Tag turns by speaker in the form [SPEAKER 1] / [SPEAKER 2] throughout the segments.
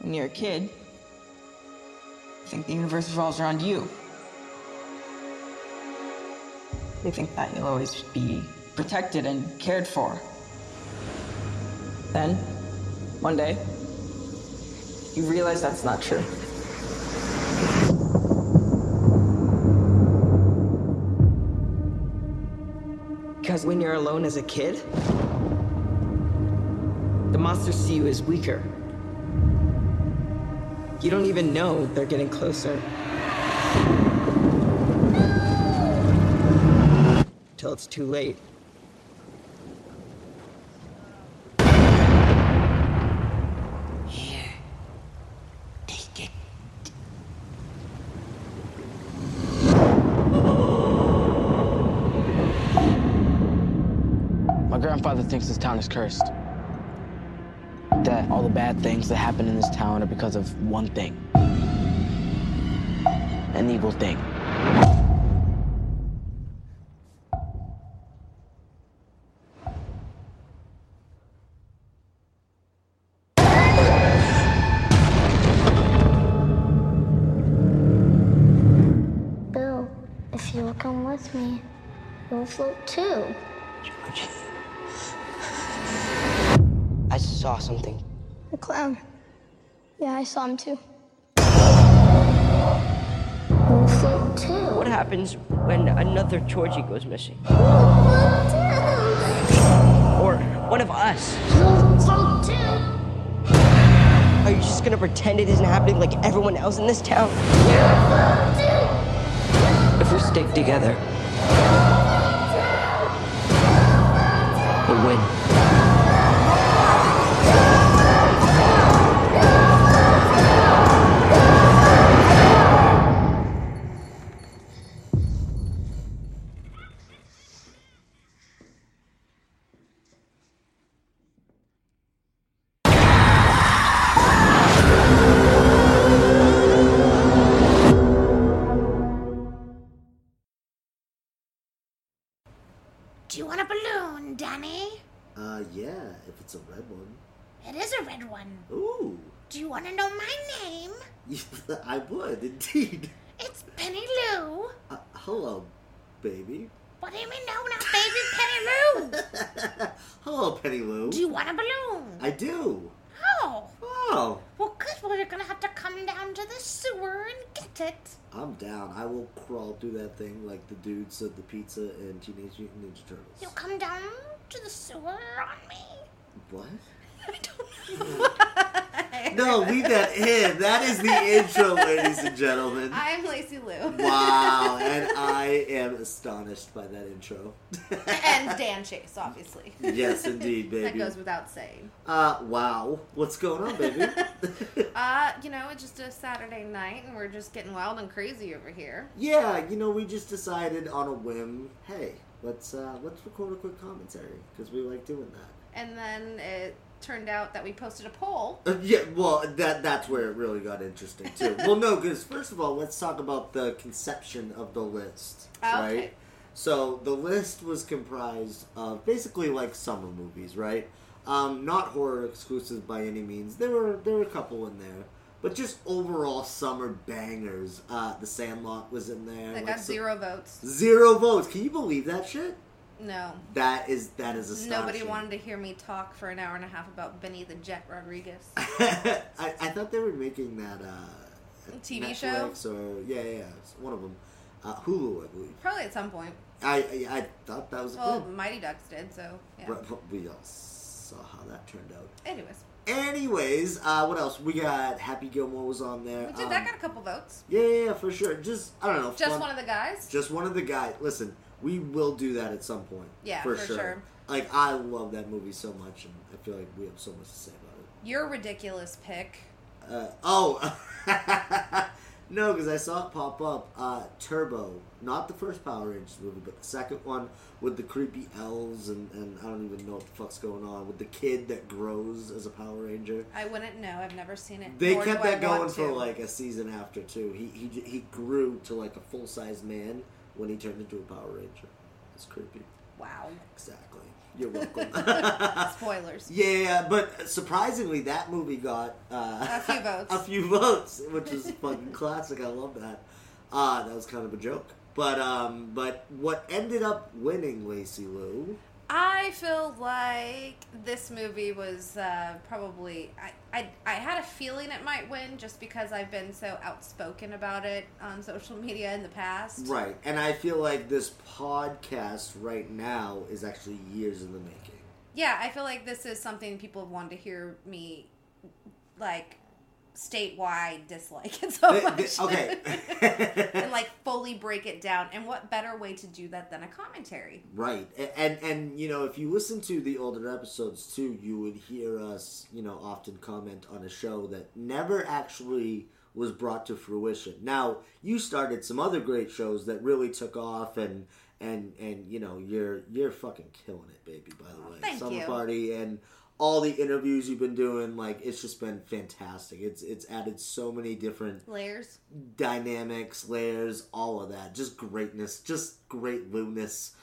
[SPEAKER 1] When you're a kid, you think the universe revolves around you. You think that you'll always be protected and cared for. Then, one day, you realize that's not true. Because when you're alone as a kid, the monsters see you as weaker. You don't even know they're getting closer. Till it's too late.
[SPEAKER 2] Here. Take it.
[SPEAKER 3] My grandfather thinks this town is cursed. That all the bad things that happen in this town are because of one thing an evil thing.
[SPEAKER 4] Bill, if you'll come with me, you'll float too.
[SPEAKER 2] George. I saw something.
[SPEAKER 4] The clown. Yeah, I saw him too. You'll float too.
[SPEAKER 2] What happens when another Georgie goes missing?
[SPEAKER 4] Float too.
[SPEAKER 2] Or one of us?
[SPEAKER 4] You'll float too.
[SPEAKER 2] Are you just gonna pretend it isn't happening like everyone else in this town? If we stick together, we'll win.
[SPEAKER 5] Do you want a balloon, Danny?
[SPEAKER 6] Uh, yeah, if it's a red one.
[SPEAKER 5] It is a red one.
[SPEAKER 6] Ooh,
[SPEAKER 5] Do you want to know my name?
[SPEAKER 6] I would indeed.
[SPEAKER 5] It's Penny Lou.
[SPEAKER 6] Uh, hello, baby.
[SPEAKER 5] What do you mean, no, not baby Penny Lou?
[SPEAKER 6] Hello, Penny Lou.
[SPEAKER 5] Do you want a balloon?
[SPEAKER 6] I do.
[SPEAKER 5] Oh,
[SPEAKER 6] Oh,
[SPEAKER 5] well, good. Well, you're gonna have to come down to the sewer and get it.
[SPEAKER 6] I'm down. I will crawl through that thing like the dude said the pizza and Teenage Mutant Ninja Turtles.
[SPEAKER 5] You come down to the sewer on me.
[SPEAKER 6] What? I don't know. no, leave that in. That is the intro, ladies and gentlemen.
[SPEAKER 7] I'm Lacey Lou.
[SPEAKER 6] Wow, and I am astonished by that intro.
[SPEAKER 7] and Dan Chase, obviously.
[SPEAKER 6] yes, indeed,
[SPEAKER 7] That
[SPEAKER 6] baby.
[SPEAKER 7] goes without saying.
[SPEAKER 6] Uh, wow. What's going on, baby?
[SPEAKER 7] Uh, you know, it's just a Saturday night and we're just getting wild and crazy over here.
[SPEAKER 6] yeah, you know, we just decided on a whim. Hey, let's uh, let's record a quick commentary because we like doing that.
[SPEAKER 7] And then it turned out that we posted a poll.
[SPEAKER 6] Uh, yeah, well, that that's where it really got interesting too. well, no, because first of all, let's talk about the conception of the list,
[SPEAKER 7] Ah, okay.
[SPEAKER 6] right? So the list was comprised of basically like summer movies, right? Um, not horror exclusives by any means. There were there were a couple in there, but just overall summer bangers. Uh, the Sandlot was in there.
[SPEAKER 7] That
[SPEAKER 6] like,
[SPEAKER 7] got
[SPEAKER 6] so-
[SPEAKER 7] zero votes.
[SPEAKER 6] Zero votes. Can you believe that shit?
[SPEAKER 7] No.
[SPEAKER 6] That is that is astonishing.
[SPEAKER 7] Nobody wanted to hear me talk for an hour and a half about Benny the Jet Rodriguez.
[SPEAKER 6] I, I thought they were making that uh,
[SPEAKER 7] TV
[SPEAKER 6] Netflix or yeah, yeah, yeah, it's one of them. Uh, Hulu, I believe.
[SPEAKER 7] Probably at some point.
[SPEAKER 6] I I, I thought that was
[SPEAKER 7] Well,
[SPEAKER 6] good.
[SPEAKER 7] Mighty Ducks did, so yeah.
[SPEAKER 6] But, but we all saw how that turned out.
[SPEAKER 7] Anyways,
[SPEAKER 6] Anyways, uh, what else? We got Happy Gilmore was on there.
[SPEAKER 7] we did.
[SPEAKER 6] um,
[SPEAKER 7] That got a couple votes.
[SPEAKER 6] yeah, yeah, yeah, for sure. Just I don't know.
[SPEAKER 7] Just
[SPEAKER 6] fun-
[SPEAKER 7] one of the guys.
[SPEAKER 6] Just one of the guys. Listen, we will do that at some point.
[SPEAKER 7] Yeah, for sure.
[SPEAKER 6] Like I love that movie so much, and I feel like we have so much to say about it.
[SPEAKER 7] Your ridiculous pick.
[SPEAKER 6] Uh, oh, no, because I saw it pop up. Uh, Turbo, not the first Power Rangers movie, but the second one with the creepy elves and, and I don't even know what the fuck's going on with the kid that grows as a Power Ranger.
[SPEAKER 7] I wouldn't know. I've never seen it.
[SPEAKER 6] They
[SPEAKER 7] nor
[SPEAKER 6] kept
[SPEAKER 7] do I
[SPEAKER 6] that going
[SPEAKER 7] want
[SPEAKER 6] for
[SPEAKER 7] to.
[SPEAKER 6] like a season after too. He he he grew to like a full size man when he turned into a Power Ranger. It's creepy.
[SPEAKER 7] Wow.
[SPEAKER 6] Exactly. You're welcome.
[SPEAKER 7] Spoilers.
[SPEAKER 6] Yeah, but surprisingly, that movie got uh,
[SPEAKER 7] A few votes.
[SPEAKER 6] a few votes, which was fucking classic. I love that. Uh, that was kind of a joke, but um, but what ended up winning, Lacey Lou?
[SPEAKER 7] I feel like this movie was uh, probably I, I I had a feeling it might win just because I've been so outspoken about it on social media in the past.
[SPEAKER 6] Right, and I feel like this podcast right now is actually years in the making.
[SPEAKER 7] Yeah, I feel like this is something people have wanted to hear me like state why I dislike it so
[SPEAKER 6] Th-
[SPEAKER 7] much.
[SPEAKER 6] th- okay.
[SPEAKER 7] and like fully break it down. And what better way to do that than a commentary?
[SPEAKER 6] Right, A- and and you know if you listen to the older episodes too, you would hear us you know often comment on a show that never actually was brought to fruition. Now you started some other great shows that really took off, and and and you know you're you're fucking killing it, baby. By the way,
[SPEAKER 7] thank
[SPEAKER 6] Summer
[SPEAKER 7] you.
[SPEAKER 6] Party and all the interviews you've been doing, like it's just been fantastic. It's it's added so many different
[SPEAKER 7] Layers.
[SPEAKER 6] dynamics, layers, all of that. Just greatness, just great looness.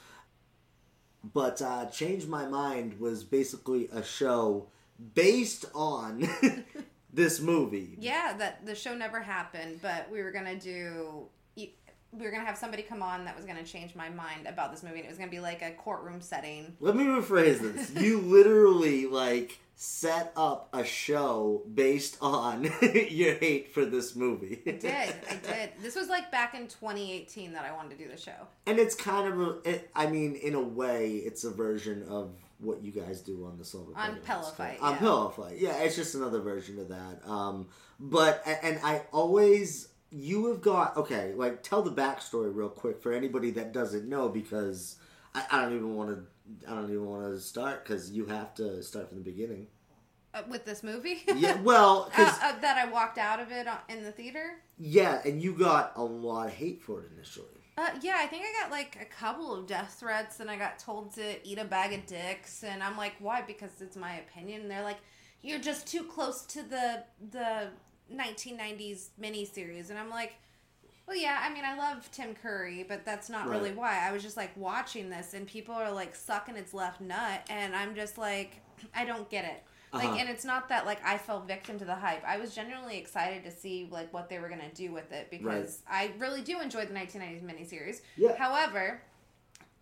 [SPEAKER 6] But uh, Change My Mind was basically a show based on this movie.
[SPEAKER 7] Yeah, that the show never happened, but we were gonna do. e, We were gonna have somebody come on that was gonna change my mind about this movie. And it was gonna be like a courtroom setting.
[SPEAKER 6] Let me rephrase this. You literally, like, set up a show based on your hate for this movie.
[SPEAKER 7] I did I did? This was like back in 2018 that I wanted to do the show.
[SPEAKER 6] And it's kind of a, it, I mean, in a way, it's a version of what you guys do on the Silver
[SPEAKER 7] On
[SPEAKER 6] Bullet.
[SPEAKER 7] Pillow Fight,
[SPEAKER 6] On
[SPEAKER 7] yeah.
[SPEAKER 6] Pillow Fight, yeah, it's just another version of that. Um, but a- and I always, you have got okay. Like, tell the backstory real quick for anybody that doesn't know, because I, I don't even want to. I don't even want to start because you have to start from the beginning.
[SPEAKER 7] Uh, with this movie.
[SPEAKER 6] Yeah, well, 'cause-
[SPEAKER 7] Uh, uh, that I walked out of it on- in the theater.
[SPEAKER 6] yeah, and you got a lot of hate for it initially.
[SPEAKER 7] Uh, yeah, I think I got like a couple of death threats, and I got told to eat a bag of dicks, and I'm like, why? Because it's my opinion. And they're like, you're just too close to the the 1990s miniseries, and I'm like, well, yeah. I mean, I love Tim Curry, but that's not
[SPEAKER 6] Right.
[SPEAKER 7] really why. I was just like watching this, and people are like sucking its left nut, and I'm just like, I don't get it. Like,
[SPEAKER 6] Uh-huh.
[SPEAKER 7] and it's not that like I fell victim to the hype. I was genuinely excited to see like what they were gonna do with it because I really do enjoy the 1990s miniseries.
[SPEAKER 6] Yeah.
[SPEAKER 7] However,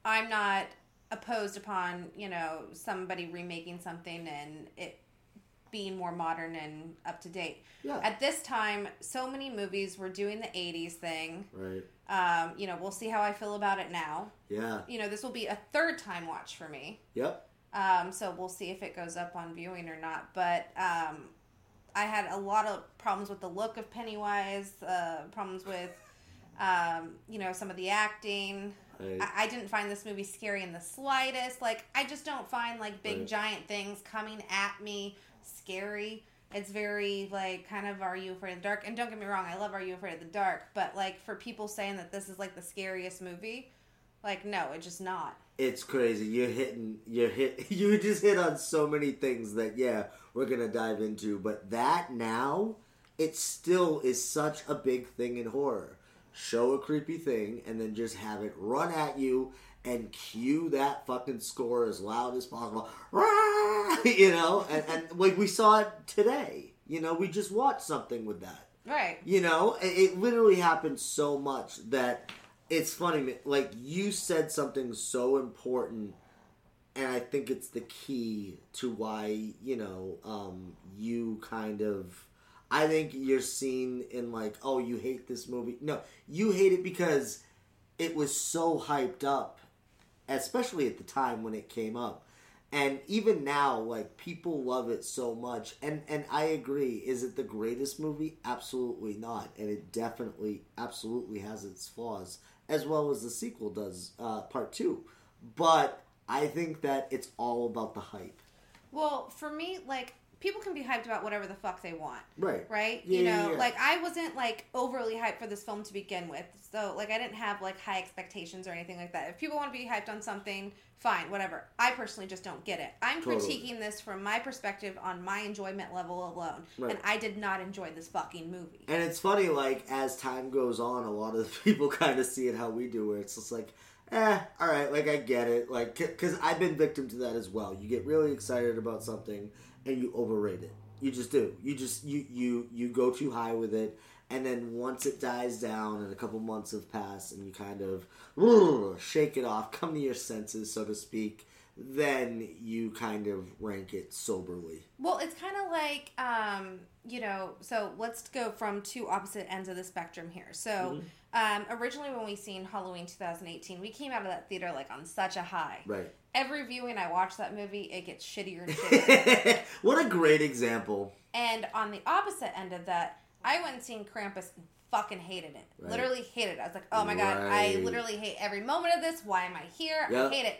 [SPEAKER 7] I'm not opposed upon you know somebody remaking something and it being more modern and up to date.
[SPEAKER 6] Yeah.
[SPEAKER 7] At this time, so many movies were doing the 80s thing.
[SPEAKER 6] Right.
[SPEAKER 7] Um, you know, we'll see how I feel about it now.
[SPEAKER 6] Yeah.
[SPEAKER 7] You know, this will be a third time watch for me.
[SPEAKER 6] Yep.
[SPEAKER 7] Um, so we'll see if it goes up on viewing or not. But um, I had a lot of problems with the look of Pennywise, uh, problems with, um, you know, some of the acting.
[SPEAKER 6] Right.
[SPEAKER 7] I, I didn't find this movie scary in the slightest. Like, I just don't find like big
[SPEAKER 6] Right.
[SPEAKER 7] giant things coming at me scary. It's very like kind of Are You Afraid of the Dark? And don't get me wrong, I love Are You Afraid of the Dark, but like for people saying that this is like the scariest movie, like no, it's just not.
[SPEAKER 6] It's crazy. You're hitting. You're hit. You just hit on so many things that yeah, we're gonna dive into. But that now, it still is such a big thing in horror. Show a creepy thing and then just have it run at you and cue that fucking score as loud as possible. Rah! You know, and, and like we saw it today. You know, we just watched something with that.
[SPEAKER 7] Right.
[SPEAKER 6] You know, it, it literally happened so much that it's funny. man, Like you said something so important, and I think it's the key to why you know um, you kind of. I think you're seen in like, oh, you hate this movie. No, you hate it because it was so hyped up, especially at the time when it came up. And even now, like people love it so much, and and I agree. Is it the greatest movie? Absolutely not, and it definitely, absolutely has its flaws, as well as the sequel does, uh, part two. But I think that it's all about the hype,
[SPEAKER 7] Well, for me, like people can be hyped about whatever the fuck they want.
[SPEAKER 6] right?
[SPEAKER 7] Right?
[SPEAKER 6] Yeah,
[SPEAKER 7] you
[SPEAKER 6] yeah,
[SPEAKER 7] know,
[SPEAKER 6] yeah.
[SPEAKER 7] like I wasn't like overly hyped for this film to begin with. So like I didn't have like high expectations or anything like that. If people want to be hyped on something, fine, whatever. I personally just don't get it. I'm
[SPEAKER 6] Totally.
[SPEAKER 7] critiquing this from my perspective on my enjoyment level alone.
[SPEAKER 6] Right.
[SPEAKER 7] And I did not enjoy this fucking movie.
[SPEAKER 6] And it's funny, like as time goes on, a lot of people kind of see it how we do, where it's just like, eh, all right, like I get it, like because I've been victim to that as well. You get really excited about something and you overrate it. You just do. You just you you you go too high with it, and then once it dies down and a couple months have passed and you kind of "Ugh," shake it off, come to your senses, so to speak. Then you kind of rank it soberly.
[SPEAKER 7] Well, it's kind of like, um, you know, so let's go from two opposite ends of the spectrum here. So, um, originally when we seen Halloween 2018, we came out of that theater like on such a high.
[SPEAKER 6] Right.
[SPEAKER 7] Every viewing I watch that movie, it gets shittier and shittier.
[SPEAKER 6] what a great example.
[SPEAKER 7] and on the opposite end of that, I went and seen Krampus and fucking hated it.
[SPEAKER 6] Right.
[SPEAKER 7] Literally hated it. I was like, oh my god, I
[SPEAKER 6] Right.
[SPEAKER 7] literally hate every moment of this. Why am I here?
[SPEAKER 6] Yep.
[SPEAKER 7] I hate it.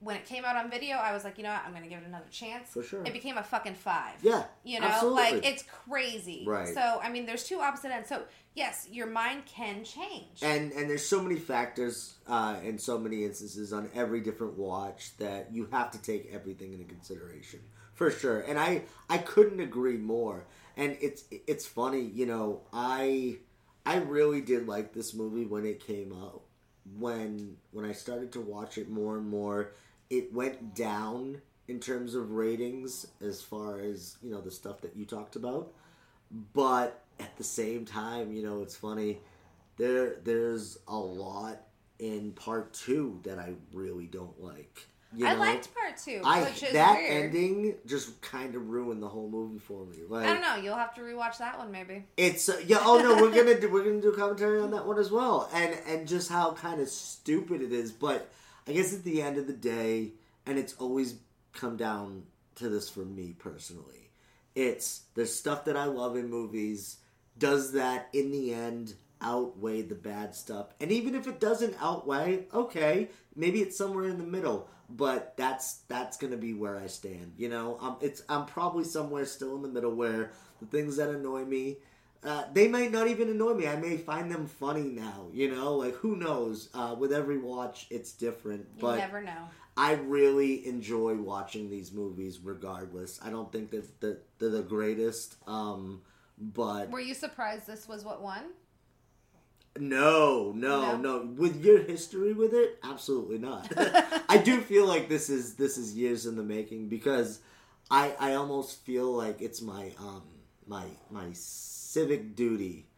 [SPEAKER 7] When it came out on video, I was like, you know what? I'm going to give it another chance.
[SPEAKER 6] For sure.
[SPEAKER 7] It became a fucking five.
[SPEAKER 6] Yeah,
[SPEAKER 7] You know,
[SPEAKER 6] absolutely.
[SPEAKER 7] like it's crazy.
[SPEAKER 6] Right.
[SPEAKER 7] So, I mean, there's two opposite ends. So, yes, your mind can change.
[SPEAKER 6] and and there's so many factors uh, and so many instances on every different watch that you have to take everything into consideration for sure and i i couldn't agree more and it's it's funny you know i i really did like this movie when it came out when when i started to watch it more and more it went down in terms of ratings as far as you know the stuff that you talked about but at the same time, you know, it's funny. There, there's a lot in part two that I really don't like. You
[SPEAKER 7] I
[SPEAKER 6] know?
[SPEAKER 7] liked part two,
[SPEAKER 6] I
[SPEAKER 7] which is
[SPEAKER 6] that
[SPEAKER 7] weird.
[SPEAKER 6] ending just kind of ruined the whole movie for me. Like,
[SPEAKER 7] I don't know. You'll have to rewatch that one, maybe.
[SPEAKER 6] it's uh, yeah. Oh no, we're gonna do, we're gonna do commentary on that one as well, and and just how kind of stupid it is. But I guess at the end of the day, and it's always come down to this for me personally. It's there's stuff that I love in movies. Does that in the end outweigh the bad stuff? And even if it doesn't outweigh, okay, maybe it's somewhere in the middle. But that's that's gonna be where I stand. You know, um, it's I'm probably somewhere still in the middle where the things that annoy me uh, they might not even annoy me. I may find them funny now, you know? Like, who knows? Uh, with every watch, it's different.
[SPEAKER 7] You
[SPEAKER 6] But
[SPEAKER 7] never know.
[SPEAKER 6] I really enjoy watching these movies regardless. I don't think that that they're the greatest, um, but
[SPEAKER 7] Were you surprised this was what won?
[SPEAKER 6] no, no, no, With your history with it, absolutely not. I do feel like this is this is years in the making because I I almost feel like it's my um my my civic duty,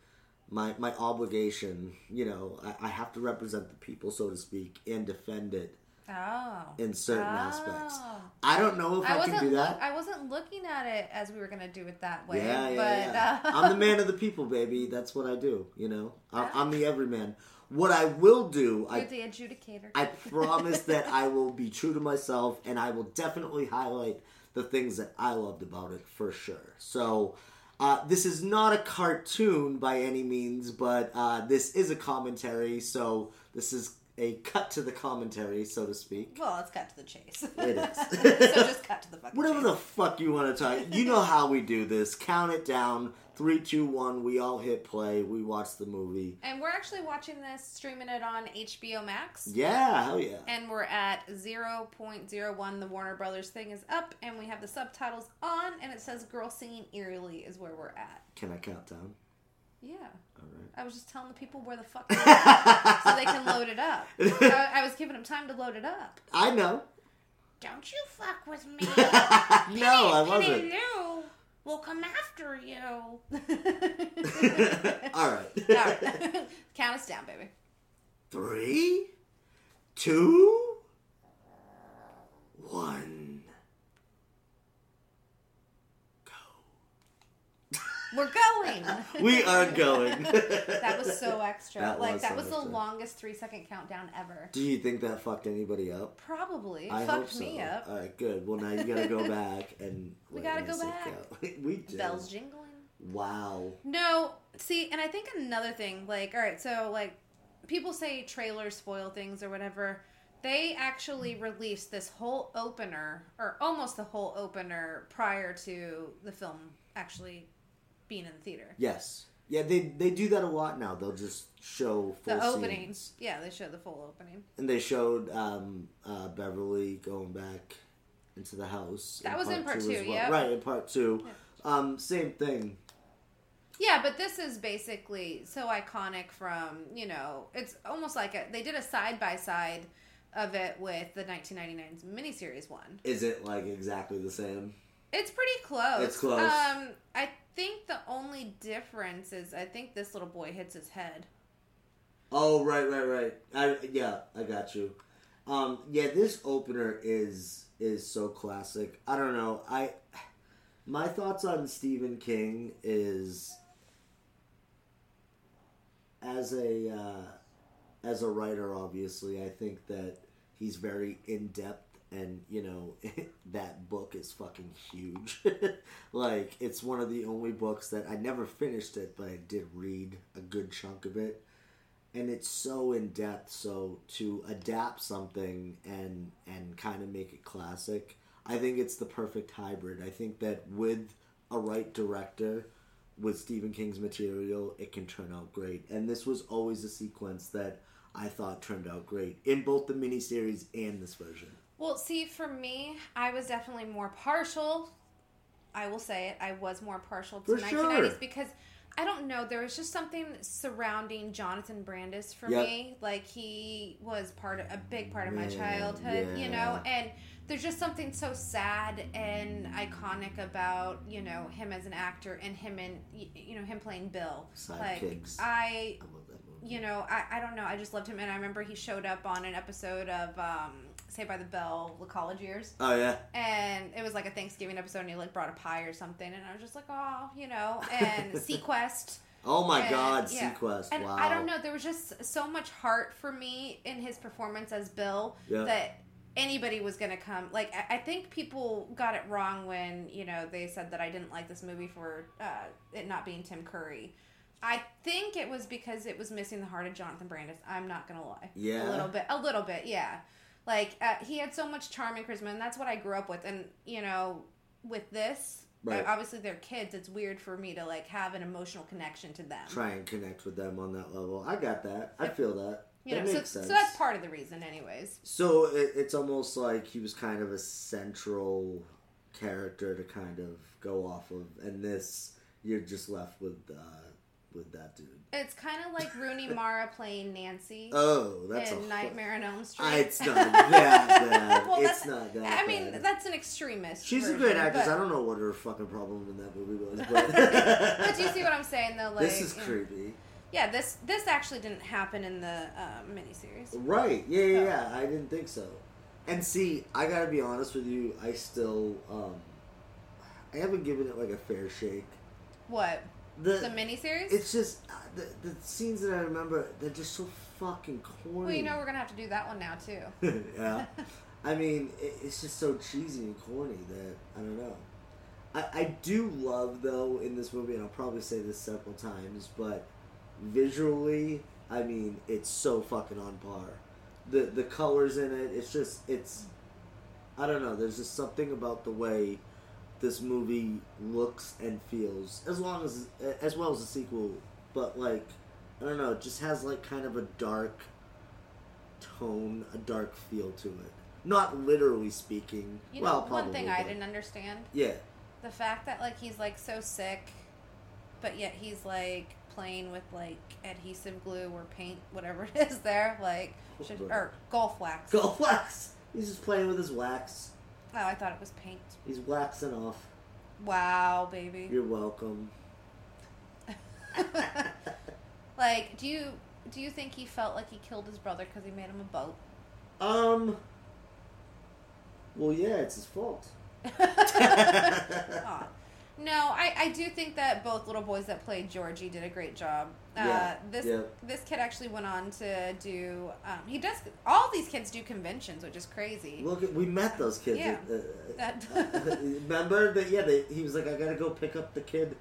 [SPEAKER 6] my my obligation. You know, I, I have to represent the people, so to speak, and defend it
[SPEAKER 7] Oh.
[SPEAKER 6] in certain aspects.
[SPEAKER 7] Oh.
[SPEAKER 6] I don't know if I,
[SPEAKER 7] I
[SPEAKER 6] can
[SPEAKER 7] wasn't.
[SPEAKER 6] do
[SPEAKER 7] look-
[SPEAKER 6] that.
[SPEAKER 7] I wasn't looking at it as we were gonna do it that way.
[SPEAKER 6] Yeah, yeah,
[SPEAKER 7] but,
[SPEAKER 6] yeah.
[SPEAKER 7] Uh,
[SPEAKER 6] I'm the man of the people, baby. That's what I do. You know, I'm, I'm
[SPEAKER 7] Ah.
[SPEAKER 6] the everyman. What I will do,
[SPEAKER 7] You're
[SPEAKER 6] I
[SPEAKER 7] the adjudicator.
[SPEAKER 6] I promise that I will be true to myself, and I will definitely highlight the things that I loved about it for sure. So. Uh, this is not a cartoon by any means, but uh, this is a commentary, so this is a cut to the commentary, so to speak.
[SPEAKER 7] well, let's cut to the chase.
[SPEAKER 6] It is.
[SPEAKER 7] so just cut to the fucking
[SPEAKER 6] Whatever
[SPEAKER 7] chase.
[SPEAKER 6] the fuck you want to talk. You know how we do this. Count it down. Three, two, one. We all hit play. We watch the movie.
[SPEAKER 7] and we're actually watching this, streaming it on HBO Max.
[SPEAKER 6] Yeah, hell yeah.
[SPEAKER 7] And we're at 0.01. The Warner Brothers thing is up, and we have the subtitles on, and it says Girl Singing Eerily is where we're at.
[SPEAKER 6] Can I count down?
[SPEAKER 7] Yeah.
[SPEAKER 6] All right.
[SPEAKER 7] I was just telling the people where the fuck they are so they can load it up. I, I was giving them time to load it up.
[SPEAKER 6] I know.
[SPEAKER 5] Don't you fuck with me.
[SPEAKER 6] no, I wasn't.
[SPEAKER 5] Lou will come after you.
[SPEAKER 6] all right.
[SPEAKER 7] All right. Count us down, baby.
[SPEAKER 6] Three, two, one.
[SPEAKER 7] We're going.
[SPEAKER 6] We are going.
[SPEAKER 7] That was so extra.
[SPEAKER 6] That
[SPEAKER 7] like
[SPEAKER 6] was
[SPEAKER 7] that
[SPEAKER 6] so
[SPEAKER 7] was the
[SPEAKER 6] extra.
[SPEAKER 7] longest three second countdown ever.
[SPEAKER 6] Do you think that fucked anybody up?
[SPEAKER 7] Probably
[SPEAKER 6] I hope
[SPEAKER 7] fucked
[SPEAKER 6] so.
[SPEAKER 7] me up.
[SPEAKER 6] All right, good. Well, now you gotta go back and
[SPEAKER 7] We
[SPEAKER 6] wait,
[SPEAKER 7] gotta
[SPEAKER 6] let
[SPEAKER 7] go
[SPEAKER 6] me see.
[SPEAKER 7] back.
[SPEAKER 6] Yeah, we do.
[SPEAKER 7] Bells jingling.
[SPEAKER 6] Wow.
[SPEAKER 7] No, see, and I think another thing, like, all right, so like, people say trailers spoil things or whatever. They actually released this whole opener, or almost the whole opener, prior to the film actually being in the theater.
[SPEAKER 6] Yes. Yeah, they they do that a lot now. They'll just show full
[SPEAKER 7] the opening,
[SPEAKER 6] scenes.
[SPEAKER 7] yeah, they showed the full opening.
[SPEAKER 6] And they showed um, uh, Beverly going back into the house.
[SPEAKER 7] That was in part two,
[SPEAKER 6] as well.
[SPEAKER 7] yep.
[SPEAKER 6] Right, in part two. Um, same thing.
[SPEAKER 7] Yeah, but this is basically so iconic from, you know, it's almost like a, they did a side by side of it with the 1999's miniseries one.
[SPEAKER 6] Is it like exactly the same?
[SPEAKER 7] It's pretty close.
[SPEAKER 6] It's close.
[SPEAKER 7] Um, I think the only difference is I think this little boy hits his head.
[SPEAKER 6] Oh right, right, right. I yeah, I got you. Um, yeah, this opener is is so classic. I don't know. I my thoughts on Stephen King is as a uh, as a writer, obviously, I think that he's very in depth. And you know that book is fucking huge. like it's one of the only books that I never finished it, but I did read a good chunk of it and it's so in depth so to adapt something and and kind of make it classic i think it's the perfect hybrid i think that with a right director with stephen king's material it can turn out great and this was always a sequence that i thought turned out great in both the miniseries and this version
[SPEAKER 7] Well, see, for me, I was definitely more partial. I will say it. I was more partial to
[SPEAKER 6] For
[SPEAKER 7] 1990s
[SPEAKER 6] sure.
[SPEAKER 7] because I don't know. There was just something surrounding Jonathan Brandis for
[SPEAKER 6] Yep.
[SPEAKER 7] me. Like he was part of a big part of my
[SPEAKER 6] Yeah,
[SPEAKER 7] childhood, you know.
[SPEAKER 6] yeah.
[SPEAKER 7] And there's just something so sad and iconic about you know him as an actor and him and you know him playing Bill.
[SPEAKER 6] Sidekicks.
[SPEAKER 7] Like I
[SPEAKER 6] i love that movie
[SPEAKER 7] you know, I, I don't know. I just loved him, and I remember he showed up on an episode of um, Saved by the Bell, the college years,
[SPEAKER 6] oh yeah
[SPEAKER 7] and it was like a Thanksgiving episode, and he like brought a pie or something, and I was just like, oh, you know, and Sequest.
[SPEAKER 6] oh my
[SPEAKER 7] and-
[SPEAKER 6] god
[SPEAKER 7] yeah.
[SPEAKER 6] sequest
[SPEAKER 7] And
[SPEAKER 6] wow
[SPEAKER 7] I don't know. There was just so much heart for me in his performance as Bill
[SPEAKER 6] Yeah.
[SPEAKER 7] that anybody was going to come. Like, I, I think people got it wrong when, you know, they said that I didn't like this movie for uh, it not being Tim Curry. I think it was because it was missing the heart of Jonathan Brandis. I'm not going to lie.
[SPEAKER 6] Yeah.
[SPEAKER 7] A little bit. A little bit, yeah. Like, uh, he had so much charm and charisma, and that's what I grew up with. And, you know, with this.
[SPEAKER 6] Right.
[SPEAKER 7] Obviously, they're kids. It's weird for me to like have an emotional connection to them
[SPEAKER 6] try and connect with them on that level i got that i feel that
[SPEAKER 7] you
[SPEAKER 6] that
[SPEAKER 7] know, so,
[SPEAKER 6] makes sense
[SPEAKER 7] so that's part of the reason, anyways.
[SPEAKER 6] So it, it's almost like he was kind of a central character to kind of go off of, and this you're just left with uh, with that dude.
[SPEAKER 7] It's kind of like Rooney Mara playing Nancy
[SPEAKER 6] Oh, that's a
[SPEAKER 7] in Nightmare on Elm Street.
[SPEAKER 6] Ah, it's not that bad.
[SPEAKER 7] Well,
[SPEAKER 6] it's
[SPEAKER 7] that's-
[SPEAKER 6] not that.
[SPEAKER 7] I mean,
[SPEAKER 6] bad.
[SPEAKER 7] that's an extremist.
[SPEAKER 6] she's a
[SPEAKER 7] version,
[SPEAKER 6] great actress.
[SPEAKER 7] But,
[SPEAKER 6] I don't know what her fucking problem in that movie was, but
[SPEAKER 7] but do you see what I'm saying, though? Like,
[SPEAKER 6] this is
[SPEAKER 7] you know-
[SPEAKER 6] creepy.
[SPEAKER 7] Yeah, this this actually didn't happen in the uh, miniseries.
[SPEAKER 6] Right. Yeah, yeah, yeah. I didn't think so. And see, I gotta be honest with you. I still, um, I haven't given it like a fair shake.
[SPEAKER 7] What
[SPEAKER 6] The,
[SPEAKER 7] the miniseries?
[SPEAKER 6] It's just uh, the, the scenes that I remember. They're just so fucking corny.
[SPEAKER 7] well, you know, we're gonna have to do that one now too.
[SPEAKER 6] yeah. I mean, it, it's just so cheesy and corny that I don't know. I, I do love though in this movie, and I'll probably say this several times, but visually, I mean, it's so fucking on par. The the colors in it, it's just it's. I don't know. There's just something about the way this movie looks and feels, as long as as well as the sequel, but like I don't know, it just has like kind of a dark tone, a dark feel to it. Not literally speaking.
[SPEAKER 7] You
[SPEAKER 6] well,
[SPEAKER 7] know, one thing
[SPEAKER 6] probably,
[SPEAKER 7] I
[SPEAKER 6] but-
[SPEAKER 7] didn't understand
[SPEAKER 6] Yeah,
[SPEAKER 7] the fact that like he's like so sick but yet he's like playing with like adhesive glue or paint whatever it is there like should, or golf wax
[SPEAKER 6] go wax. He's just playing with his wax.
[SPEAKER 7] oh i thought it was paint
[SPEAKER 6] He's waxing off.
[SPEAKER 7] wow baby
[SPEAKER 6] You're welcome.
[SPEAKER 7] like do you do you think he felt like he killed his brother because he made him a boat
[SPEAKER 6] Um. Well, yeah, it's his fault.
[SPEAKER 7] Aw. No, I, I do think that both little boys that played Georgie did a great job.
[SPEAKER 6] Yeah,
[SPEAKER 7] uh, this
[SPEAKER 6] yeah.
[SPEAKER 7] this kid actually went on to do. Um, he does all these kids do conventions, which is crazy.
[SPEAKER 6] Look, at- we met those kids.
[SPEAKER 7] Yeah.
[SPEAKER 6] Uh,
[SPEAKER 7] That-
[SPEAKER 6] uh, remember that? Yeah, they, he was like, "I gotta go pick up the kid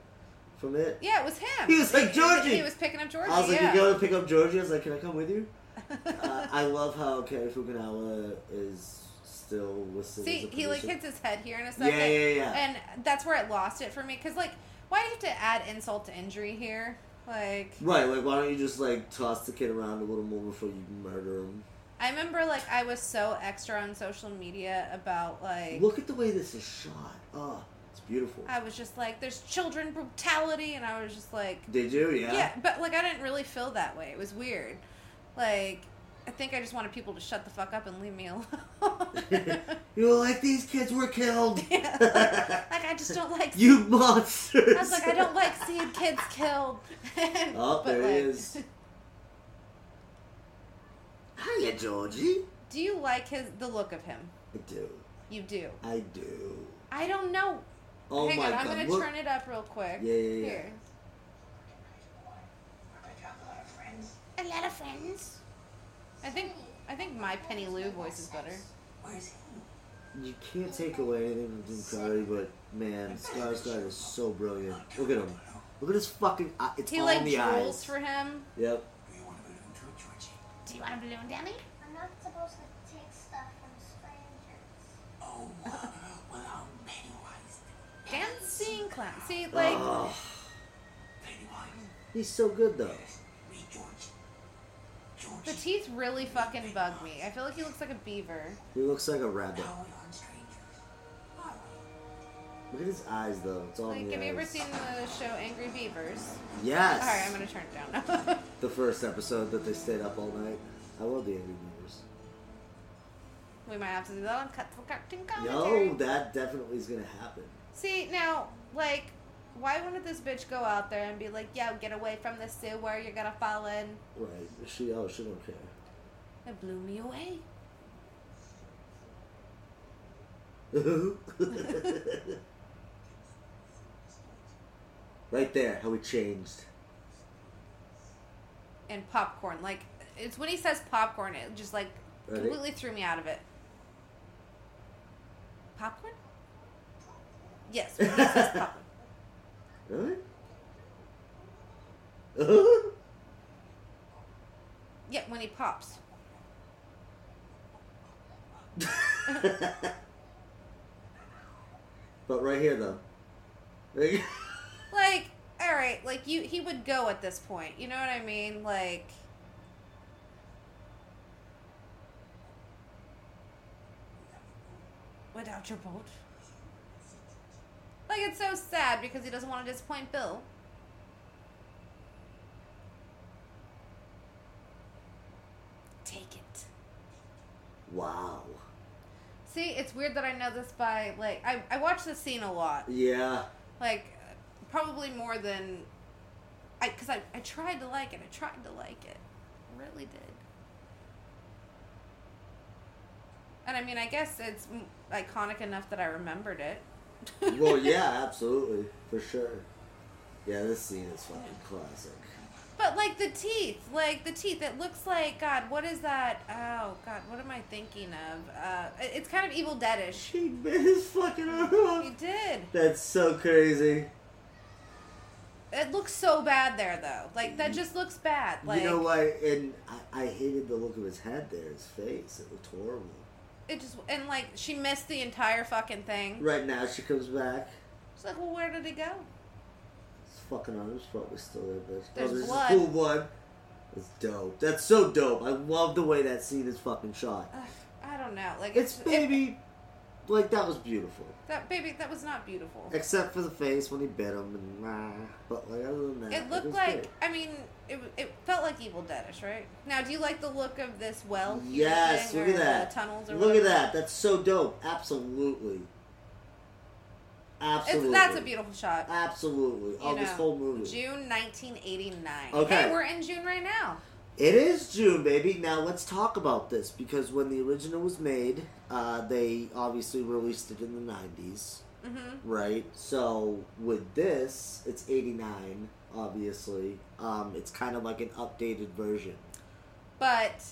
[SPEAKER 6] from it."
[SPEAKER 7] Yeah, it was him.
[SPEAKER 6] He was like, "Georgie!"
[SPEAKER 7] He, was picking up Georgie.
[SPEAKER 6] I was like,
[SPEAKER 7] yeah.
[SPEAKER 6] "You gotta pick up Georgie." I was like, "Can I come with you?" uh, I love how Kerry Fukunawa is still listed. as
[SPEAKER 7] See,
[SPEAKER 6] a
[SPEAKER 7] he like
[SPEAKER 6] producer.
[SPEAKER 7] hits his head here in a second.
[SPEAKER 6] Yeah, yeah, yeah.
[SPEAKER 7] And that's where it lost it for me, because like, why do you have to add insult to injury here? Like,
[SPEAKER 6] Right, like why don't you just like toss the kid around a little more before you murder him?
[SPEAKER 7] I remember like I was so extra on social media about like
[SPEAKER 6] Look at the way this is shot. Oh, it's It's beautiful.
[SPEAKER 7] I was just like, there's children brutality, and I was just like,
[SPEAKER 6] They do, yeah.
[SPEAKER 7] yeah. but like I didn't really feel that way. It was weird. Like I think I just wanted people to shut the fuck up and leave me alone.
[SPEAKER 6] you know, like these kids were killed.
[SPEAKER 7] Yeah, like, like, I just don't like.
[SPEAKER 6] You monsters.
[SPEAKER 7] I was like, I don't like seeing kids killed.
[SPEAKER 6] Oh,
[SPEAKER 7] But,
[SPEAKER 6] there
[SPEAKER 7] like,
[SPEAKER 6] he is. Hiya, Georgie.
[SPEAKER 7] Do you like his the look of him?
[SPEAKER 6] I do.
[SPEAKER 7] You do.
[SPEAKER 6] I do.
[SPEAKER 7] I don't know.
[SPEAKER 6] Oh
[SPEAKER 7] Hang
[SPEAKER 6] my
[SPEAKER 7] on,
[SPEAKER 6] god.
[SPEAKER 7] I'm gonna
[SPEAKER 6] look.
[SPEAKER 7] turn it up real quick.
[SPEAKER 6] Yeah, yeah, yeah.
[SPEAKER 7] Here.
[SPEAKER 5] A lot of friends.
[SPEAKER 7] I think I think my Penny Lou voice is better.
[SPEAKER 6] You can't take away anything from Jim Carrey, but man, Skarsgård is so brilliant. Look at him. Look at his fucking eye. It's
[SPEAKER 7] He
[SPEAKER 6] all
[SPEAKER 7] like
[SPEAKER 6] in the
[SPEAKER 7] drools
[SPEAKER 6] eyes.
[SPEAKER 7] for him.
[SPEAKER 6] yep.
[SPEAKER 5] Do you want a balloon, Danny?
[SPEAKER 4] I'm not supposed to take stuff from strangers.
[SPEAKER 7] Dancing clown. See, like
[SPEAKER 6] Ugh. He's so good though.
[SPEAKER 7] the teeth really fucking bug me. I feel like he looks like a beaver.
[SPEAKER 6] He looks like a rabbit. Look at his eyes though. It's all in
[SPEAKER 7] Like,
[SPEAKER 6] the
[SPEAKER 7] have you ever
[SPEAKER 6] eyes.
[SPEAKER 7] seen the show Angry Beavers?
[SPEAKER 6] Yes.
[SPEAKER 7] Alright, I'm gonna turn it down.
[SPEAKER 6] The first episode that they stayed up all night. I love the Angry Beavers.
[SPEAKER 7] we might have to do that on cut for cartoon commentary.
[SPEAKER 6] No, that definitely is gonna happen.
[SPEAKER 7] See now, like, why wouldn't this bitch go out there and be like, "Yo, get away from the sewer! You're gonna fall in."
[SPEAKER 6] Right? She oh she don't care.
[SPEAKER 7] It blew me away.
[SPEAKER 6] right there, how he changed.
[SPEAKER 7] And popcorn, like, it's when he says popcorn, it just like
[SPEAKER 6] Ready?
[SPEAKER 7] completely threw me out of it. Popcorn? Yes, when he says popcorn.
[SPEAKER 6] Really?
[SPEAKER 7] Yeah, when he pops.
[SPEAKER 6] but right here though. Like,
[SPEAKER 7] Like, all right, like you, he would go at this point. You know what I mean? Like, without your boat. Like it's so sad because he doesn't want to disappoint Bill. Take it.
[SPEAKER 6] wow.
[SPEAKER 7] See, it's weird that I know this by like I I watch this scene a lot.
[SPEAKER 6] Yeah.
[SPEAKER 7] like probably more than i because I, I tried to like it i tried to like it I really did and i mean i guess it's m- iconic enough that i remembered it
[SPEAKER 6] Well, yeah, absolutely, for sure. Yeah, this scene is fucking classic.
[SPEAKER 7] but like the teeth like the teeth it looks like god what is that oh god what am i thinking of uh it- it's kind of evil deadish
[SPEAKER 6] He bit his fucking arm off.
[SPEAKER 7] you did
[SPEAKER 6] That's so crazy.
[SPEAKER 7] it looks so bad there though like that just looks bad like
[SPEAKER 6] you know what? And I, I hated the look of his head there, his face. It looked horrible.
[SPEAKER 7] it just and like she missed the entire fucking thing
[SPEAKER 6] Right now, she comes back.
[SPEAKER 7] It's like, well, where did it go?
[SPEAKER 6] His fucking arm's probably still there, bitch.
[SPEAKER 7] There's
[SPEAKER 6] oh, there's
[SPEAKER 7] blood.
[SPEAKER 6] a cool one. That's dope. That's so dope. I love the way that scene is fucking shot.
[SPEAKER 7] Ugh, I don't know. Like
[SPEAKER 6] It's
[SPEAKER 7] it-
[SPEAKER 6] baby. Like, that was beautiful.
[SPEAKER 7] that baby. That was not beautiful. It,
[SPEAKER 6] Except for the face when he bit him and nah. But, like, other than that,
[SPEAKER 7] looked
[SPEAKER 6] was
[SPEAKER 7] like.
[SPEAKER 6] great.
[SPEAKER 7] I mean, it, w- it felt like Evil Deadish, right? Now, do you like the look of this well? you were
[SPEAKER 6] Yes,
[SPEAKER 7] saying,
[SPEAKER 6] look at
[SPEAKER 7] or
[SPEAKER 6] that.
[SPEAKER 7] The tunnels or
[SPEAKER 6] look at
[SPEAKER 7] whatever?
[SPEAKER 6] that. That's so dope. Absolutely. Absolutely.
[SPEAKER 7] It's, that's a beautiful shot.
[SPEAKER 6] Absolutely.
[SPEAKER 7] You
[SPEAKER 6] Oh, this
[SPEAKER 7] know,
[SPEAKER 6] whole movie.
[SPEAKER 7] June 1989.
[SPEAKER 6] Okay.
[SPEAKER 7] Hey, we're in June right now.
[SPEAKER 6] It is June, baby. Now let's talk about this because when the original was made, uh, they obviously released it in the 90s,
[SPEAKER 7] Mm-hmm.
[SPEAKER 6] right? So with this, it's 89, obviously. Um, it's kind of like an updated version.
[SPEAKER 7] But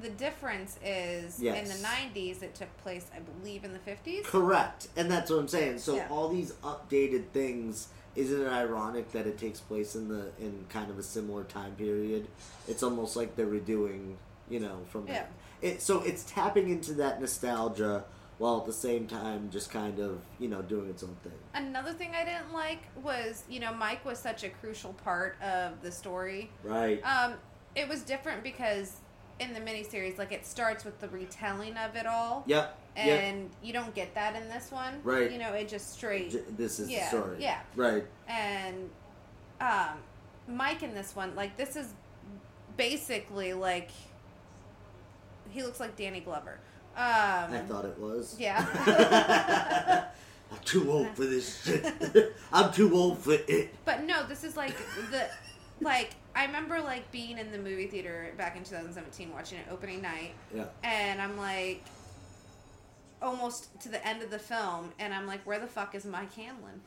[SPEAKER 7] the difference is in
[SPEAKER 6] Yes.
[SPEAKER 7] the 90s, it took place, I believe, in the 50s.
[SPEAKER 6] Correct. And that's what I'm saying. So
[SPEAKER 7] Yeah.
[SPEAKER 6] all these updated things, isn't it ironic that it takes place in the in kind of a similar time period? It's almost like they're redoing, you know, from that. It, so it's tapping into that nostalgia while at the same time just kind of, you know, doing its own thing.
[SPEAKER 7] Another thing I didn't like was, you know, Mike was such a crucial part of the story.
[SPEAKER 6] Right.
[SPEAKER 7] Um, it was different because in the miniseries, like it starts with the retelling of it all.
[SPEAKER 6] yep. Yeah.
[SPEAKER 7] and you don't get that in this one.
[SPEAKER 6] Right.
[SPEAKER 7] You know, it just straight.
[SPEAKER 6] J- this is
[SPEAKER 7] Yeah,
[SPEAKER 6] the story.
[SPEAKER 7] yeah.
[SPEAKER 6] Right.
[SPEAKER 7] and um, Mike in this one, like this is basically like he looks like Danny Glover.
[SPEAKER 6] I
[SPEAKER 7] Um,
[SPEAKER 6] thought it was.
[SPEAKER 7] Yeah.
[SPEAKER 6] I'm too old for this shit. I'm too old for it.
[SPEAKER 7] but no, this is like the like I remember like being in the movie theater back in 2017 watching it opening night,
[SPEAKER 6] Yeah.
[SPEAKER 7] and I'm like almost to the end of the film, and I'm like, where the fuck is Mike Hanlon?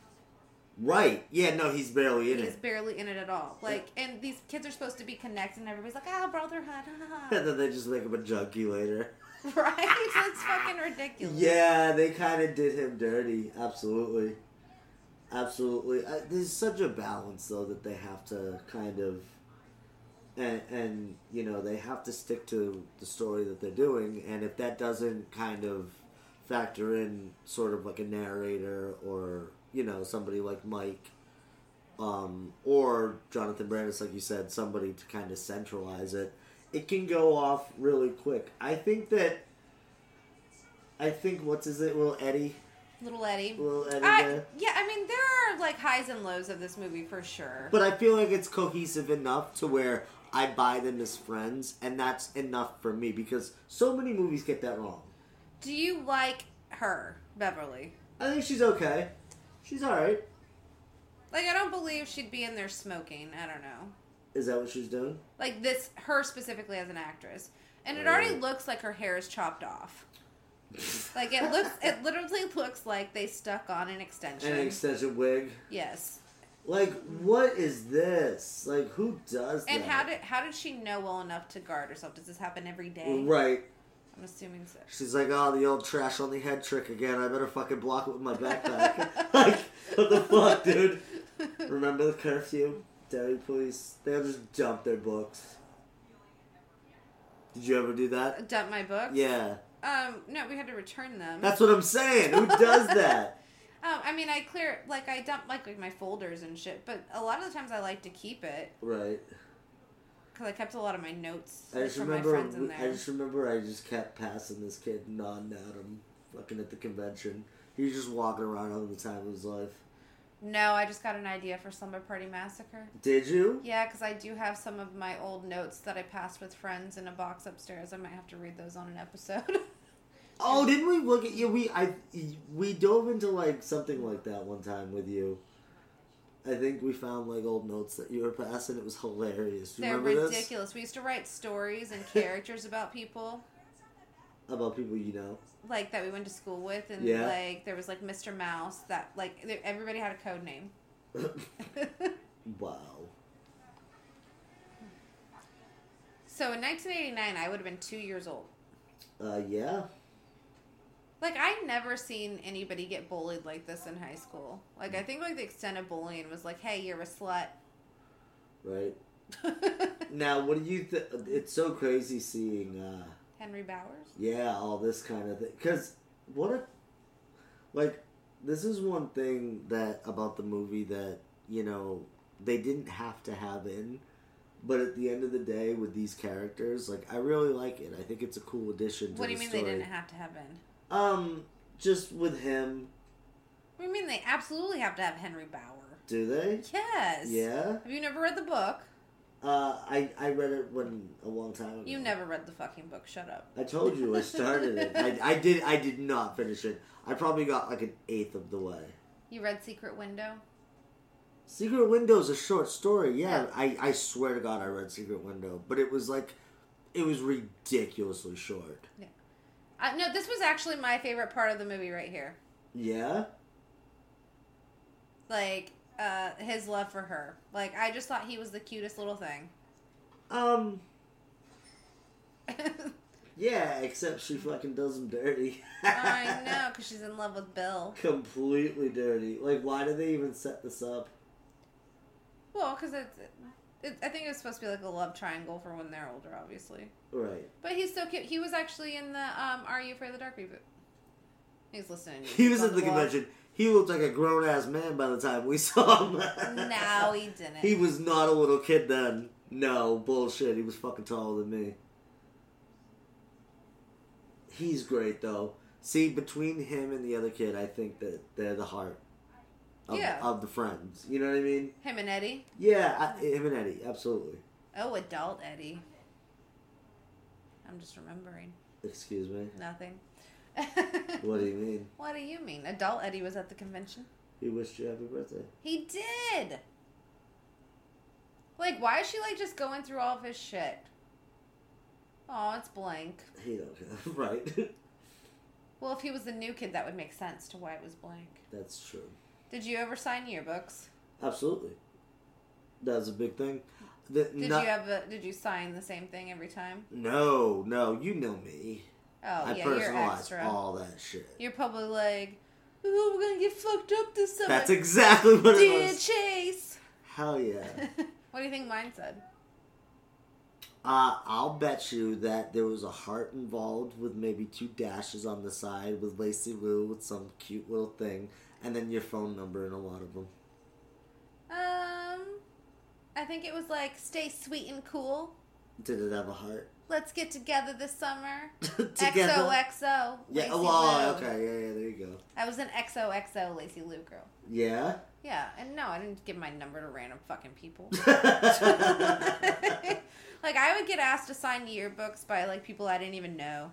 [SPEAKER 6] Right. Yeah, no, he's barely in
[SPEAKER 7] He's
[SPEAKER 6] it.
[SPEAKER 7] barely in it at all. Like, and these kids are supposed to be connected, and everybody's like, ah, brotherhood, ah.
[SPEAKER 6] and then they just make him a junkie later.
[SPEAKER 7] Right? That's fucking ridiculous.
[SPEAKER 6] Yeah, they kind of did him dirty. Absolutely. Absolutely. Uh, there's such a balance, though, that they have to kind of. And, and, you know, they have to stick to the story that they're doing. And if that doesn't kind of factor in sort of like a narrator or, you know, somebody like Mike um, or Jonathan Brandis, like you said, somebody to kind of centralize it, it can go off really quick. I think that I think what's his it, little Eddie,
[SPEAKER 7] Little Eddie.
[SPEAKER 6] little Eddie.
[SPEAKER 7] I,
[SPEAKER 6] there.
[SPEAKER 7] yeah, I mean, there are like highs and lows of this movie for sure.
[SPEAKER 6] But I feel like it's cohesive enough to where I buy them as friends, and that's enough for me because so many movies get that wrong.
[SPEAKER 7] Do you like her, Beverly?
[SPEAKER 6] I think she's okay. She's all right.
[SPEAKER 7] Like, I don't believe she'd be in there smoking. I don't know.
[SPEAKER 6] Is that what she's doing?
[SPEAKER 7] Like, this, her specifically as an actress. And it already looks like her hair is chopped off. Like, it looks, it literally looks like they stuck on an extension.
[SPEAKER 6] And an extension wig.
[SPEAKER 7] yes.
[SPEAKER 6] Like, what is this? Like, who does
[SPEAKER 7] And
[SPEAKER 6] that?
[SPEAKER 7] how did how did she know well enough to guard herself? Does this happen every day?
[SPEAKER 6] Right.
[SPEAKER 7] I'm assuming so.
[SPEAKER 6] She's like, oh, the old trash on the head trick again. I better fucking block it with my backpack. like, what the fuck, dude? Remember the curfew? Dairy police. They'll just dump their books. Did you ever do that?
[SPEAKER 7] Dump my book.
[SPEAKER 6] Yeah.
[SPEAKER 7] Um, no, we had to return them.
[SPEAKER 6] That's what I'm saying. Who does that?
[SPEAKER 7] Um, I mean, I clear like I dump like, like my folders and shit, but a lot of the times I like to keep it
[SPEAKER 6] Right.
[SPEAKER 7] because I kept a lot of my notes
[SPEAKER 6] I
[SPEAKER 7] like,
[SPEAKER 6] just
[SPEAKER 7] from my
[SPEAKER 6] remember.
[SPEAKER 7] friends in
[SPEAKER 6] I
[SPEAKER 7] there.
[SPEAKER 6] just remember. I just kept passing this kid, nodding at him, fucking at the convention. He was just walking around having the time of his life.
[SPEAKER 7] No, I just got an idea for Slumber Party Massacre.
[SPEAKER 6] Did you?
[SPEAKER 7] Yeah, because I do have some of my old notes that I passed with friends in a box upstairs. I might have to read those on an episode.
[SPEAKER 6] Oh, didn't we look at you? We I we dove into like something like that one time with you. I think we found like old notes that you were passing. It was hilarious. Do you
[SPEAKER 7] They're
[SPEAKER 6] remember
[SPEAKER 7] ridiculous. We used to write stories and characters about people.
[SPEAKER 6] this about people you know?
[SPEAKER 7] like that we went to school with, and
[SPEAKER 6] Yeah.
[SPEAKER 7] like there was like Mr. Mouse that like th- everybody had a code name.
[SPEAKER 6] Wow.
[SPEAKER 7] So in 1989, I would have been two years old.
[SPEAKER 6] Uh, yeah.
[SPEAKER 7] Like I never seen anybody get bullied like this in high school. Like I think like the extent of bullying was like, hey, you're a slut.
[SPEAKER 6] Right. Now, what do you? Th- it's so crazy seeing. uh
[SPEAKER 7] Henry Bowers.
[SPEAKER 6] Yeah, all this kind of thing. Because what if, like, this is one thing that about the movie that you know they didn't have to have in, but at the end of the day, with these characters, like, I really like it. I think it's a cool addition. to
[SPEAKER 7] What do you
[SPEAKER 6] the
[SPEAKER 7] mean
[SPEAKER 6] story.
[SPEAKER 7] they didn't have to have in?
[SPEAKER 6] Um, just with him,
[SPEAKER 7] What do you mean they absolutely have to have Henry Bauer?
[SPEAKER 6] do they?
[SPEAKER 7] Yes.
[SPEAKER 6] Yeah.
[SPEAKER 7] Have you never read the book?
[SPEAKER 6] Uh, I I read it when a long time ago.
[SPEAKER 7] You never read the fucking book. Shut up.
[SPEAKER 6] I told you I started it. I, I did. I did not finish it. I probably got like an eighth of the way.
[SPEAKER 7] You read Secret Window?
[SPEAKER 6] Secret Window is a short story. Yeah, I, I swear to God, I read Secret Window, but it was like, it was ridiculously short.
[SPEAKER 7] Uh, no, this was actually my favorite part of the movie right here.
[SPEAKER 6] Yeah,
[SPEAKER 7] like uh his love for her like i just thought he was the cutest little thing
[SPEAKER 6] um, yeah. Except she fucking does him dirty.
[SPEAKER 7] i know because she's in love with bill
[SPEAKER 6] Completely dirty. Like, why did they even set this up?
[SPEAKER 7] well because it's it, i think it's supposed to be like a love triangle for when they're older obviously
[SPEAKER 6] Right.
[SPEAKER 7] but he's so cute he was actually in the um are you afraid of the dark reboot he's listening to
[SPEAKER 6] He was
[SPEAKER 7] on
[SPEAKER 6] at the
[SPEAKER 7] wall.
[SPEAKER 6] convention. He looked like a grown ass man by the time we saw him.
[SPEAKER 7] no he didn't
[SPEAKER 6] He was not a little kid then. No, bullshit. He was fucking taller than me. He's great though. See, between him and the other kid, I think that they're the heart of,
[SPEAKER 7] Yeah.
[SPEAKER 6] of the friends. You know what I mean?
[SPEAKER 7] Him and Eddie.
[SPEAKER 6] Yeah, I, him and Eddie, absolutely.
[SPEAKER 7] Oh, adult Eddie. I'm just remembering
[SPEAKER 6] Excuse me.
[SPEAKER 7] nothing.
[SPEAKER 6] What do you mean?
[SPEAKER 7] what do you mean? Adult Eddie was at the convention.
[SPEAKER 6] He wished you happy birthday.
[SPEAKER 7] He did. Like, why is she like just going through all of his shit? Oh, it's blank.
[SPEAKER 6] He don't right.
[SPEAKER 7] Well, if he was the new kid, that would make sense to why it was blank.
[SPEAKER 6] That's true.
[SPEAKER 7] Did you ever sign yearbooks?
[SPEAKER 6] Absolutely. That's a big thing. The,
[SPEAKER 7] Did
[SPEAKER 6] no,
[SPEAKER 7] you have a? Did you sign the same thing every time?
[SPEAKER 6] no, no, you know me.
[SPEAKER 7] Oh
[SPEAKER 6] I
[SPEAKER 7] yeah, you're
[SPEAKER 6] personalize
[SPEAKER 7] extra.
[SPEAKER 6] all that shit.
[SPEAKER 7] You're probably like, ooh, we're gonna get fucked up this summer.
[SPEAKER 6] That's exactly what it
[SPEAKER 7] Dear
[SPEAKER 6] was.
[SPEAKER 7] Chase.
[SPEAKER 6] Hell yeah.
[SPEAKER 7] what do you think mine said?
[SPEAKER 6] Uh, I'll bet you that there was a heart involved with maybe two dashes on the side with Lacey Lou with some cute little thing, and then your phone number in a lot of them.
[SPEAKER 7] Um, I think it was like, stay sweet and cool.
[SPEAKER 6] Did it have a heart?
[SPEAKER 7] Let's get together this summer.
[SPEAKER 6] Together.
[SPEAKER 7] XOXO.
[SPEAKER 6] Yeah,
[SPEAKER 7] Lacey
[SPEAKER 6] well,
[SPEAKER 7] Lou.
[SPEAKER 6] okay, yeah, yeah, there you go.
[SPEAKER 7] I was an XOXO Lacey Lou girl.
[SPEAKER 6] Yeah?
[SPEAKER 7] Yeah, and no, I didn't give my number to random fucking people.
[SPEAKER 6] I
[SPEAKER 7] like I would get asked to sign yearbooks by like people I didn't even know.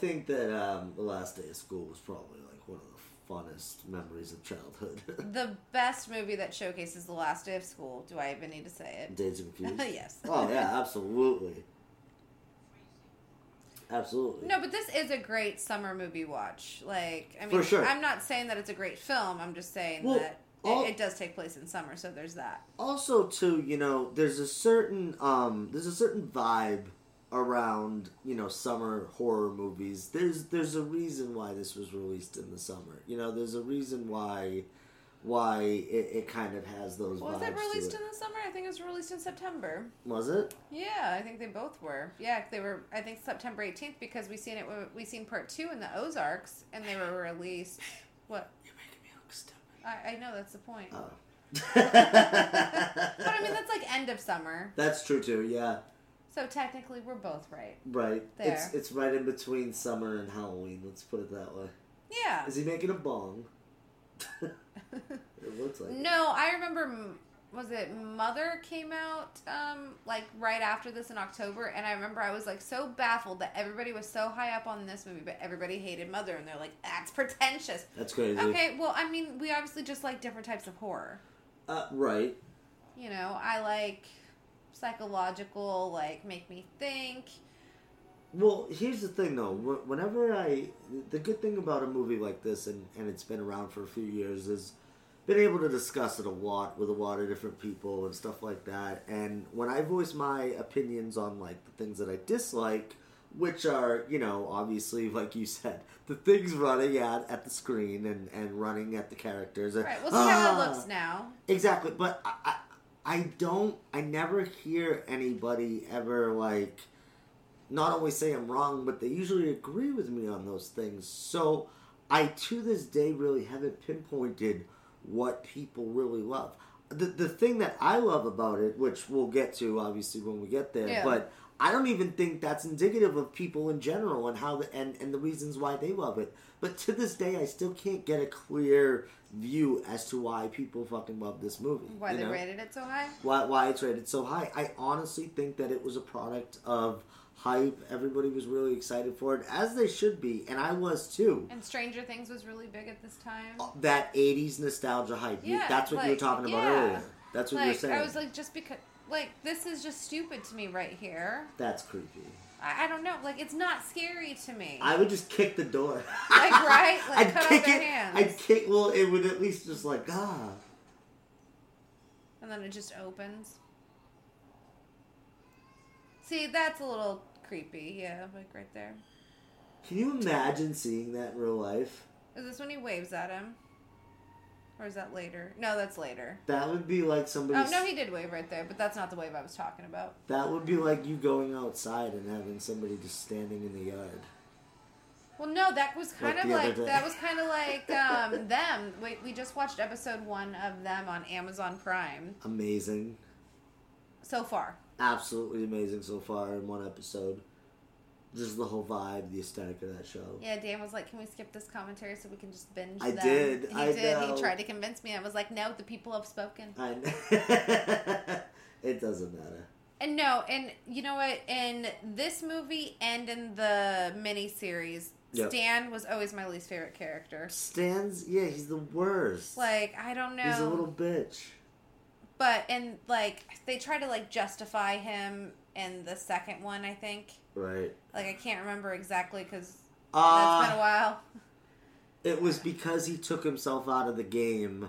[SPEAKER 6] think that um, the last day of school was probably like one of the funnest memories of childhood.
[SPEAKER 7] The best movie that showcases the last day of school. Do I even need to say it?
[SPEAKER 6] Days of Confused?
[SPEAKER 7] Yes.
[SPEAKER 6] Oh, yeah, absolutely. Absolutely.
[SPEAKER 7] No, but this is a great summer movie watch. Like, I mean,
[SPEAKER 6] For sure.
[SPEAKER 7] I'm not saying that it's a great film. I'm just saying
[SPEAKER 6] Well,
[SPEAKER 7] that
[SPEAKER 6] all-
[SPEAKER 7] it, it does take place in summer, so there's that.
[SPEAKER 6] also too you know there's a certain um there's a certain vibe around you know summer horror movies there's there's a reason why this was released in the summer you know there's a reason why why it, it kind of has those
[SPEAKER 7] Was
[SPEAKER 6] vibes
[SPEAKER 7] it released
[SPEAKER 6] to
[SPEAKER 7] in
[SPEAKER 6] it.
[SPEAKER 7] the summer? I think it was released in September.
[SPEAKER 6] was it
[SPEAKER 7] Yeah, I think they both were. Yeah, they were. I think September 18th because we seen it. We seen part two in the Ozarks, and they were released. What?
[SPEAKER 6] you're making me look stupid
[SPEAKER 7] I, I know that's the point.
[SPEAKER 6] oh
[SPEAKER 7] But I mean, that's like end of summer.
[SPEAKER 6] that's true too yeah
[SPEAKER 7] So technically, we're both right.
[SPEAKER 6] right it's
[SPEAKER 7] There.
[SPEAKER 6] it's right in between summer and halloween let's put it that way
[SPEAKER 7] Yeah.
[SPEAKER 6] is he making a bong it looks like it.
[SPEAKER 7] No, I remember. m- Was it Mother came out um, like right after this in October, and I remember I was like so baffled that everybody was so high up on this movie, but everybody hated Mother, and they're like, "That's pretentious."
[SPEAKER 6] that's crazy
[SPEAKER 7] Okay, well, I mean, we obviously just like different types of horror.
[SPEAKER 6] uh, right
[SPEAKER 7] You know, I like psychological, like make me think.
[SPEAKER 6] Well, here's the thing though. Wh- Whenever I, the good thing about a movie like this, and, and it's been around for a few years, is been able to discuss it a lot with a lot of different people and stuff like that. And when I voice my opinions on like the things that I dislike, which are you know obviously like you said, the things running at at the screen and and running at the characters. and,
[SPEAKER 7] Right. We'll see how
[SPEAKER 6] "Ah!"
[SPEAKER 7] it looks now.
[SPEAKER 6] Exactly, but I, I, I don't. I never hear anybody ever like, not always say I'm wrong, but they usually agree with me on those things. So I, to this day, really haven't pinpointed what people really love. The the thing that I love about it, which we'll get to obviously when we get there,
[SPEAKER 7] Yeah.
[SPEAKER 6] but I don't even think that's indicative of people in general and how the, and and the reasons why they love it. But to this day, I still can't get a clear view as to why people fucking love this movie.
[SPEAKER 7] Why
[SPEAKER 6] you
[SPEAKER 7] they
[SPEAKER 6] know?
[SPEAKER 7] rated it so high?
[SPEAKER 6] why, why it's rated so high. I honestly think that it was a product of hype. Everybody was really excited for it, as they should be, and I was too.
[SPEAKER 7] And Stranger Things was really big at this time.
[SPEAKER 6] That '80s nostalgia hype. You-
[SPEAKER 7] Yeah,
[SPEAKER 6] that's what you were
[SPEAKER 7] like,
[SPEAKER 6] talking about
[SPEAKER 7] yeah.
[SPEAKER 6] earlier. That's what you were
[SPEAKER 7] like
[SPEAKER 6] saying.
[SPEAKER 7] I was like, just because, like this is just stupid to me right here.
[SPEAKER 6] that's creepy.
[SPEAKER 7] I, I don't know. Like it's not scary to me.
[SPEAKER 6] I would just kick the door.
[SPEAKER 7] Like, right? Like,
[SPEAKER 6] I'd
[SPEAKER 7] cut off
[SPEAKER 6] kick
[SPEAKER 7] their
[SPEAKER 6] it.
[SPEAKER 7] hands.
[SPEAKER 6] I'd kick. Well, it would at least just like ah.
[SPEAKER 7] and then it just opens. See, that's a little creepy. Yeah, like right there.
[SPEAKER 6] Can you imagine seeing that in real life?
[SPEAKER 7] Is this when he waves at him? Or is that later? No, that's later.
[SPEAKER 6] That would be like somebody.
[SPEAKER 7] Oh no, he did wave right there, but that's not the wave I was talking about.
[SPEAKER 6] That would be like you going outside and having somebody just standing in the yard.
[SPEAKER 7] Well, no, that was kind
[SPEAKER 6] Like
[SPEAKER 7] of
[SPEAKER 6] the other
[SPEAKER 7] like
[SPEAKER 6] day.
[SPEAKER 7] that was kind of like um, them. We, we just watched episode one of them on Amazon Prime
[SPEAKER 6] Amazing.
[SPEAKER 7] so far.
[SPEAKER 6] Absolutely amazing so far in one episode. Just the whole vibe, the aesthetic of that show.
[SPEAKER 7] Yeah, Dan was like, "Can we skip this commentary so we can just binge?"
[SPEAKER 6] I
[SPEAKER 7] them?"
[SPEAKER 6] did,
[SPEAKER 7] He
[SPEAKER 6] I know.
[SPEAKER 7] did.
[SPEAKER 6] Uh.
[SPEAKER 7] He tried to convince me. I was like, "No, the people have spoken."
[SPEAKER 6] I kn it doesn't matter.
[SPEAKER 7] And no, and you know what? In this movie and in the miniseries,
[SPEAKER 6] Yep.
[SPEAKER 7] Stan was always my least favorite character.
[SPEAKER 6] Stan's yeah, he's the worst.
[SPEAKER 7] Like I don't know,
[SPEAKER 6] he's a little bitch.
[SPEAKER 7] but and like they try to like justify him in the second one. I think
[SPEAKER 6] Right.
[SPEAKER 7] like I can't remember exactly because that's been a
[SPEAKER 6] Uh,
[SPEAKER 7] while.
[SPEAKER 6] it was because he took himself out of the game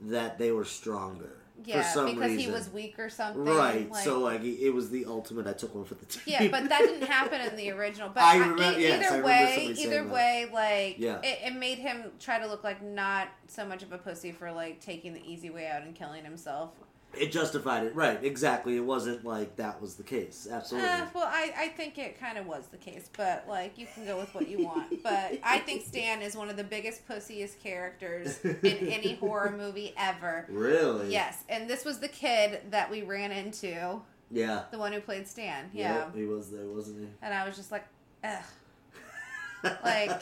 [SPEAKER 6] that they were stronger.
[SPEAKER 7] Yeah,
[SPEAKER 6] for some
[SPEAKER 7] because
[SPEAKER 6] reason.
[SPEAKER 7] he was weak or something.
[SPEAKER 6] Right.
[SPEAKER 7] like-
[SPEAKER 6] so like it was the ultimate. I took one for the team.
[SPEAKER 7] Yeah, but that didn't happen in the original. But
[SPEAKER 6] I
[SPEAKER 7] I
[SPEAKER 6] remember-
[SPEAKER 7] e-
[SPEAKER 6] yes, I
[SPEAKER 7] either
[SPEAKER 6] remember
[SPEAKER 7] way,
[SPEAKER 6] somebody
[SPEAKER 7] either
[SPEAKER 6] saying that.
[SPEAKER 7] way, like
[SPEAKER 6] Yeah.
[SPEAKER 7] it, it made him try to look like not so much of a pussy for like taking the easy way out and killing himself.
[SPEAKER 6] it justified it. Right. Exactly. It wasn't like that was the case. Absolutely.
[SPEAKER 7] Uh, well, I, I think it kind of was the case, but like you can go with what you want. But I think Stan is one of the biggest pussiest characters in any horror movie ever.
[SPEAKER 6] really.
[SPEAKER 7] Yes, and this was the kid that we ran into,
[SPEAKER 6] Yeah.
[SPEAKER 7] the one who played Stan. Yeah,
[SPEAKER 6] Yep, he was there, wasn't he?
[SPEAKER 7] and I was just like, ugh. like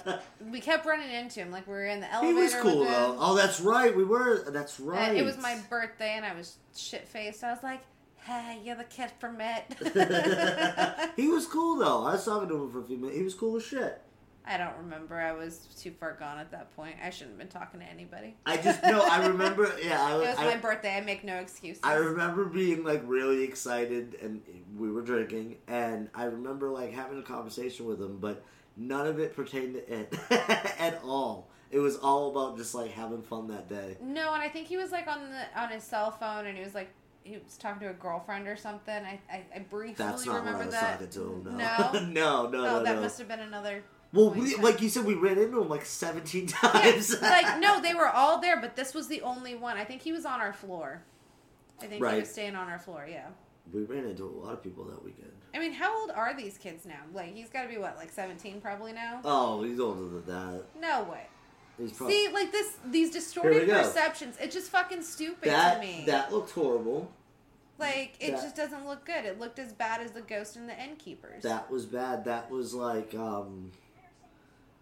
[SPEAKER 7] we kept running into him. Like we were in the
[SPEAKER 6] he
[SPEAKER 7] elevator.
[SPEAKER 6] was cool
[SPEAKER 7] with him.
[SPEAKER 6] though. Oh, that's right. We were. That's right.
[SPEAKER 7] And Uh, it was my birthday, and I was shit faced. I was like, "Hey, you're the kid from it."
[SPEAKER 6] he was cool though. I was talking to him for a few minutes. He was cool as shit.
[SPEAKER 7] I don't remember. I was too far gone at that point. I shouldn't have been talking to anybody.
[SPEAKER 6] I just no. I remember. Yeah, I
[SPEAKER 7] It was
[SPEAKER 6] I,
[SPEAKER 7] my birthday. I make no excuses.
[SPEAKER 6] I remember being like really excited, and we were drinking, and I remember like having a conversation with him, but none of it pertained to it at all. It was all about just like having fun that day.
[SPEAKER 7] no, and I think he was like on the on his cell phone, and he was like. He was talking to a girlfriend or something. I, I, I briefly
[SPEAKER 6] That's not when
[SPEAKER 7] remember
[SPEAKER 6] I was
[SPEAKER 7] that.
[SPEAKER 6] talking to him. No,
[SPEAKER 7] No?
[SPEAKER 6] no, no,
[SPEAKER 7] oh,
[SPEAKER 6] no,
[SPEAKER 7] that
[SPEAKER 6] no.
[SPEAKER 7] must have been another.
[SPEAKER 6] Well,
[SPEAKER 7] point.
[SPEAKER 6] we, like you said, we ran into him like seventeen
[SPEAKER 7] Yeah,
[SPEAKER 6] times.
[SPEAKER 7] like no, they were all there, but this was the only one. I think he was on our floor. I think he
[SPEAKER 6] Right.
[SPEAKER 7] was staying on our floor. Yeah.
[SPEAKER 6] we ran into a lot of people that weekend.
[SPEAKER 7] I mean, how old are these kids now? Like, he's got to be what, like seventeen, probably now.
[SPEAKER 6] Oh, he's older than that.
[SPEAKER 7] No way.
[SPEAKER 6] He's
[SPEAKER 7] See, like this, these
[SPEAKER 6] Here we
[SPEAKER 7] distorted
[SPEAKER 6] go.
[SPEAKER 7] perceptions. It's just fucking stupid
[SPEAKER 6] that
[SPEAKER 7] to me.
[SPEAKER 6] that looked horrible.
[SPEAKER 7] like, it
[SPEAKER 6] that-
[SPEAKER 7] just doesn't look good. It looked as bad as the ghost and the innkeepers.
[SPEAKER 6] That was bad. That was like um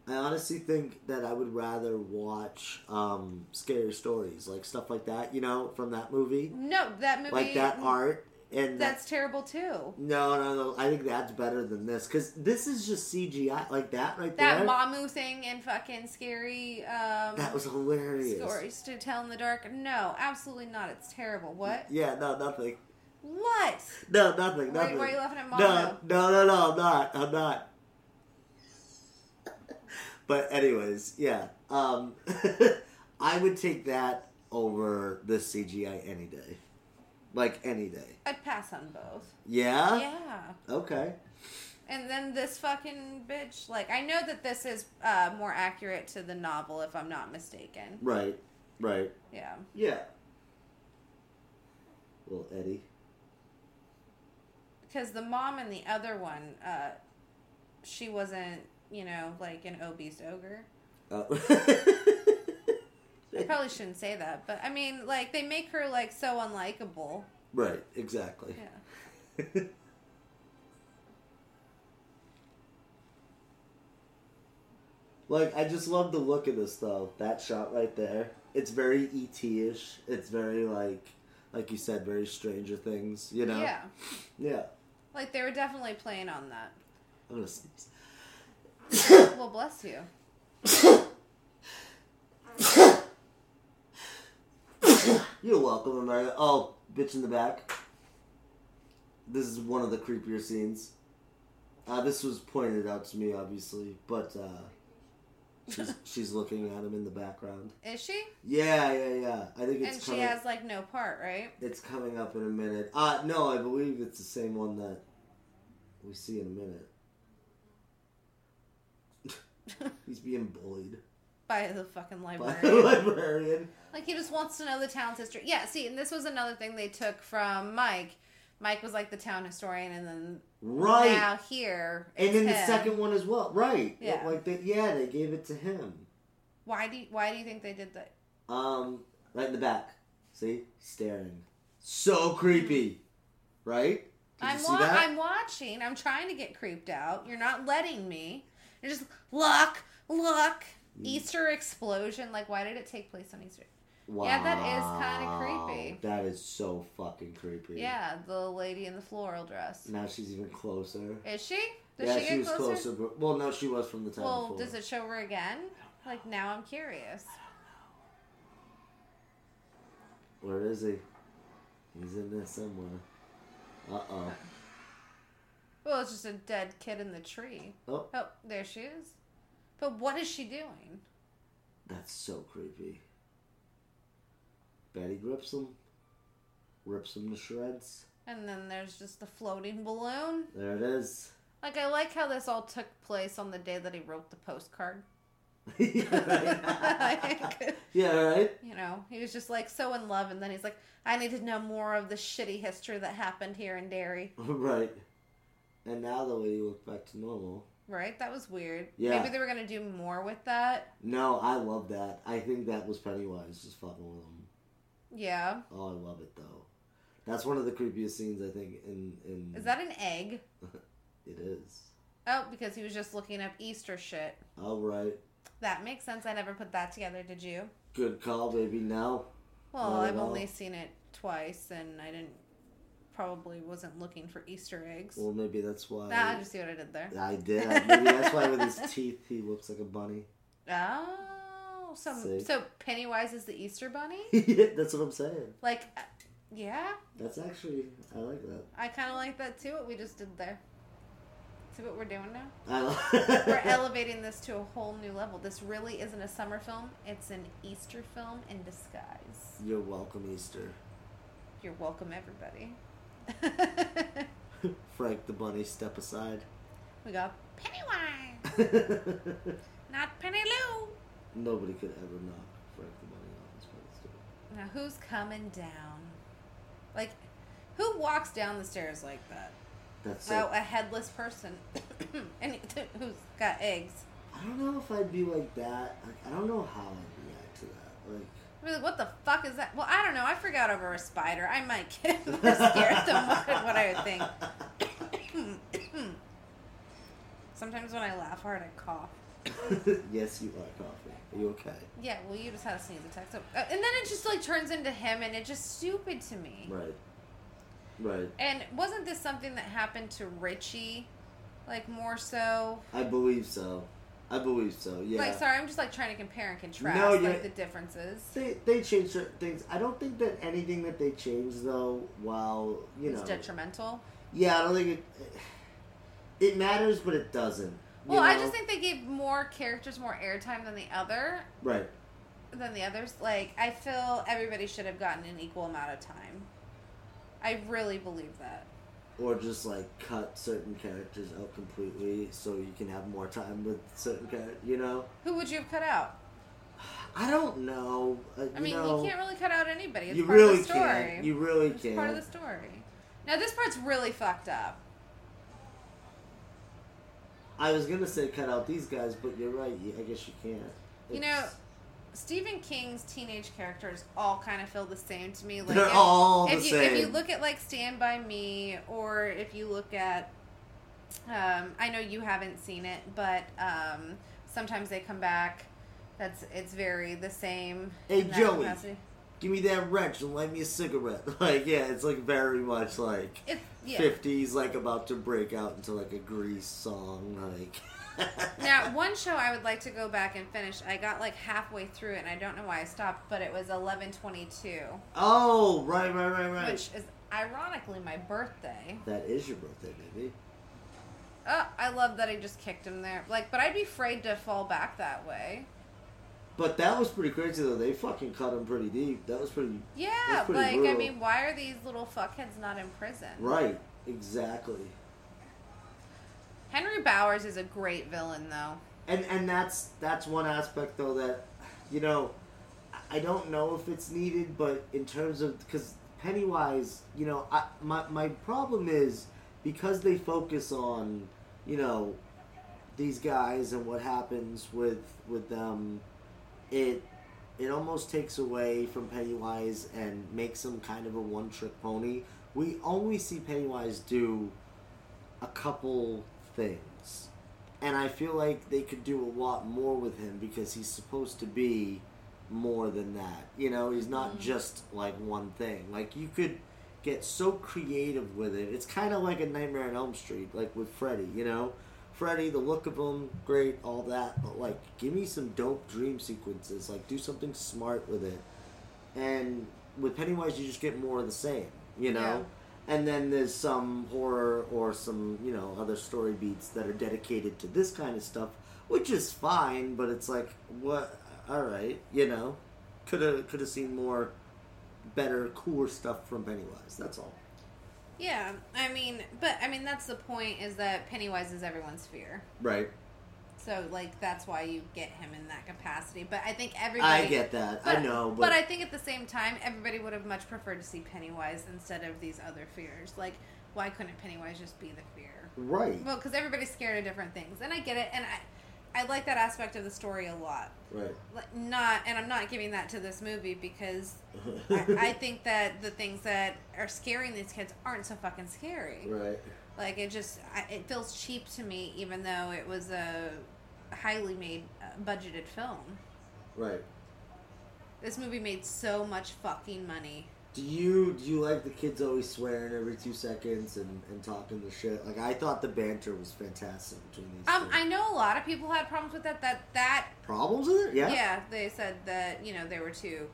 [SPEAKER 6] I honestly think that I would rather watch um scary stories, like stuff like that, you know, from that movie.
[SPEAKER 7] no, that movie.
[SPEAKER 6] Like that art and that-
[SPEAKER 7] That's terrible too.
[SPEAKER 6] no, no, no. I think that's better than this because this is just CGI, like that right
[SPEAKER 7] That
[SPEAKER 6] there.
[SPEAKER 7] Mamu thing and fucking scary. Um,
[SPEAKER 6] that was hilarious.
[SPEAKER 7] stories to tell in the dark. No, absolutely not. It's terrible. What?
[SPEAKER 6] Yeah, no, nothing.
[SPEAKER 7] What?
[SPEAKER 6] No, nothing.
[SPEAKER 7] Why-
[SPEAKER 6] Nothing.
[SPEAKER 7] why are you laughing at
[SPEAKER 6] No,
[SPEAKER 7] Mono?
[SPEAKER 6] no, no, no. I'm not. I'm not. But anyways, yeah. Um, I would take that over the CGI any day, like any day.
[SPEAKER 7] I'd pass on both.
[SPEAKER 6] Yeah.
[SPEAKER 7] Yeah.
[SPEAKER 6] Okay.
[SPEAKER 7] And then this fucking bitch. Like, I know that this is uh, more accurate to the novel, if I'm not mistaken.
[SPEAKER 6] Right. Right.
[SPEAKER 7] Yeah.
[SPEAKER 6] Yeah. Well, Eddie.
[SPEAKER 7] Because the mom and the other one, uh, she wasn't, you know, like an obese ogre.
[SPEAKER 6] Uh,
[SPEAKER 7] I probably shouldn't say that, but I mean, like, they make her, like, so unlikable.
[SPEAKER 6] right. Exactly.
[SPEAKER 7] Yeah.
[SPEAKER 6] Like I just love the look of this though. That shot right there. It's very ET ish. It's very like like you said, very Stranger Things, you know?
[SPEAKER 7] Yeah.
[SPEAKER 6] Yeah.
[SPEAKER 7] Like, they were definitely playing on that.
[SPEAKER 6] I'm gonna sneeze.
[SPEAKER 7] Well, bless you.
[SPEAKER 6] You're welcome, America. Oh, bitch in the back. This is one of the creepier scenes. Uh, this was pointed out to me obviously, but uh she's she's looking at him in the background.
[SPEAKER 7] Is she?
[SPEAKER 6] Yeah, yeah, yeah. I think it's
[SPEAKER 7] and she
[SPEAKER 6] coming
[SPEAKER 7] has, like, no part, right?
[SPEAKER 6] It's coming up in a minute. Uh no, I believe it's the same one that we see in a minute. He's being bullied
[SPEAKER 7] By the fucking
[SPEAKER 6] by
[SPEAKER 7] librarian.
[SPEAKER 6] the librarian.
[SPEAKER 7] Like he just wants to know the town's history. Yeah, see, and this was another thing they took from Mike. Mike was like the town historian, and then
[SPEAKER 6] Right.
[SPEAKER 7] now here,
[SPEAKER 6] and
[SPEAKER 7] it's
[SPEAKER 6] then the
[SPEAKER 7] him.
[SPEAKER 6] second one as well. Right.
[SPEAKER 7] Yeah.
[SPEAKER 6] Like they, yeah, they gave it to him.
[SPEAKER 7] Why do you, why do you think they did that?
[SPEAKER 6] Um right in the back. See? Staring. So creepy. Right? Did you
[SPEAKER 7] I'm
[SPEAKER 6] see
[SPEAKER 7] wa-
[SPEAKER 6] that?
[SPEAKER 7] I'm watching. I'm trying to get creeped out. You're not letting me. You're just look, look.
[SPEAKER 6] Mm.
[SPEAKER 7] Easter explosion. Like, why did it take place on Easter?
[SPEAKER 6] Wow.
[SPEAKER 7] Yeah, that is kinda creepy.
[SPEAKER 6] That is so fucking creepy.
[SPEAKER 7] Yeah, the lady in the floral dress.
[SPEAKER 6] Now she's even closer.
[SPEAKER 7] Is she? Does
[SPEAKER 6] yeah,
[SPEAKER 7] she
[SPEAKER 6] she,
[SPEAKER 7] get
[SPEAKER 6] was
[SPEAKER 7] closer?
[SPEAKER 6] closer? but well, no, she was from the time
[SPEAKER 7] Well,
[SPEAKER 6] before.
[SPEAKER 7] does it show her again? Like now, I'm curious.
[SPEAKER 6] Where is he? He's in there somewhere. Uh oh.
[SPEAKER 7] Well, it's just a dead kid in the tree.
[SPEAKER 6] Oh,
[SPEAKER 7] Oh, there she is. But what is she doing?
[SPEAKER 6] that's so creepy. Betty grips him, rips him to shreds.
[SPEAKER 7] And then there's just the floating balloon.
[SPEAKER 6] There it is.
[SPEAKER 7] Like I like how this all took place on the day that he wrote the postcard.
[SPEAKER 6] yeah, right.
[SPEAKER 7] Like,
[SPEAKER 6] yeah, right.
[SPEAKER 7] you know, he was just like so in love, and then he's like, "I need to know more of the shitty history that happened here in Derry."
[SPEAKER 6] Right. And now the lady looks back to normal.
[SPEAKER 7] Right? That was weird.
[SPEAKER 6] Yeah.
[SPEAKER 7] Maybe they were gonna do more with that.
[SPEAKER 6] No, I love that. I think that was Pennywise just fucking with him.
[SPEAKER 7] Yeah.
[SPEAKER 6] Oh, I love it though. That's one of the creepiest scenes I think in in.
[SPEAKER 7] Is that an egg?
[SPEAKER 6] It is.
[SPEAKER 7] Oh, because he was just looking up Easter shit.
[SPEAKER 6] All right.
[SPEAKER 7] That makes sense. I never put that together. Did you?
[SPEAKER 6] Good call, baby. Now.
[SPEAKER 7] Well,
[SPEAKER 6] Not at
[SPEAKER 7] I've
[SPEAKER 6] all.
[SPEAKER 7] only seen it twice, and I didn't probably wasn't looking for Easter eggs.
[SPEAKER 6] Well, maybe that's why.
[SPEAKER 7] nah, I just see what I did there.
[SPEAKER 6] I did. Maybe that's why with his teeth he looks like a bunny.
[SPEAKER 7] Oh, so
[SPEAKER 6] See?
[SPEAKER 7] so Pennywise is the Easter Bunny?
[SPEAKER 6] that's what I'm saying.
[SPEAKER 7] Like, uh, yeah,
[SPEAKER 6] That's actually I like that.
[SPEAKER 7] I kind of like that too. What we just did there. See what we're doing now?
[SPEAKER 6] I
[SPEAKER 7] We're
[SPEAKER 6] like.
[SPEAKER 7] elevating this to a whole new level. This really isn't a summer film; it's an Easter film in disguise.
[SPEAKER 6] You're welcome, Easter.
[SPEAKER 7] You're welcome, everybody.
[SPEAKER 6] Frank the bunny, step aside.
[SPEAKER 7] we got Pennywise, not Penny Lou.
[SPEAKER 6] Nobody could ever knock Frank the bunny off his pedestal.
[SPEAKER 7] Now who's coming down? Like, who walks down the stairs like that?
[SPEAKER 6] That's so.
[SPEAKER 7] Oh, a headless person, and who's got eggs.
[SPEAKER 6] I don't know if I'd be like that. Like, I don't know how I'd react to that. Like,
[SPEAKER 7] I'd be like, what the fuck is that? Well, I don't know. I forgot over a spider. I might get more scared than what, what I would think. Sometimes when I laugh hard, I cough.
[SPEAKER 6] yes, you are coughing. Are you okay?
[SPEAKER 7] Yeah, well, you just had a sneeze attack. So, uh, and then it just like turns into him, and it's just stupid to me.
[SPEAKER 6] Right. Right.
[SPEAKER 7] And wasn't this something that happened to Richie, like more so?
[SPEAKER 6] I believe so. I believe so. Yeah.
[SPEAKER 7] Like, sorry, I'm just like trying to compare and contrast
[SPEAKER 6] No, you're-
[SPEAKER 7] like the differences.
[SPEAKER 6] They they changed certain things. I don't think that anything that they changed though, while you
[SPEAKER 7] It's
[SPEAKER 6] know,
[SPEAKER 7] detrimental.
[SPEAKER 6] yeah, I don't think it it matters, but it doesn't. you
[SPEAKER 7] Well, I
[SPEAKER 6] know?
[SPEAKER 7] just think they gave more characters more airtime than the other
[SPEAKER 6] right.
[SPEAKER 7] than the others. Like I feel everybody should have gotten an equal amount of time. I really believe that.
[SPEAKER 6] Or just like cut certain characters out completely so you can have more time with certain characters. You know,
[SPEAKER 7] Who would you have cut out?
[SPEAKER 6] I don't know. Uh,
[SPEAKER 7] I mean,
[SPEAKER 6] you, know,
[SPEAKER 7] you can't really cut out anybody. It's
[SPEAKER 6] you
[SPEAKER 7] part
[SPEAKER 6] really
[SPEAKER 7] of the story.
[SPEAKER 6] can't. You really
[SPEAKER 7] it's
[SPEAKER 6] can't.
[SPEAKER 7] part of the story. Now this part's really fucked up.
[SPEAKER 6] I was gonna say cut out these guys, but you're right. you- I guess you can't.
[SPEAKER 7] You know,
[SPEAKER 6] It's-
[SPEAKER 7] Stephen King's teenage characters all kind of feel the same to me. Like
[SPEAKER 6] They're
[SPEAKER 7] if,
[SPEAKER 6] all the
[SPEAKER 7] if you, If you
[SPEAKER 6] same.
[SPEAKER 7] look at like Stand by Me, or if you look at, um, I know you haven't seen it, but um, sometimes they come back. That's it's very the same.
[SPEAKER 6] Hey,
[SPEAKER 7] in that
[SPEAKER 6] Joey.
[SPEAKER 7] capacity.
[SPEAKER 6] give me that wrench and light me a cigarette. Like, yeah, it's like very much like
[SPEAKER 7] It, yeah.
[SPEAKER 6] fifties, like about to break out into like a Grease song. Like,
[SPEAKER 7] Now, one show I would like to go back and finish. I got like halfway through it, and I don't know why I stopped, but it was eleven twenty two,
[SPEAKER 6] oh, right, right, right, right.
[SPEAKER 7] which is ironically my birthday.
[SPEAKER 6] that is your birthday, baby.
[SPEAKER 7] Oh, I love that I just kicked him there. Like, but I'd be afraid to fall back that way.
[SPEAKER 6] But that was pretty crazy though. They fucking cut him pretty deep. That was pretty.
[SPEAKER 7] Yeah,
[SPEAKER 6] That's pretty
[SPEAKER 7] like I
[SPEAKER 6] brutal.
[SPEAKER 7] mean, why are these little fuckheads not in prison?
[SPEAKER 6] Right. Exactly.
[SPEAKER 7] Henry Bowers is a great villain, though.
[SPEAKER 6] and and that's that's one aspect though that you know I- I don't know if it's needed, but in terms of because Pennywise, you know, I, my my problem is because they focus on you know these guys and what happens with with them, it it almost takes away from Pennywise and makes him kind of a one trick pony we only see Pennywise do a couple things. And I feel like they could do a lot more with him because he's supposed to be more than that. You know, he's not just like one thing. Like you could get so creative with it. It's kind of like a Nightmare on Elm Street, like with Freddy. You know, Freddy, the look of him, great, all that. But like, give me some dope dream sequences. Like, do something smart with it. And with Pennywise, you just get more of the same. You know.
[SPEAKER 7] Yeah.
[SPEAKER 6] And then there's some horror or some, you know, other story beats that are dedicated to this kind of stuff, which is fine, but it's like, what? All right, you know, could have could have seen more, better, cooler stuff from Pennywise. That's all.
[SPEAKER 7] Yeah, I mean, but I mean that's the point is that Pennywise is everyone's fear.
[SPEAKER 6] Right.
[SPEAKER 7] So like that's why you get him in that capacity. But I think everybody
[SPEAKER 6] I get that. I know, but,
[SPEAKER 7] But I think at the same time, everybody would have much preferred to see Pennywise instead of these other fears. Like, why couldn't Pennywise just be the fear?
[SPEAKER 6] right,
[SPEAKER 7] Well, because everybody's scared of different things, and I get it, and I, I like that aspect of the story a lot.
[SPEAKER 6] right.
[SPEAKER 7] Like, Not, and I'm not giving that to this movie because I, I think that the things that are scaring these kids aren't so fucking scary.
[SPEAKER 6] Right.
[SPEAKER 7] Like it just, I, it feels cheap to me, even though it was a highly made, uh, budgeted film.
[SPEAKER 6] Right.
[SPEAKER 7] This movie made so much fucking money.
[SPEAKER 6] Do you do you like the kids always swearing every two seconds and, and talking the shit? Like I thought the banter was fantastic between these.
[SPEAKER 7] Um,
[SPEAKER 6] two.
[SPEAKER 7] I know a lot of people had problems with that. That that
[SPEAKER 6] Problems with it? Yeah.
[SPEAKER 7] yeah, they said that you know they were too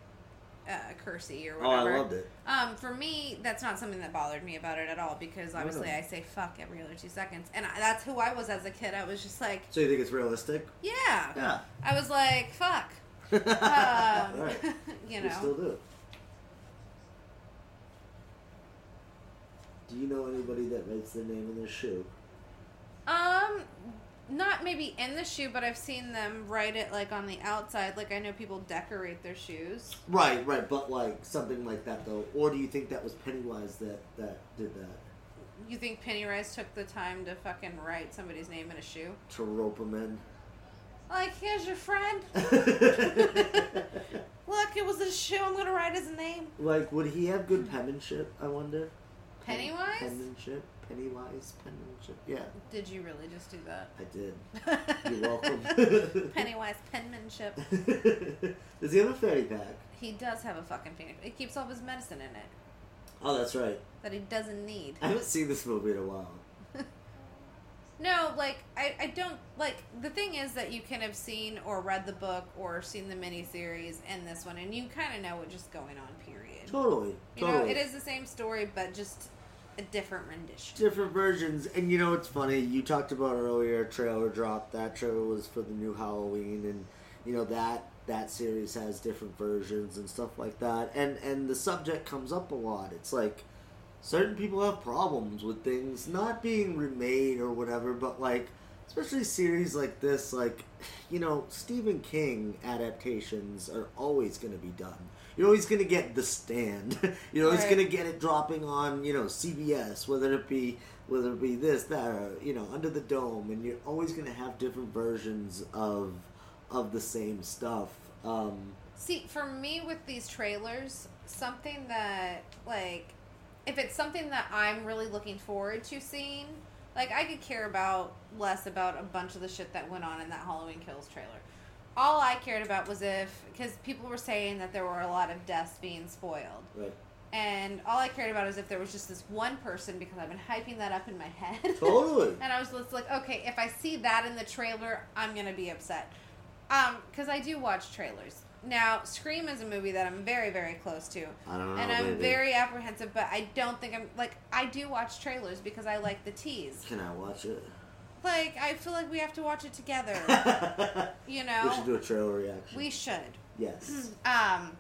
[SPEAKER 7] uh, cursy or
[SPEAKER 6] Oh, I
[SPEAKER 7] whatever.
[SPEAKER 6] loved it.
[SPEAKER 7] Um, for me, that's not something that bothered me about it at all because obviously
[SPEAKER 6] Really?
[SPEAKER 7] I say fuck every other two seconds, and I, that's who I was as a kid. I was just like,
[SPEAKER 6] So you think it's realistic?
[SPEAKER 7] yeah,
[SPEAKER 6] Yeah.
[SPEAKER 7] I was like, fuck, um,
[SPEAKER 6] right.
[SPEAKER 7] you
[SPEAKER 6] We still
[SPEAKER 7] know.
[SPEAKER 6] do. it. Do you know anybody that writes their name in their shoe?
[SPEAKER 7] Um, not maybe in the shoe, but I've seen them write it like on the outside. Like I know people decorate their shoes.
[SPEAKER 6] Right, right, but like something like that though. Or do you think that was Pennywise that that did that
[SPEAKER 7] You think Pennywise took the time to fucking write somebody's name in a shoe?
[SPEAKER 6] to rope him in?
[SPEAKER 7] Like, here's your friend. Look, it was a shoe. I'm gonna write his name.
[SPEAKER 6] like, would he have good penmanship? I wonder. Pen-
[SPEAKER 7] Pennywise?
[SPEAKER 6] Penmanship. Pennywise. Penmanship. Yeah,
[SPEAKER 7] Did you really just do that?
[SPEAKER 6] I did. You're welcome.
[SPEAKER 7] Pennywise penmanship.
[SPEAKER 6] Does he have a fanny pack?
[SPEAKER 7] He does have a fucking penis. It keeps all of his medicine in it
[SPEAKER 6] Oh, that's right.
[SPEAKER 7] that he doesn't need.
[SPEAKER 6] I haven't seen this movie in a while.
[SPEAKER 7] No, like I, I don't like the thing is that you can have seen or read the book or seen the miniseries and this one, and you kind of know what's just going on. Period.
[SPEAKER 6] Totally.
[SPEAKER 7] You
[SPEAKER 6] Totally.
[SPEAKER 7] know, it is the same story, but just a different rendition.
[SPEAKER 6] different versions. And you know, it's funny. You talked about earlier trailer drop. That trailer was for the new Halloween, and you know that that series has different versions and stuff like that. And and the subject comes up a lot. It's like certain people have problems with things not being remade or whatever, but like especially series like this, like you know, Stephen King adaptations are always going to be done. You're always going to get The Stand. You're always
[SPEAKER 7] Right.
[SPEAKER 6] going to get it dropping on you know CBS, whether it be whether it be this that or you know Under the Dome, and you're always going to have different versions of of the same stuff. Um,
[SPEAKER 7] See, for me with these trailers, something that like if it's something that I'm really looking forward to seeing, like I could care about less about a bunch of the shit that went on in that Halloween Kills trailer. All I cared about was if cuz people were saying that there were a lot of deaths being spoiled.
[SPEAKER 6] right.
[SPEAKER 7] And all I cared about is if there was just this one person because I've been hyping that up in my head.
[SPEAKER 6] Totally.
[SPEAKER 7] and I was just like, okay, if I see that in the trailer, I'm gonna be upset. Um, because I do watch trailers. Now, Scream is a movie that I'm very, very close to.
[SPEAKER 6] I don't know,
[SPEAKER 7] And I'm
[SPEAKER 6] baby.
[SPEAKER 7] very apprehensive, but I don't think I'm like I do watch trailers because I like the tease.
[SPEAKER 6] Can I watch it?
[SPEAKER 7] Like I feel like we have to watch it together. you know,
[SPEAKER 6] We should do a trailer reaction.
[SPEAKER 7] we should.
[SPEAKER 6] yes.
[SPEAKER 7] Um,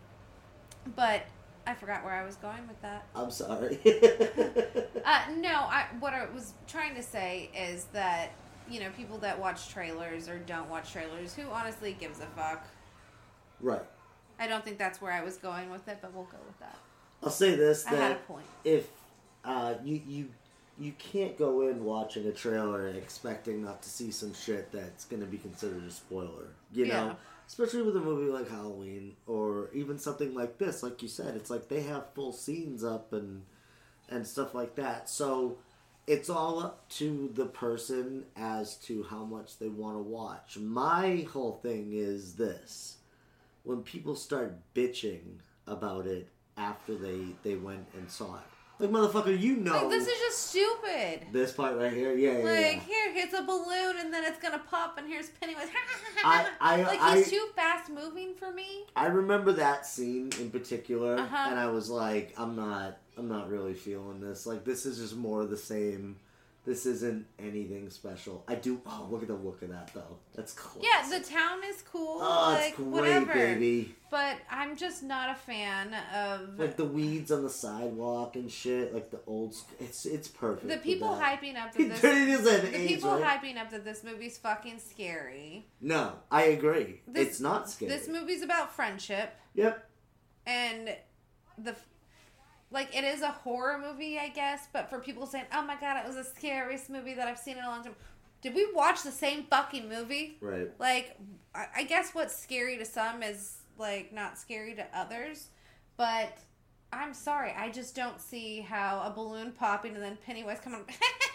[SPEAKER 7] but I forgot where I was going with that.
[SPEAKER 6] I'm sorry.
[SPEAKER 7] Uh, no, I, what I was trying to say is that, you know, people that watch trailers or don't watch trailers, who honestly gives a fuck?
[SPEAKER 6] right.
[SPEAKER 7] I don't think that's where I was going with it, but we'll go with that.
[SPEAKER 6] I'll say this
[SPEAKER 7] I had
[SPEAKER 6] that
[SPEAKER 7] a point.
[SPEAKER 6] if uh, you you you can't go in watching a trailer and expecting not to see some shit that's going to be considered a spoiler. You
[SPEAKER 7] Yeah.
[SPEAKER 6] know, especially with a movie like Halloween or even something like this. Like you said, it's like they have full scenes up and and stuff like that. So it's all up to the person as to how much they want to watch. My whole thing is this when people start bitching about it after they, they went and saw it. Like, motherfucker, you know
[SPEAKER 7] Like, this is just stupid.
[SPEAKER 6] this part right here. Yeah, yeah, yeah.
[SPEAKER 7] Like, here, here's a balloon, and then it's gonna pop, and here's Pennywise.
[SPEAKER 6] I- I-
[SPEAKER 7] like,
[SPEAKER 6] I-
[SPEAKER 7] he's too fast moving for me.
[SPEAKER 6] I remember that scene in particular,
[SPEAKER 7] Uh-huh.
[SPEAKER 6] and I was like, I'm not, I'm not really feeling this. Like, this is just more of the same. This isn't anything special. I do. Oh, look at the look of that though. That's cool.
[SPEAKER 7] Yeah, the town is cool.
[SPEAKER 6] Oh,
[SPEAKER 7] like,
[SPEAKER 6] it's great,
[SPEAKER 7] whatever.
[SPEAKER 6] baby.
[SPEAKER 7] But I'm just not a fan of
[SPEAKER 6] Like the weeds on the sidewalk and shit. Like the old. sc- It's it's perfect.
[SPEAKER 7] the
[SPEAKER 6] for
[SPEAKER 7] people
[SPEAKER 6] that.
[SPEAKER 7] hyping up
[SPEAKER 6] He
[SPEAKER 7] that
[SPEAKER 6] turned
[SPEAKER 7] this.
[SPEAKER 6] it is an
[SPEAKER 7] The
[SPEAKER 6] age,
[SPEAKER 7] people
[SPEAKER 6] right?
[SPEAKER 7] hyping up that this movie's fucking scary.
[SPEAKER 6] No, I agree.
[SPEAKER 7] This-
[SPEAKER 6] it's not scary.
[SPEAKER 7] This movie's about friendship
[SPEAKER 6] Yep.
[SPEAKER 7] and the f- like it is a horror movie, I guess, but for people saying, "Oh my god, it was the scariest movie that I've seen in a long time." Did we watch the same fucking movie?
[SPEAKER 6] Right.
[SPEAKER 7] Like I I guess what's scary to some is like not scary to others, but I'm sorry, I just don't see how a balloon popping and then Pennywise coming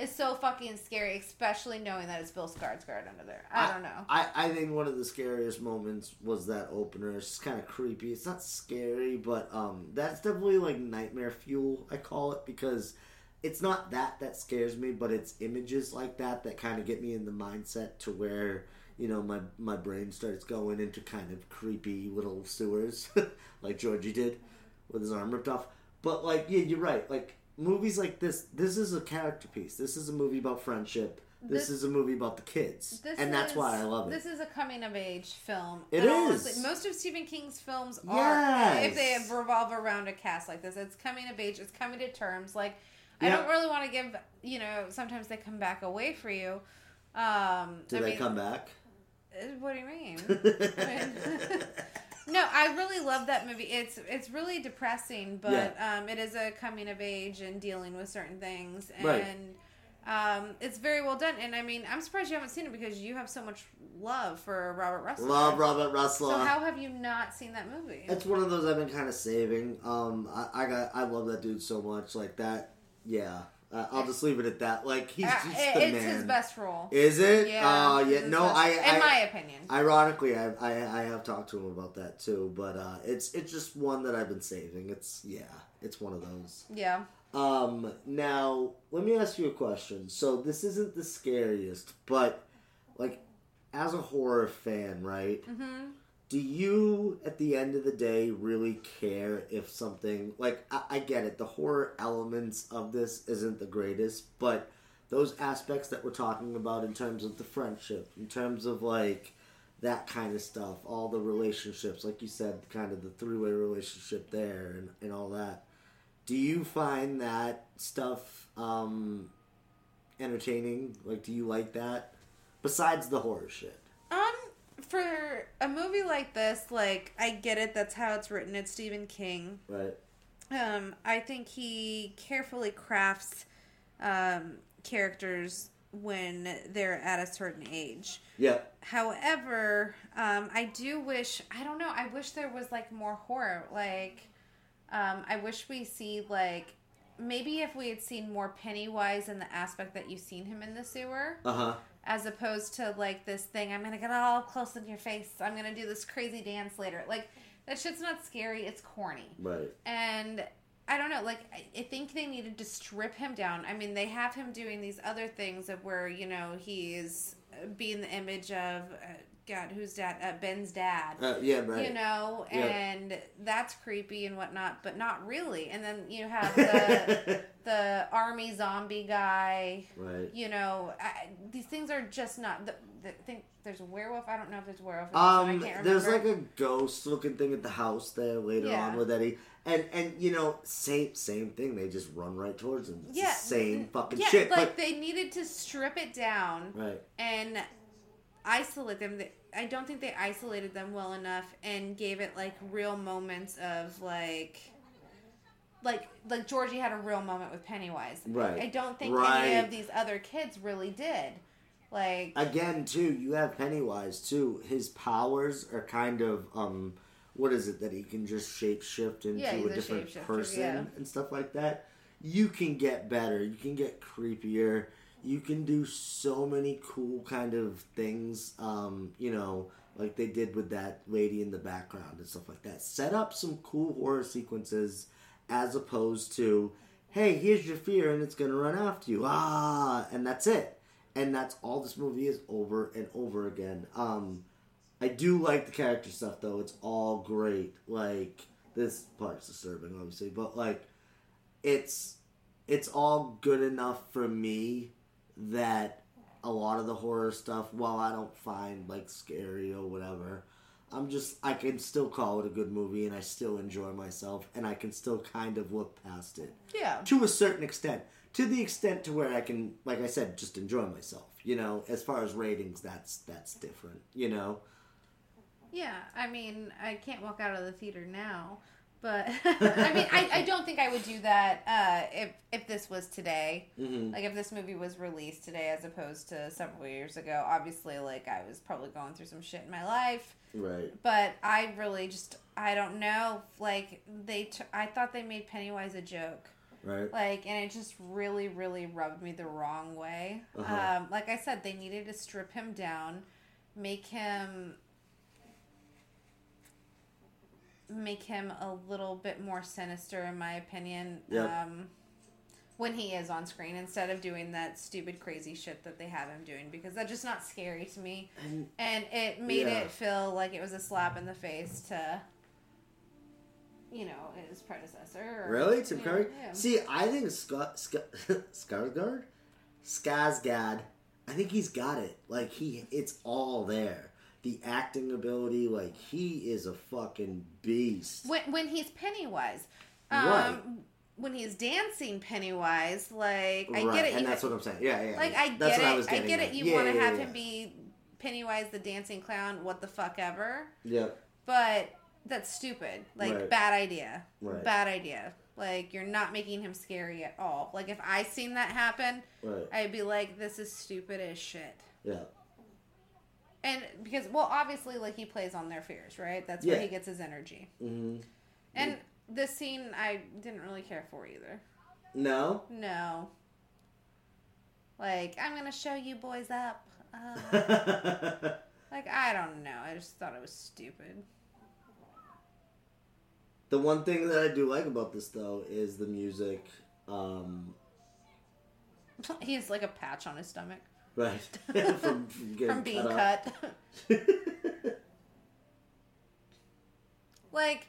[SPEAKER 7] is so fucking scary, especially knowing that it's Bill Skarsgård under there. I don't know.
[SPEAKER 6] I, I think one of the scariest moments was that opener. It's just kind of creepy. It's not scary, but um, that's definitely like nightmare fuel. I call it because it's not that that scares me, but it's images like that that kind of get me in the mindset to where you know my my brain starts going into kind of creepy little sewers, like Georgie did with his arm ripped off. But like, yeah, you're right. Like movies like this, this is a character piece. This is a movie about friendship. This,
[SPEAKER 7] This-
[SPEAKER 6] is a movie about the kids,
[SPEAKER 7] This
[SPEAKER 6] and that's
[SPEAKER 7] is-
[SPEAKER 6] why I love it.
[SPEAKER 7] This is a coming of age film.
[SPEAKER 6] It
[SPEAKER 7] And honestly,
[SPEAKER 6] is.
[SPEAKER 7] most of Stephen King's films are
[SPEAKER 6] Yes.
[SPEAKER 7] if they revolve around a cast like this. It's coming of age. It's coming to terms. Like I
[SPEAKER 6] Yeah.
[SPEAKER 7] don't really want to give. You know, sometimes they come back away for you. Um,
[SPEAKER 6] Do they
[SPEAKER 7] I mean,
[SPEAKER 6] come back?
[SPEAKER 7] uh, What do you mean? no, I really love that movie. It's it's really depressing, but um, it is a coming of age and dealing with certain things, and
[SPEAKER 6] Right.
[SPEAKER 7] um, it's very well done. And I mean, I'm surprised you haven't seen it because you have so much love for Robert Russell.
[SPEAKER 6] Love Robert Russell.
[SPEAKER 7] So how have you not seen that movie?
[SPEAKER 6] it's one of those I've been kind of saving. Um, I, I got I love that dude so much. Like that, yeah. Uh, I'll just leave it at that. Like he's
[SPEAKER 7] Uh,
[SPEAKER 6] just
[SPEAKER 7] it-
[SPEAKER 6] the
[SPEAKER 7] it's
[SPEAKER 6] man.
[SPEAKER 7] his best role.
[SPEAKER 6] Is it?
[SPEAKER 7] Yeah,
[SPEAKER 6] Oh,
[SPEAKER 7] it's
[SPEAKER 6] yeah.
[SPEAKER 7] his
[SPEAKER 6] No,
[SPEAKER 7] best-
[SPEAKER 6] I.
[SPEAKER 7] in
[SPEAKER 6] I-
[SPEAKER 7] my opinion,
[SPEAKER 6] Ironically, I, I I have talked to him about that too, but uh, it's it's just one that I've been saving. It's yeah, it's one of those.
[SPEAKER 7] yeah.
[SPEAKER 6] Um, now let me ask you a question. So this isn't the scariest, but like as a horror fan, right? Mm-hmm. Do you, at the end of the day, really care if something like I, I get it? The horror elements of this isn't the greatest, but those aspects that we're talking about in terms of the friendship, in terms of like that kind of stuff, all the relationships, like you said, kind of the three way relationship there and, and all that. Do you find that stuff um, entertaining? Like, do you like that? Besides the horror shit.
[SPEAKER 7] Um, for a movie like this, like I get it. That's how it's written. It's Stephen King.
[SPEAKER 6] Right.
[SPEAKER 7] Um, I think he carefully crafts um, characters when they're at a certain age.
[SPEAKER 6] Yeah.
[SPEAKER 7] However, um, I do wish I don't know. I wish there was like more horror. Like, um, I wish we see like maybe if we had seen more Pennywise in the aspect that you've seen him in the sewer
[SPEAKER 6] Uh huh.
[SPEAKER 7] as opposed to like this thing i'm gonna get all close in your face i'm gonna do this crazy dance later like that shit's not scary it's corny
[SPEAKER 6] Right.
[SPEAKER 7] and i don't know like I- i think they needed to strip him down i mean they have him doing these other things of where you know he's uh, being the image of uh, god who's dad uh, ben's dad
[SPEAKER 6] Uh, yeah, right.
[SPEAKER 7] you know
[SPEAKER 6] Yeah.
[SPEAKER 7] and that's creepy and whatnot but not really and then you have the the army zombie guy
[SPEAKER 6] right.
[SPEAKER 7] you know, I, these things are just not. The, the thing there's a werewolf. I don't know if there's a werewolf. in this one,
[SPEAKER 6] Um,
[SPEAKER 7] I can't
[SPEAKER 6] there's like
[SPEAKER 7] remember.
[SPEAKER 6] a ghost looking thing at the house there later
[SPEAKER 7] Yeah.
[SPEAKER 6] on with Eddie, and and you know same same thing. They just run right towards him. It's the same
[SPEAKER 7] n-
[SPEAKER 6] fucking
[SPEAKER 7] yeah,
[SPEAKER 6] shit.
[SPEAKER 7] Like
[SPEAKER 6] but,
[SPEAKER 7] they needed to strip it down
[SPEAKER 6] right.
[SPEAKER 7] and isolate them. They- I don't think they isolated them well enough and gave it like real moments of like. Like, like Georgie had a real moment with Pennywise.
[SPEAKER 6] Right.
[SPEAKER 7] I don't think any
[SPEAKER 6] Right.
[SPEAKER 7] of these other kids really did. Like,
[SPEAKER 6] again too you have pennywise too his powers are kind of um what is it that he can just shape shift into
[SPEAKER 7] Yeah, he's
[SPEAKER 6] a
[SPEAKER 7] a
[SPEAKER 6] different
[SPEAKER 7] shapeshifter,
[SPEAKER 6] person
[SPEAKER 7] yeah.
[SPEAKER 6] and stuff like that you can get better. You can get creepier. You can do so many cool kind of things. Um, you know, like they did with that lady in the background and stuff like that. Set up some cool horror sequences as opposed to, hey, here's your fear and it's gonna run after you. Ah, and that's it. And that's all this movie is over and over again. Um, I do like the character stuff though. It's all great. Like this part's disturbing, obviously, but like it's it's all good enough for me that a lot of the horror stuff, while I don't find like scary or whatever, I'm just I can still call it a good movie and I still enjoy myself and I can still kind of look past it
[SPEAKER 7] Yeah.
[SPEAKER 6] to a certain extent to the extent to where i can like i said just enjoy myself you know as far as ratings that's that's different you know
[SPEAKER 7] Yeah, I mean, I can't walk out of the theater now, but I mean, I, I don't think I would do that uh, if if this was today,
[SPEAKER 6] Mhm.
[SPEAKER 7] like if this movie was released today as opposed to several years ago. Obviously, like I was probably going through some shit in my life,
[SPEAKER 6] right
[SPEAKER 7] but I really just I don't know. Like they, t- I thought they made Pennywise a joke
[SPEAKER 6] right
[SPEAKER 7] like and it just really really rubbed me the wrong way
[SPEAKER 6] Uh-huh.
[SPEAKER 7] um, like i said they needed to strip him down make him make him a little bit more sinister in my opinion
[SPEAKER 6] Yep.
[SPEAKER 7] um, when he is on screen instead of doing that stupid crazy shit that they have him doing because that's just not scary to me
[SPEAKER 6] And-
[SPEAKER 7] and it made
[SPEAKER 6] Yeah.
[SPEAKER 7] it feel like it was a slap in the face to you know his predecessor or,
[SPEAKER 6] really tim
[SPEAKER 7] you know,
[SPEAKER 6] curry
[SPEAKER 7] yeah.
[SPEAKER 6] see i think scott Sc- skarsgård skazgad i think he's got it like he it's all there the acting ability like he is a fucking beast
[SPEAKER 7] When, when he's Pennywise. Um,
[SPEAKER 6] Right.
[SPEAKER 7] When he's dancing Pennywise, like, I
[SPEAKER 6] right
[SPEAKER 7] get it.
[SPEAKER 6] and
[SPEAKER 7] you,
[SPEAKER 6] that's what i'm saying yeah yeah
[SPEAKER 7] like,
[SPEAKER 6] yeah.
[SPEAKER 7] I get
[SPEAKER 6] that's
[SPEAKER 7] it.
[SPEAKER 6] what
[SPEAKER 7] I,
[SPEAKER 6] was getting
[SPEAKER 7] get
[SPEAKER 6] at.
[SPEAKER 7] it. You
[SPEAKER 6] Yeah,
[SPEAKER 7] want to
[SPEAKER 6] yeah,
[SPEAKER 7] have
[SPEAKER 6] yeah.
[SPEAKER 7] him be Pennywise the dancing clown, what the fuck ever.
[SPEAKER 6] yep
[SPEAKER 7] But that's stupid. Like,
[SPEAKER 6] Right.
[SPEAKER 7] bad idea.
[SPEAKER 6] Right.
[SPEAKER 7] Bad idea. Like, you're not making him scary at all. Like, if I seen that happen,
[SPEAKER 6] right
[SPEAKER 7] I'd be like, this is stupid as shit.
[SPEAKER 6] yeah
[SPEAKER 7] And because, well, obviously, like, he plays on their fears, right? That's
[SPEAKER 6] Yeah.
[SPEAKER 7] where he gets his energy.
[SPEAKER 6] hmm
[SPEAKER 7] And this scene I didn't really care for either.
[SPEAKER 6] no
[SPEAKER 7] No. Like, I'm gonna show you boys up. Uh,
[SPEAKER 6] the
[SPEAKER 7] like, I don't know. I just thought it was stupid.
[SPEAKER 6] one thing that I do like about this though is the music. Um,
[SPEAKER 7] he has like a patch on his stomach
[SPEAKER 6] right from, from getting
[SPEAKER 7] from being
[SPEAKER 6] cut. up.
[SPEAKER 7] cut. like,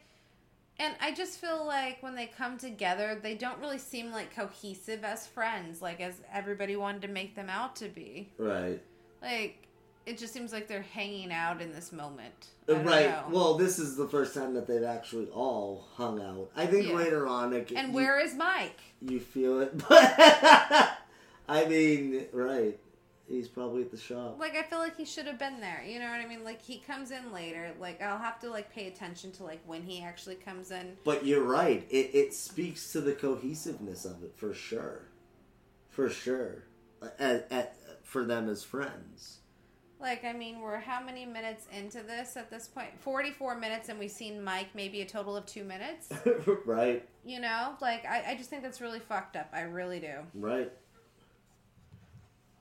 [SPEAKER 7] and I just feel like when they come together, they don't really seem like cohesive as friends, like as everybody wanted to make them out to be.
[SPEAKER 6] right.
[SPEAKER 7] Like, it just seems like they're hanging out in this moment. I don't
[SPEAKER 6] Right.
[SPEAKER 7] know.
[SPEAKER 6] Well, this is the first time that they've actually all hung out. I think
[SPEAKER 7] Yeah.
[SPEAKER 6] later on, like,
[SPEAKER 7] and
[SPEAKER 6] you,
[SPEAKER 7] where is Mike?
[SPEAKER 6] you feel it, but I mean, right? He's probably at the shop.
[SPEAKER 7] Like I feel like he should have been there. You know what I mean? Like he comes in later. Like I'll have to like pay attention to like when he actually comes in.
[SPEAKER 6] But you're right. It it speaks to the cohesiveness of it for sure, for sure. At, at, for them as friends.
[SPEAKER 7] Like I mean, we're how many minutes into this at this point? Forty-four minutes, and we've seen Mike maybe a total of two minutes.
[SPEAKER 6] right,
[SPEAKER 7] You know, like I, I just think that's really fucked up. I really do.
[SPEAKER 6] right.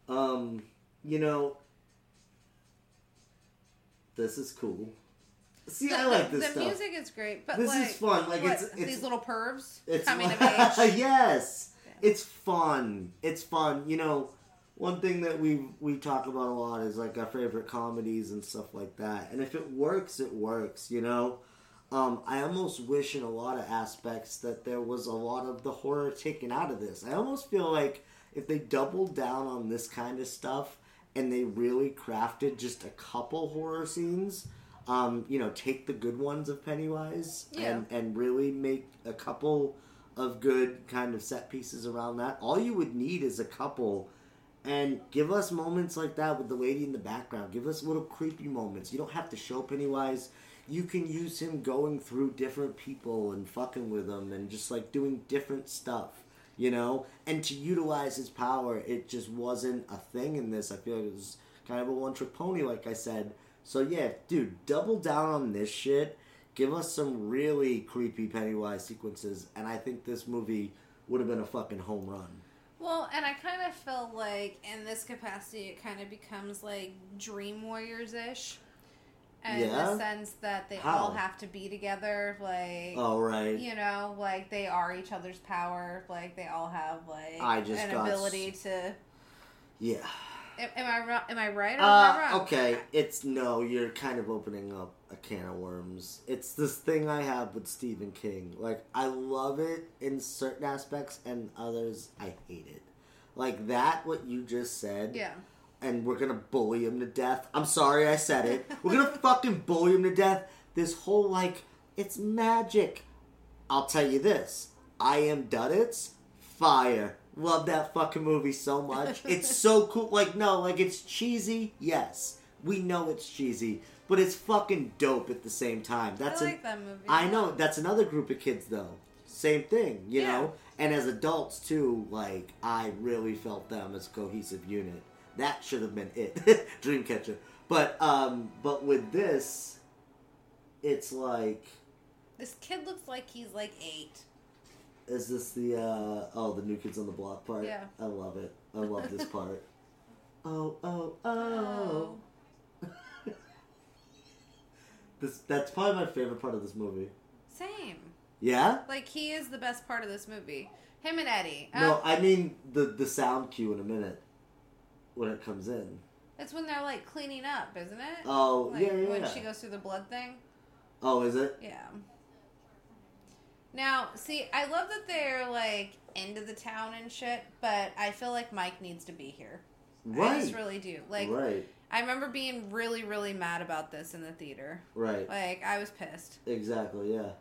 [SPEAKER 6] Um, you know, this is cool. See, I like this
[SPEAKER 7] the
[SPEAKER 6] stuff.
[SPEAKER 7] music is great, but
[SPEAKER 6] This is
[SPEAKER 7] like,
[SPEAKER 6] fun, like,
[SPEAKER 7] what,
[SPEAKER 6] it's- it's-
[SPEAKER 7] these little pervs
[SPEAKER 6] it's
[SPEAKER 7] coming of age.
[SPEAKER 6] yes, it's fun. It's fun. You know, one thing that we we talk about a lot is like our favorite comedies and stuff like that. And if it works, it works. You know. Um, I almost wish in a lot of aspects that there was a lot of the horror taken out of this. I almost feel like if they doubled down on this kind of stuff and they really crafted just a couple horror scenes, um, you know, take the good ones of Pennywise
[SPEAKER 7] Yeah.
[SPEAKER 6] and, and really make a couple of good kind of set pieces around that, all you would need is a couple. And give us moments like that with the lady in the background. Give us little creepy moments. You don't have to show Pennywise. You can use him going through different people and fucking with them and just like doing different stuff, you know? And to utilize his power, it just wasn't a thing in this. I feel like it was kind of a one trick pony, like I said. So yeah, dude, double down on this shit. Give us some really creepy Pennywise sequences. And I think this movie would have been a fucking home run.
[SPEAKER 7] Well, and I kind of feel like in this capacity, it kind of becomes like Dream Warriors ish. And in
[SPEAKER 6] Yeah?
[SPEAKER 7] the sense that they
[SPEAKER 6] How?
[SPEAKER 7] all have to be together, like
[SPEAKER 6] All right.
[SPEAKER 7] you know, like they are each other's power. Like they all have like
[SPEAKER 6] I just
[SPEAKER 7] an
[SPEAKER 6] got s-
[SPEAKER 7] ability to.
[SPEAKER 6] Yeah.
[SPEAKER 7] Am, am I wrong? Am I right or am I
[SPEAKER 6] Uh,
[SPEAKER 7] wrong?
[SPEAKER 6] okay, it's no, you're kind of opening up a can of worms. It's this thing I have with Stephen King. Like, I love it in certain aspects, and others, I hate it. Like, that, what you just said.
[SPEAKER 7] Yeah.
[SPEAKER 6] And we're gonna bully him to death. I'm sorry I said it. We're gonna fucking bully him to death. This whole, like, it's magic. I'll tell you this. I am Duddits. Fire. Love that fucking movie so much. It's so cool. Like, no, like it's cheesy. Yes. We know it's cheesy, but it's fucking dope at the same time. That's
[SPEAKER 7] I
[SPEAKER 6] an-
[SPEAKER 7] like that movie.
[SPEAKER 6] I know. That's another group of kids, though. Same thing, you
[SPEAKER 7] Yeah.
[SPEAKER 6] know? And as adults, too, like, I really felt them as a cohesive unit. That should have been it. Dreamcatcher. But, um, but with this, it's like.
[SPEAKER 7] This kid looks like he's like eight.
[SPEAKER 6] Is this the uh oh the new kids on the block part?
[SPEAKER 7] Yeah.
[SPEAKER 6] I love it. I love this part. oh oh oh. This that's probably my favorite part of this movie.
[SPEAKER 7] Same.
[SPEAKER 6] Yeah?
[SPEAKER 7] Like he is the best part of this movie. Him and Eddie.
[SPEAKER 6] No,
[SPEAKER 7] Um,
[SPEAKER 6] I mean the the sound cue in a minute when it comes in.
[SPEAKER 7] it's when they're like cleaning up, isn't it?
[SPEAKER 6] Oh
[SPEAKER 7] Like
[SPEAKER 6] yeah yeah.
[SPEAKER 7] when
[SPEAKER 6] yeah.
[SPEAKER 7] she goes through the blood thing.
[SPEAKER 6] oh, is it?
[SPEAKER 7] Yeah. Now, see, I love that they're like into the town and shit, but I feel like Mike needs to be here. I
[SPEAKER 6] Right.
[SPEAKER 7] just really do. Like,
[SPEAKER 6] right.
[SPEAKER 7] I remember being really, really mad about this in the theater.
[SPEAKER 6] Right.
[SPEAKER 7] Like, I was pissed.
[SPEAKER 6] Exactly. Yeah.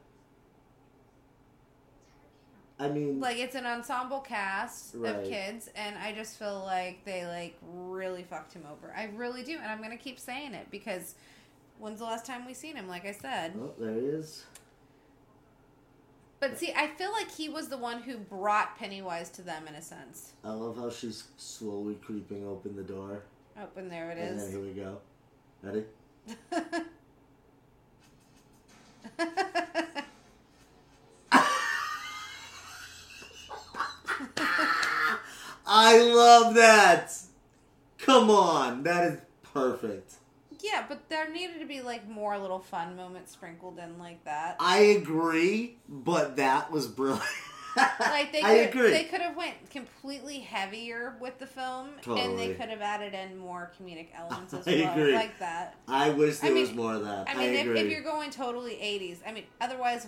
[SPEAKER 6] I mean,
[SPEAKER 7] Like, it's an ensemble cast
[SPEAKER 6] Right.
[SPEAKER 7] of kids, and I just feel like they like really fucked him over. I really do, and I'm gonna keep saying it because when's the last time we seen him? Like I said.
[SPEAKER 6] oh, there he is.
[SPEAKER 7] But see, I feel like he was the one who brought Pennywise to them in a sense.
[SPEAKER 6] I love how she's slowly creeping open the door.
[SPEAKER 7] Oh, and there it
[SPEAKER 6] And
[SPEAKER 7] is.
[SPEAKER 6] then here we go. Ready? I love that. Come on, that is perfect.
[SPEAKER 7] yeah, but there needed to be like more little fun moments sprinkled in like that.
[SPEAKER 6] I agree, but that was brilliant.
[SPEAKER 7] Like they
[SPEAKER 6] I
[SPEAKER 7] could,
[SPEAKER 6] agree.
[SPEAKER 7] they could have went completely heavier with the film, and
[SPEAKER 6] Totally.
[SPEAKER 7] they could have added in more comedic elements as
[SPEAKER 6] I
[SPEAKER 7] well,
[SPEAKER 6] agree.
[SPEAKER 7] like that.
[SPEAKER 6] I wish there
[SPEAKER 7] I mean-
[SPEAKER 6] was more of that.
[SPEAKER 7] I mean, if,
[SPEAKER 6] agree.
[SPEAKER 7] if you're going totally '80s, I mean, otherwise,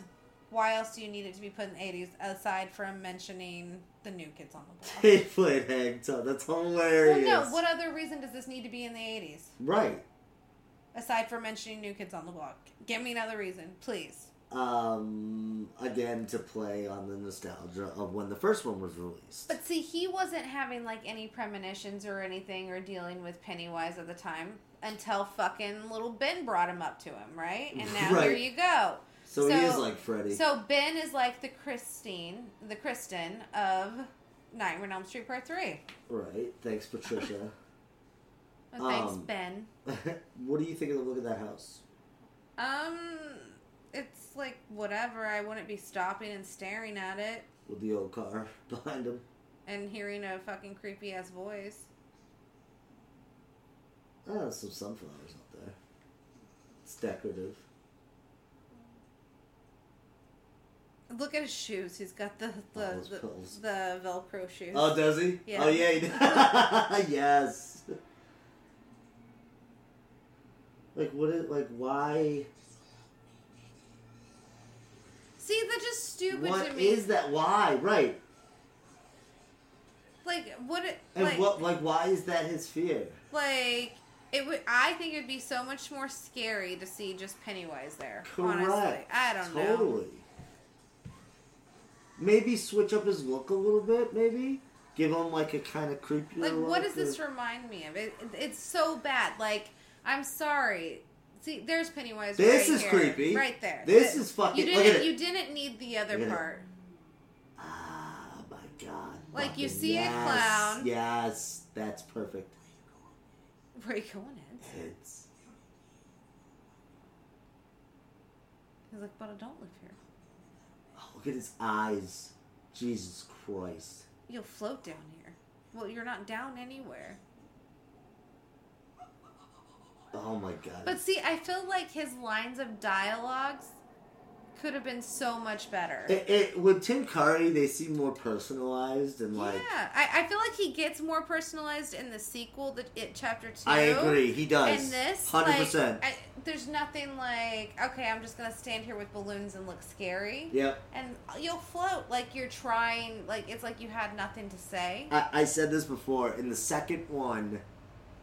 [SPEAKER 7] why else do you need it to be put in the '80s aside from mentioning the new kids on the block?
[SPEAKER 6] they played hang Tug. That's
[SPEAKER 7] well,
[SPEAKER 6] hilarious.
[SPEAKER 7] no. What other reason does this need to be in the '80s?
[SPEAKER 6] Right.
[SPEAKER 7] aside from mentioning New Kids on the Block. Give me another reason, please.
[SPEAKER 6] Um, again, to play on the nostalgia of when the first one was released.
[SPEAKER 7] But see, he wasn't having like any premonitions or anything or dealing with Pennywise at the time until fucking little Ben brought him up to him, right? And now
[SPEAKER 6] Right.
[SPEAKER 7] here you go.
[SPEAKER 6] So, he is like Freddy.
[SPEAKER 7] So Ben is like the Christine, the Kristen of Nightmare on Elm Street Part Three.
[SPEAKER 6] right. Thanks, Patricia.
[SPEAKER 7] Well, Oh, thanks,
[SPEAKER 6] Um.
[SPEAKER 7] Ben.
[SPEAKER 6] what do you think of the look of that house?
[SPEAKER 7] Um, it's like whatever. I wouldn't be stopping and staring at it
[SPEAKER 6] With the old car behind him.
[SPEAKER 7] and hearing a fucking creepy ass voice.
[SPEAKER 6] Oh, there's some sunflowers up there. It's decorative.
[SPEAKER 7] Look at his shoes. He's got the
[SPEAKER 6] Oh,
[SPEAKER 7] the
[SPEAKER 6] those
[SPEAKER 7] the,
[SPEAKER 6] pills.
[SPEAKER 7] the Velcro shoes.
[SPEAKER 6] Oh, does he?
[SPEAKER 7] Yeah.
[SPEAKER 6] Oh, yeah, he does. yes. Like, what it, like, why?
[SPEAKER 7] See, they're just stupid to
[SPEAKER 6] What
[SPEAKER 7] me.
[SPEAKER 6] is that? Why? Right.
[SPEAKER 7] like what? It,
[SPEAKER 6] And
[SPEAKER 7] like
[SPEAKER 6] what, like, why is that his fear?
[SPEAKER 7] like it would. I think it'd be so much more scary to see just Pennywise there.
[SPEAKER 6] Correct.
[SPEAKER 7] Honestly, I don't
[SPEAKER 6] totally.
[SPEAKER 7] know.
[SPEAKER 6] Maybe switch up his look a little bit, maybe? Give him, like, a kind of creepier
[SPEAKER 7] Like what does
[SPEAKER 6] look,
[SPEAKER 7] this
[SPEAKER 6] or-
[SPEAKER 7] remind me of? It, it- it's so bad. Like I'm sorry. See, there's Pennywise.
[SPEAKER 6] This
[SPEAKER 7] right
[SPEAKER 6] is
[SPEAKER 7] here.
[SPEAKER 6] creepy.
[SPEAKER 7] Right there.
[SPEAKER 6] This
[SPEAKER 7] Th-
[SPEAKER 6] is fucking-
[SPEAKER 7] You
[SPEAKER 6] look
[SPEAKER 7] didn't.
[SPEAKER 6] at it.
[SPEAKER 7] You didn't need the other
[SPEAKER 6] Look at it.
[SPEAKER 7] part.
[SPEAKER 6] Ah, my God.
[SPEAKER 7] Like, you
[SPEAKER 6] Fucking
[SPEAKER 7] see a
[SPEAKER 6] yes.
[SPEAKER 7] clown.
[SPEAKER 6] Yes, that's perfect.
[SPEAKER 7] Where are you going, Ed?
[SPEAKER 6] It's
[SPEAKER 7] He's like, but I don't live here.
[SPEAKER 6] oh, look at his eyes. Jesus Christ.
[SPEAKER 7] You'll float down here. Well, you're not down anywhere.
[SPEAKER 6] Oh my god.
[SPEAKER 7] But see, I feel like his lines of dialogues could have been so much better.
[SPEAKER 6] it, it, with Tim Curry, they seem more personalized and like.
[SPEAKER 7] yeah, I, I feel like he gets more personalized in the sequel, that it chapter two.
[SPEAKER 6] I agree. He does.
[SPEAKER 7] And this,
[SPEAKER 6] hundred
[SPEAKER 7] like,
[SPEAKER 6] percent.
[SPEAKER 7] I, there's nothing like, okay, I'm just gonna stand here with balloons and look scary.
[SPEAKER 6] Yep.
[SPEAKER 7] And you'll float like you're trying, like it's like you had nothing to say.
[SPEAKER 6] I, I said this before. In the second one,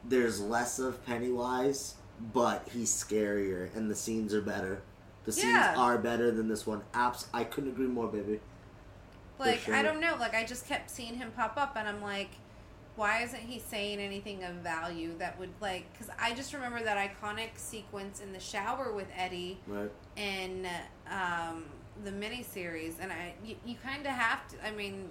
[SPEAKER 6] there's less of Pennywise, but he's scarier, and the scenes are better. The scenes
[SPEAKER 7] Yeah.
[SPEAKER 6] are better than this one. Apps, I couldn't agree more, baby.
[SPEAKER 7] Like
[SPEAKER 6] sure.
[SPEAKER 7] I don't know, like I just kept seeing him pop up, and I'm like, why isn't he saying anything of value that would like? Because I just remember that iconic sequence in the shower with Eddie
[SPEAKER 6] Right?
[SPEAKER 7] in um, the miniseries, and I you, you kind of have to. I mean,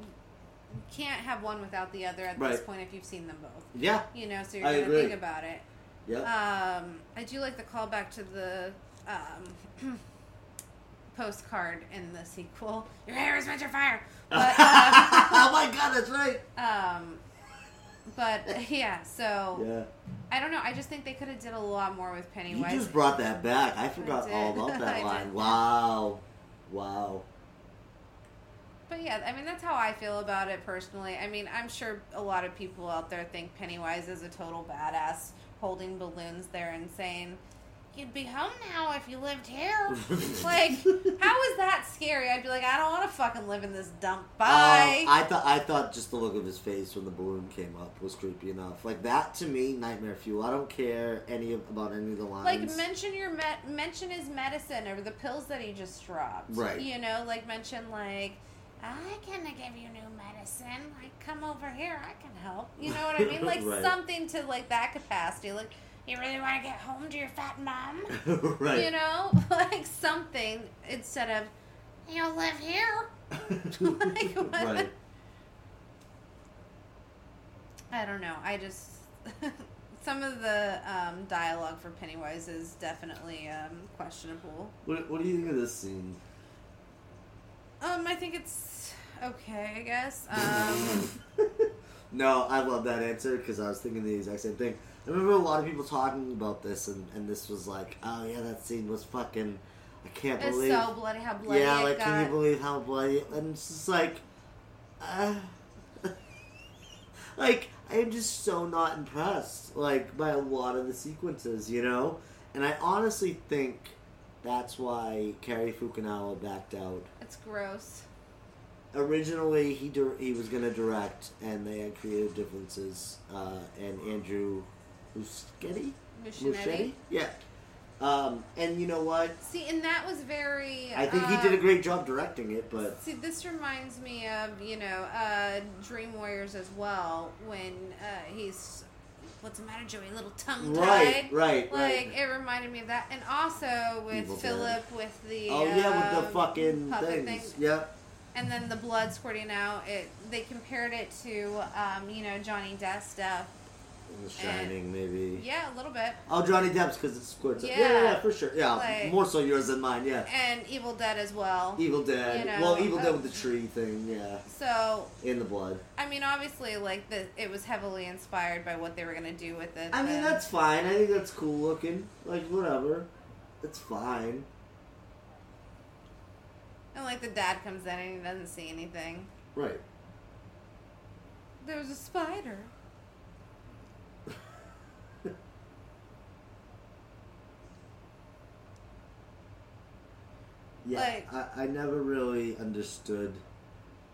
[SPEAKER 7] you can't have one without the other at this
[SPEAKER 6] Right.
[SPEAKER 7] point if you've seen them both.
[SPEAKER 6] Yeah.
[SPEAKER 7] You know, so you're
[SPEAKER 6] I
[SPEAKER 7] gonna
[SPEAKER 6] agree.
[SPEAKER 7] think about it.
[SPEAKER 6] Yep.
[SPEAKER 7] Um, I do like the callback to the um, postcard in the sequel. Your hair is meant to fire, but uh,
[SPEAKER 6] oh my god, that's right.
[SPEAKER 7] um, but yeah. So
[SPEAKER 6] Yeah.
[SPEAKER 7] I don't know. I just think they could have did a lot more with
[SPEAKER 6] You
[SPEAKER 7] Pennywise.
[SPEAKER 6] just brought that back. I forgot all
[SPEAKER 7] did.
[SPEAKER 6] about that
[SPEAKER 7] I
[SPEAKER 6] line.
[SPEAKER 7] did.
[SPEAKER 6] Wow. Wow.
[SPEAKER 7] But yeah, I mean that's how I feel about it personally. I mean, I'm sure a lot of people out there think Pennywise is a total badass holding balloons there and saying,
[SPEAKER 5] You'd be home now if you lived here.
[SPEAKER 7] like, how is that scary? I'd be like, I don't want to fucking live in this dump. Bye.
[SPEAKER 6] Um, I thought I thought just the look of his face when the balloon came up was creepy enough. Like that to me, nightmare fuel. I don't care any of, about any of the lines.
[SPEAKER 7] like mention your met mention his medicine or the pills that he just dropped.
[SPEAKER 6] Right.
[SPEAKER 7] You know, like mention like
[SPEAKER 5] I can give you new medicine. Like, come over here. I can help. You know what I mean? Like,
[SPEAKER 6] Right.
[SPEAKER 7] something to like that capacity. Like,
[SPEAKER 5] you really want to get home to your fat mom?
[SPEAKER 6] right.
[SPEAKER 7] you know, like something instead of
[SPEAKER 5] You'll live here.
[SPEAKER 7] like, what?
[SPEAKER 6] right.
[SPEAKER 7] I don't know. I just some of the um, dialogue for Pennywise is definitely um, questionable.
[SPEAKER 6] What, what do you think of this scene?
[SPEAKER 7] Um, I think it's okay. I guess. Um,
[SPEAKER 6] no, I love that answer because I was thinking the exact same thing. I remember a lot of people talking about this, and, and this was like, oh yeah, that scene was fucking. I can't
[SPEAKER 7] it's
[SPEAKER 6] believe.
[SPEAKER 7] so bloody how bloody
[SPEAKER 6] yeah,
[SPEAKER 7] it
[SPEAKER 6] like
[SPEAKER 7] got.
[SPEAKER 6] can you believe how bloody? And it's just like, uh, like I am just so not impressed, like by a lot of the sequences, you know. And I honestly think that's why Cary Fukunawa backed out.
[SPEAKER 7] it's gross.
[SPEAKER 6] Originally, he dir- he was gonna direct, and they had creative differences. Uh, and Andrew Muschietti,
[SPEAKER 7] Muschietti.
[SPEAKER 6] yeah. Um, and you know what?
[SPEAKER 7] See, and that was very.
[SPEAKER 6] I think he
[SPEAKER 7] um,
[SPEAKER 6] did a great job directing it, but
[SPEAKER 7] See, this reminds me of you know uh, Dream Warriors as well when uh, he's what's the matter, Joey? Little tongue tied.
[SPEAKER 6] Right, right,
[SPEAKER 7] Like
[SPEAKER 6] right.
[SPEAKER 7] it reminded me of that, and also with
[SPEAKER 6] Evil Dead.
[SPEAKER 7] Philip with the
[SPEAKER 6] Oh yeah, with
[SPEAKER 7] um,
[SPEAKER 6] the fucking
[SPEAKER 7] puppet
[SPEAKER 6] things.
[SPEAKER 7] thing.
[SPEAKER 6] Yep.
[SPEAKER 7] and then the blood squirting out. It they compared it to um, you know Johnny Depp stuff.
[SPEAKER 6] And the Shining, maybe.
[SPEAKER 7] Yeah, a little bit.
[SPEAKER 6] Oh, Johnny Depp's because it squirts. Yeah. yeah,
[SPEAKER 7] Yeah.
[SPEAKER 6] yeah, for sure. Yeah,
[SPEAKER 7] Like-
[SPEAKER 6] more so yours than mine. Yeah.
[SPEAKER 7] And Evil Dead as well.
[SPEAKER 6] Evil Dead.
[SPEAKER 7] You know,
[SPEAKER 6] well, Evil Dead
[SPEAKER 7] uh,
[SPEAKER 6] with the tree thing. Yeah,
[SPEAKER 7] So
[SPEAKER 6] in the blood.
[SPEAKER 7] I mean, obviously, like the it was heavily inspired by what they were gonna do with it.
[SPEAKER 6] I mean,
[SPEAKER 7] but-
[SPEAKER 6] that's fine. I think that's cool looking. Like whatever, it's fine.
[SPEAKER 7] and like the dad comes in and he doesn't see anything.
[SPEAKER 6] Right.
[SPEAKER 7] There was a spider.
[SPEAKER 6] Yeah.
[SPEAKER 7] Like-
[SPEAKER 6] I, I never really understood.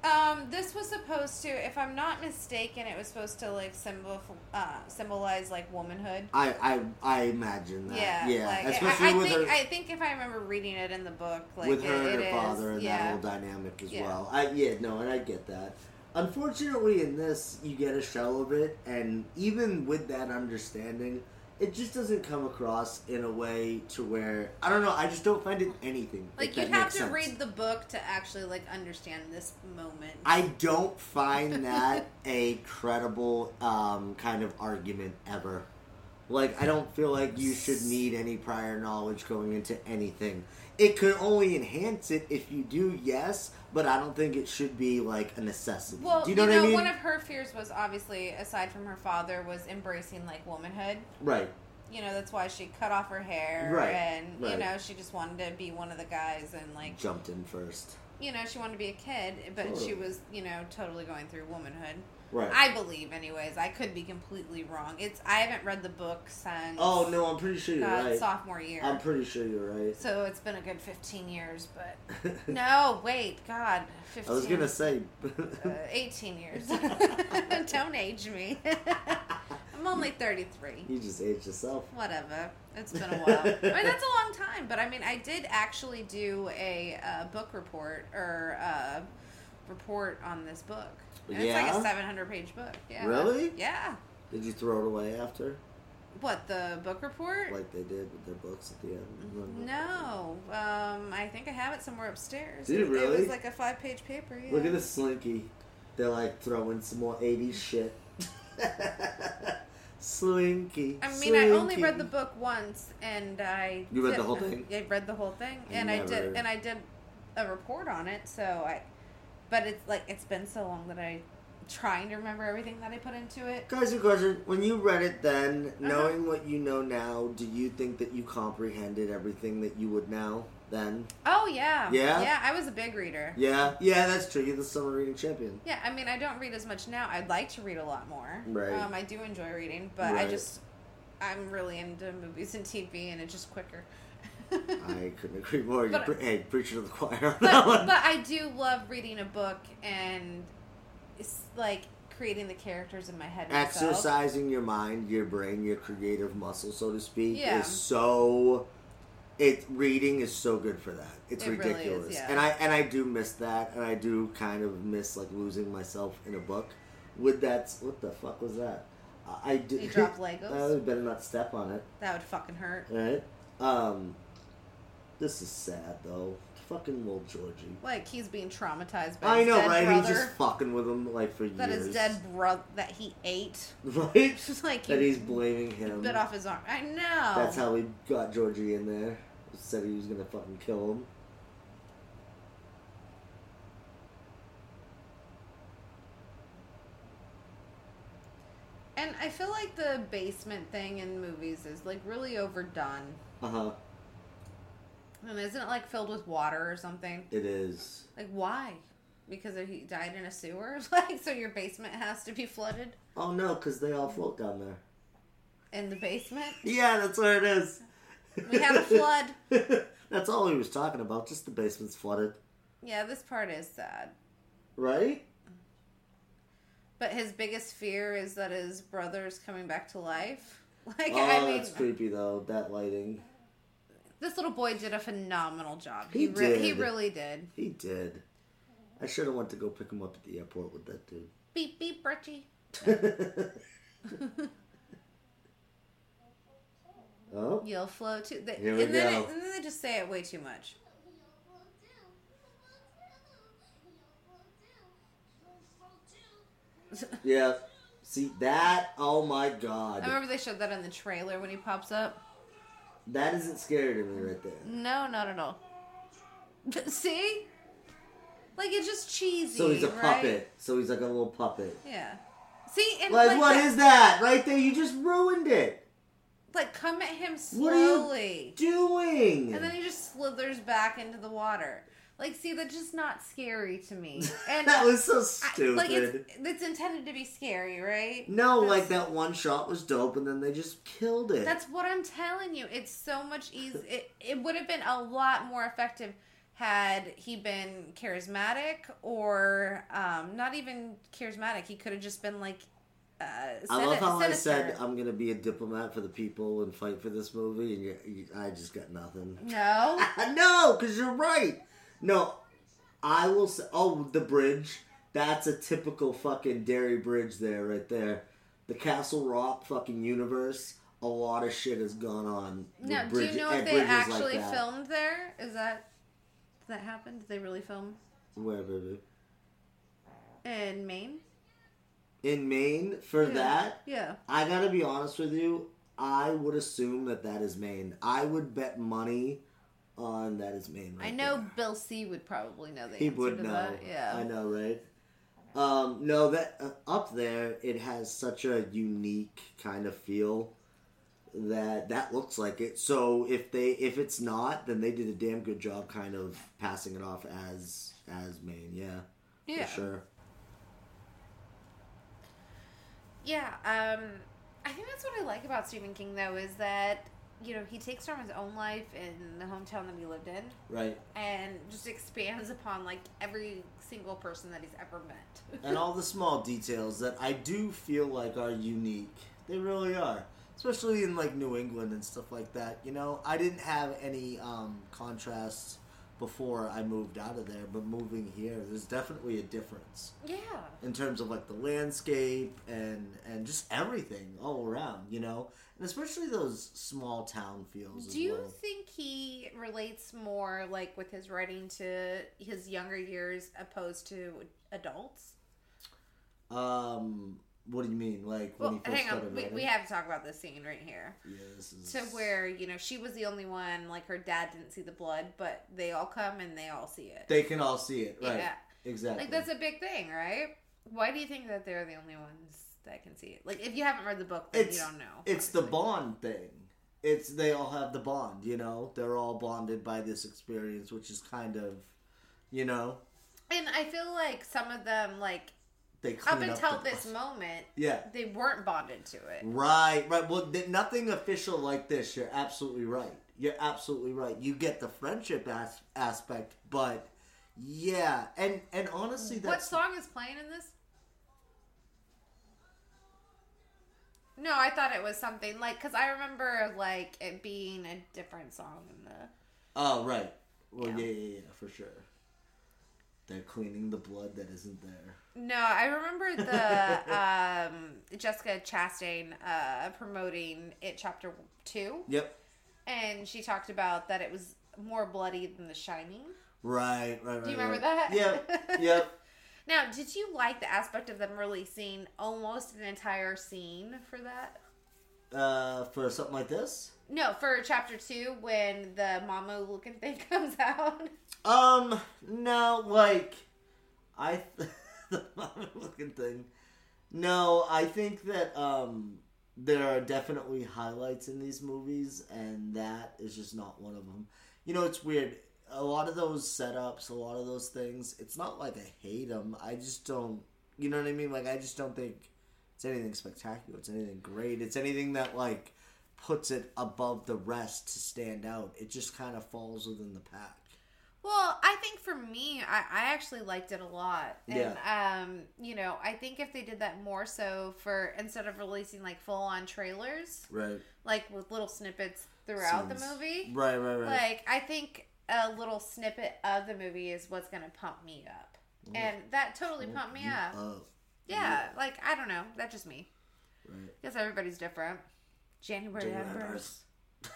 [SPEAKER 7] Um, this was supposed to, if I'm not mistaken, it was supposed to like symbol uh, symbolize like womanhood.
[SPEAKER 6] I I I imagine that.
[SPEAKER 7] Yeah,
[SPEAKER 6] Yeah.
[SPEAKER 7] like
[SPEAKER 6] Especially
[SPEAKER 7] I, I
[SPEAKER 6] with
[SPEAKER 7] think
[SPEAKER 6] her.
[SPEAKER 7] I think if I remember reading it in the book, like
[SPEAKER 6] with
[SPEAKER 7] it-
[SPEAKER 6] her and
[SPEAKER 7] it
[SPEAKER 6] her
[SPEAKER 7] is-
[SPEAKER 6] father and that
[SPEAKER 7] yeah.
[SPEAKER 6] whole dynamic as
[SPEAKER 7] Yeah.
[SPEAKER 6] well. I yeah, no, and I get that. Unfortunately, in this, you get a shell of it, and even with that understanding, it just doesn't come across in a way to where I don't know. I just don't find it anything. if
[SPEAKER 7] Like
[SPEAKER 6] that
[SPEAKER 7] you'd have
[SPEAKER 6] makes
[SPEAKER 7] to
[SPEAKER 6] sense.
[SPEAKER 7] read the book to actually like understand this moment.
[SPEAKER 6] I don't find that a credible um, kind of argument ever. Like I don't feel like you should need any prior knowledge going into anything. It could only enhance it if you do, yes, but I don't think it should be like a necessity.
[SPEAKER 7] Well,
[SPEAKER 6] do you know what I mean?
[SPEAKER 7] one of her fears was obviously, aside from her father, was embracing like womanhood.
[SPEAKER 6] right.
[SPEAKER 7] You know, that's why she cut off her hair,
[SPEAKER 6] Right,
[SPEAKER 7] and you
[SPEAKER 6] right.
[SPEAKER 7] know, she just wanted to be one of the guys, and like,
[SPEAKER 6] Jumped in first.
[SPEAKER 7] you know, she wanted to be a kid, but
[SPEAKER 6] Totally.
[SPEAKER 7] she was, you know, totally going through womanhood.
[SPEAKER 6] Right.
[SPEAKER 7] I believe, anyways. I could be completely wrong. It's I haven't read the book since.
[SPEAKER 6] oh no, I'm pretty sure you're
[SPEAKER 7] uh,
[SPEAKER 6] right.
[SPEAKER 7] sophomore year.
[SPEAKER 6] I'm pretty sure you're right.
[SPEAKER 7] so it's been a good 15 years, but no, wait, God, 15.
[SPEAKER 6] I was gonna say.
[SPEAKER 7] uh, 18 years. Don't age me. I'm only 33.
[SPEAKER 6] you just aged yourself.
[SPEAKER 7] Whatever. It's been a while. I mean, that's a long time, but I mean, I did actually do a uh, book report or uh, report on this book. And It's like
[SPEAKER 6] Yeah?
[SPEAKER 7] a 700 page book. Yeah.
[SPEAKER 6] Really?
[SPEAKER 7] Yeah.
[SPEAKER 6] Did you throw it away after,
[SPEAKER 7] What, the book report?
[SPEAKER 6] like they did with their books at the end? Remember?
[SPEAKER 7] no. Um, I think I have it somewhere upstairs.
[SPEAKER 6] Did you
[SPEAKER 7] it,
[SPEAKER 6] really?
[SPEAKER 7] was like a five page paper. Yeah.
[SPEAKER 6] Look at this slinky. They're like throwing some more 80s shit. slinky.
[SPEAKER 7] I mean, I only
[SPEAKER 6] Slinky.
[SPEAKER 7] read the book once, and I
[SPEAKER 6] You read the
[SPEAKER 7] did-
[SPEAKER 6] whole thing?
[SPEAKER 7] I read the whole thing,
[SPEAKER 6] I
[SPEAKER 7] and I did,
[SPEAKER 6] never-
[SPEAKER 7] and I did a report on it. So I, but it's like it's been so long that I trying to remember everything that I put into it.
[SPEAKER 6] Can I ask you a question? When you read it then,
[SPEAKER 7] Uh-huh.
[SPEAKER 6] knowing what you know now, do you think that you comprehended everything that you would now then?
[SPEAKER 7] Oh yeah,
[SPEAKER 6] Yeah?
[SPEAKER 7] yeah. I was a big reader. Yeah.
[SPEAKER 6] Yeah? Yeah, that's true. You're the summer reading champion.
[SPEAKER 7] I mean, I don't read as much now. I'd like to read a lot more.
[SPEAKER 6] Right.
[SPEAKER 7] Um, I do enjoy reading, but
[SPEAKER 6] Right.
[SPEAKER 7] I just I'm really into movies and TV, and it's just quicker.
[SPEAKER 6] I couldn't agree more. You're
[SPEAKER 7] But-
[SPEAKER 6] pre- hey, preaching to the choir on that
[SPEAKER 7] but,
[SPEAKER 6] one.
[SPEAKER 7] but I do love reading a book and it's like creating the characters in my head. myself.
[SPEAKER 6] exercising your mind, your brain, your creative muscle, so to speak,
[SPEAKER 7] Yeah.
[SPEAKER 6] is so. It reading is so good for that. It's
[SPEAKER 7] It really is,
[SPEAKER 6] ridiculous,
[SPEAKER 7] yeah.
[SPEAKER 6] and I and I do miss that, and I do kind of miss like losing myself in a book. With that, what the fuck was that? Uh, I- I do,
[SPEAKER 7] You dropped Legos?
[SPEAKER 6] I better not step on it.
[SPEAKER 7] That would fucking hurt.
[SPEAKER 6] Right? Um, this is sad though. Fucking little Georgie.
[SPEAKER 7] Like he's being traumatized by
[SPEAKER 6] I
[SPEAKER 7] his
[SPEAKER 6] know,
[SPEAKER 7] dead
[SPEAKER 6] right?
[SPEAKER 7] brother.
[SPEAKER 6] He's just fucking with him like for
[SPEAKER 7] that
[SPEAKER 6] years.
[SPEAKER 7] his dead brother that he ate
[SPEAKER 6] right?
[SPEAKER 7] Like,
[SPEAKER 6] that
[SPEAKER 7] he
[SPEAKER 6] he's blaming him.
[SPEAKER 7] bit off his arm. I know.
[SPEAKER 6] That's
[SPEAKER 7] Oh.
[SPEAKER 6] how we got Georgie in there. Said he was gonna fucking kill him.
[SPEAKER 7] And I feel like the basement thing in movies is like really overdone.
[SPEAKER 6] Uh huh.
[SPEAKER 7] And isn't it like filled with water or something?
[SPEAKER 6] It is.
[SPEAKER 7] Like why? Because he died in a sewer? Like so your basement has to be flooded
[SPEAKER 6] Oh no, because they all float down there.
[SPEAKER 7] in the basement?
[SPEAKER 6] Yeah, that's where it is.
[SPEAKER 7] We had a flood.
[SPEAKER 6] that's all he was talking about. Just the basement's flooded,
[SPEAKER 7] Yeah, this part is sad.
[SPEAKER 6] right?
[SPEAKER 7] But his biggest fear is that his brother's coming back to life. Like,
[SPEAKER 6] oh,
[SPEAKER 7] I mean,
[SPEAKER 6] that's creepy though. That lighting.
[SPEAKER 7] this little boy did a phenomenal job.
[SPEAKER 6] He did.
[SPEAKER 7] he really did.
[SPEAKER 6] He did. I should have went to go pick him up at the airport with that dude.
[SPEAKER 7] Beep beep, Richie.
[SPEAKER 6] Oh,
[SPEAKER 7] You'll flow too. They,
[SPEAKER 6] Here we
[SPEAKER 7] and, then
[SPEAKER 6] go.
[SPEAKER 7] it- and then they just say it way too much.
[SPEAKER 6] yeah. See that? Oh my god.
[SPEAKER 7] I remember they showed that in the trailer when he pops up.
[SPEAKER 6] That isn't scary to me right there.
[SPEAKER 7] No, not at all. See, like it's just cheesy.
[SPEAKER 6] So he's a
[SPEAKER 7] right?
[SPEAKER 6] puppet. So he's like a little puppet.
[SPEAKER 7] Yeah. See, and
[SPEAKER 6] Like,
[SPEAKER 7] like,
[SPEAKER 6] what is that right there? You just ruined it.
[SPEAKER 7] like come at him
[SPEAKER 6] What are you
[SPEAKER 7] slowly.
[SPEAKER 6] Doing.
[SPEAKER 7] And then he just slithers back into the water. Like, see, that's just not scary to me. And
[SPEAKER 6] that was so
[SPEAKER 7] I-
[SPEAKER 6] stupid.
[SPEAKER 7] like it's, it's intended to be scary, right?
[SPEAKER 6] no,
[SPEAKER 7] That's-
[SPEAKER 6] like that one shot was dope, and then they just killed it.
[SPEAKER 7] That's what I'm telling you. It's so much easier. It, it would have been a lot more effective had he been charismatic or um, not even charismatic. He could have just been like. Uh,
[SPEAKER 6] I love
[SPEAKER 7] sini-
[SPEAKER 6] how I
[SPEAKER 7] sinister.
[SPEAKER 6] said um, I'm gonna be a diplomat for the people and fight for this movie, and you, you, I just got nothing.
[SPEAKER 7] no.
[SPEAKER 6] no, because you're right. No, I will say. Oh, the bridge. That's a typical fucking dairy bridge there, right there. The Castle Rock fucking universe. A lot of shit has gone on. with
[SPEAKER 7] No, do
[SPEAKER 6] bridge-
[SPEAKER 7] you know
[SPEAKER 6] at
[SPEAKER 7] if they
[SPEAKER 6] bridges uh, like
[SPEAKER 7] actually
[SPEAKER 6] that.
[SPEAKER 7] filmed there? Is that did that happen? Did they really film
[SPEAKER 6] Where, baby?
[SPEAKER 7] in Maine?
[SPEAKER 6] In Maine for that?
[SPEAKER 7] Yeah.
[SPEAKER 6] I gotta be honest with you. I would assume that that is Maine. I would bet money on that is Maine.
[SPEAKER 7] I
[SPEAKER 6] right
[SPEAKER 7] know
[SPEAKER 6] there.
[SPEAKER 7] Bill C would probably know the
[SPEAKER 6] he
[SPEAKER 7] answer
[SPEAKER 6] would
[SPEAKER 7] to
[SPEAKER 6] know.
[SPEAKER 7] that. Yeah.
[SPEAKER 6] I know, right? Um, no, that uh, up there, it has such a unique kind of feel that that looks like it. So if they if it's not, then they did a damn good job, kind of passing it off as as Maine. Yeah,
[SPEAKER 7] Yeah.
[SPEAKER 6] for sure.
[SPEAKER 7] Yeah, um, I think that's what I like about Stephen King, though, is that you know he takes from his own life in the hometown that he lived in,
[SPEAKER 6] Right.
[SPEAKER 7] and just expands upon like every single person that he's ever met.
[SPEAKER 6] and all the small details that I do feel like are unique. They really are, especially in like New England and stuff like that. You know, I didn't have any um, contrasts before I moved out of there, but moving here, there's definitely a difference
[SPEAKER 7] yeah,
[SPEAKER 6] in terms of like the landscape and and just everything all around. You know, and especially those small town feels. as
[SPEAKER 7] do you
[SPEAKER 6] well.
[SPEAKER 7] think he relates more like with his writing to his younger years opposed to adults?
[SPEAKER 6] Um, what do you mean? Like when
[SPEAKER 7] Well,
[SPEAKER 6] you first
[SPEAKER 7] hang
[SPEAKER 6] started
[SPEAKER 7] on, we,
[SPEAKER 6] writing?
[SPEAKER 7] we have to talk about this scene right here.
[SPEAKER 6] yeah, this is
[SPEAKER 7] to where you know she was the only one like her dad didn't see the blood but they all come and they all see it
[SPEAKER 6] they can all see it, right?
[SPEAKER 7] Yeah.
[SPEAKER 6] Exactly.
[SPEAKER 7] like that's a big thing right why do you think that they're the only ones that can see it like if you haven't read the book then
[SPEAKER 6] it's
[SPEAKER 7] you don't know
[SPEAKER 6] it's the bond thing it's they all have the bond you know they're all bonded by this experience which is kind of you know
[SPEAKER 7] and i feel like some of them like
[SPEAKER 6] they
[SPEAKER 7] up
[SPEAKER 6] clean up
[SPEAKER 7] until
[SPEAKER 6] the-
[SPEAKER 7] this moment
[SPEAKER 6] yeah
[SPEAKER 7] they weren't bonded to it
[SPEAKER 6] right right well th- nothing official like this you're absolutely right you're absolutely right you get the friendship as- aspect but yeah and and honestly
[SPEAKER 7] what
[SPEAKER 6] that's
[SPEAKER 7] song is playing in this no i thought it was something like because i remember like it being a different song in the
[SPEAKER 6] oh right well
[SPEAKER 7] Yeah.
[SPEAKER 6] yeah. yeah yeah yeah for sure they're cleaning the blood that isn't there
[SPEAKER 7] No, I remember the um, Jessica Chastain uh, promoting it chapter two,
[SPEAKER 6] yep
[SPEAKER 7] and she talked about that it was more bloody than The Shining.
[SPEAKER 6] right right right
[SPEAKER 7] Do you remember
[SPEAKER 6] right.
[SPEAKER 7] that?
[SPEAKER 6] yep yep
[SPEAKER 7] Now, did you like the aspect of them releasing almost an entire scene for that?
[SPEAKER 6] uh, for something like this?
[SPEAKER 7] No, for chapter two when the mama looking thing comes out.
[SPEAKER 6] Um, no, like I the modern looking thing. No, I think that um there are definitely highlights in these movies, and that is just not one of them. You know, it's weird. A lot of those setups, a lot of those things. It's not like I hate them. I just don't. You know what I mean? Like I just don't think it's anything spectacular. It's anything great. It's anything that like puts it above the rest to stand out. It just kind of falls within the pack.
[SPEAKER 7] Well, I think for me, I, I actually liked it a lot. And, um, you know, I think if they did that more so for instead of releasing like full on trailers,
[SPEAKER 6] Right.
[SPEAKER 7] like with little snippets throughout the
[SPEAKER 6] Scenes.
[SPEAKER 7] movie,
[SPEAKER 6] Right, right, right.
[SPEAKER 7] like I think a little snippet of the movie is what's going to pump me up. And that totally pumped me up.
[SPEAKER 6] oh,
[SPEAKER 7] yeah, like I don't know. That's just me.
[SPEAKER 6] right.
[SPEAKER 7] Guess everybody's different. January Embers.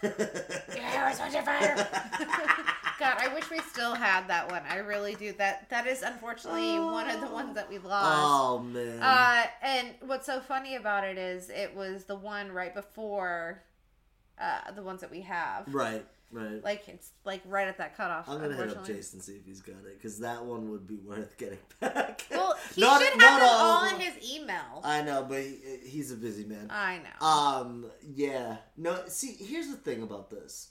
[SPEAKER 5] Yeah, it was such a fire.
[SPEAKER 7] God, I wish we still had that one. I really do. That that is unfortunately one of the ones that we lost.
[SPEAKER 6] oh man.
[SPEAKER 7] Uh, and what's so funny about it is it was the one right before uh, the ones that we have.
[SPEAKER 6] right, right.
[SPEAKER 7] Like it's like right at that cutoff.
[SPEAKER 6] I'm gonna hit up
[SPEAKER 7] unfortunately.
[SPEAKER 6] Jason see if he's got it because that one would be worth getting back.
[SPEAKER 7] Well, he
[SPEAKER 6] Not-
[SPEAKER 7] should have
[SPEAKER 6] not
[SPEAKER 7] them all in
[SPEAKER 6] of-
[SPEAKER 7] his email. I,
[SPEAKER 6] I know, but he, he's a busy man.
[SPEAKER 7] know.
[SPEAKER 6] Um, yeah. No, see, here's the thing about this.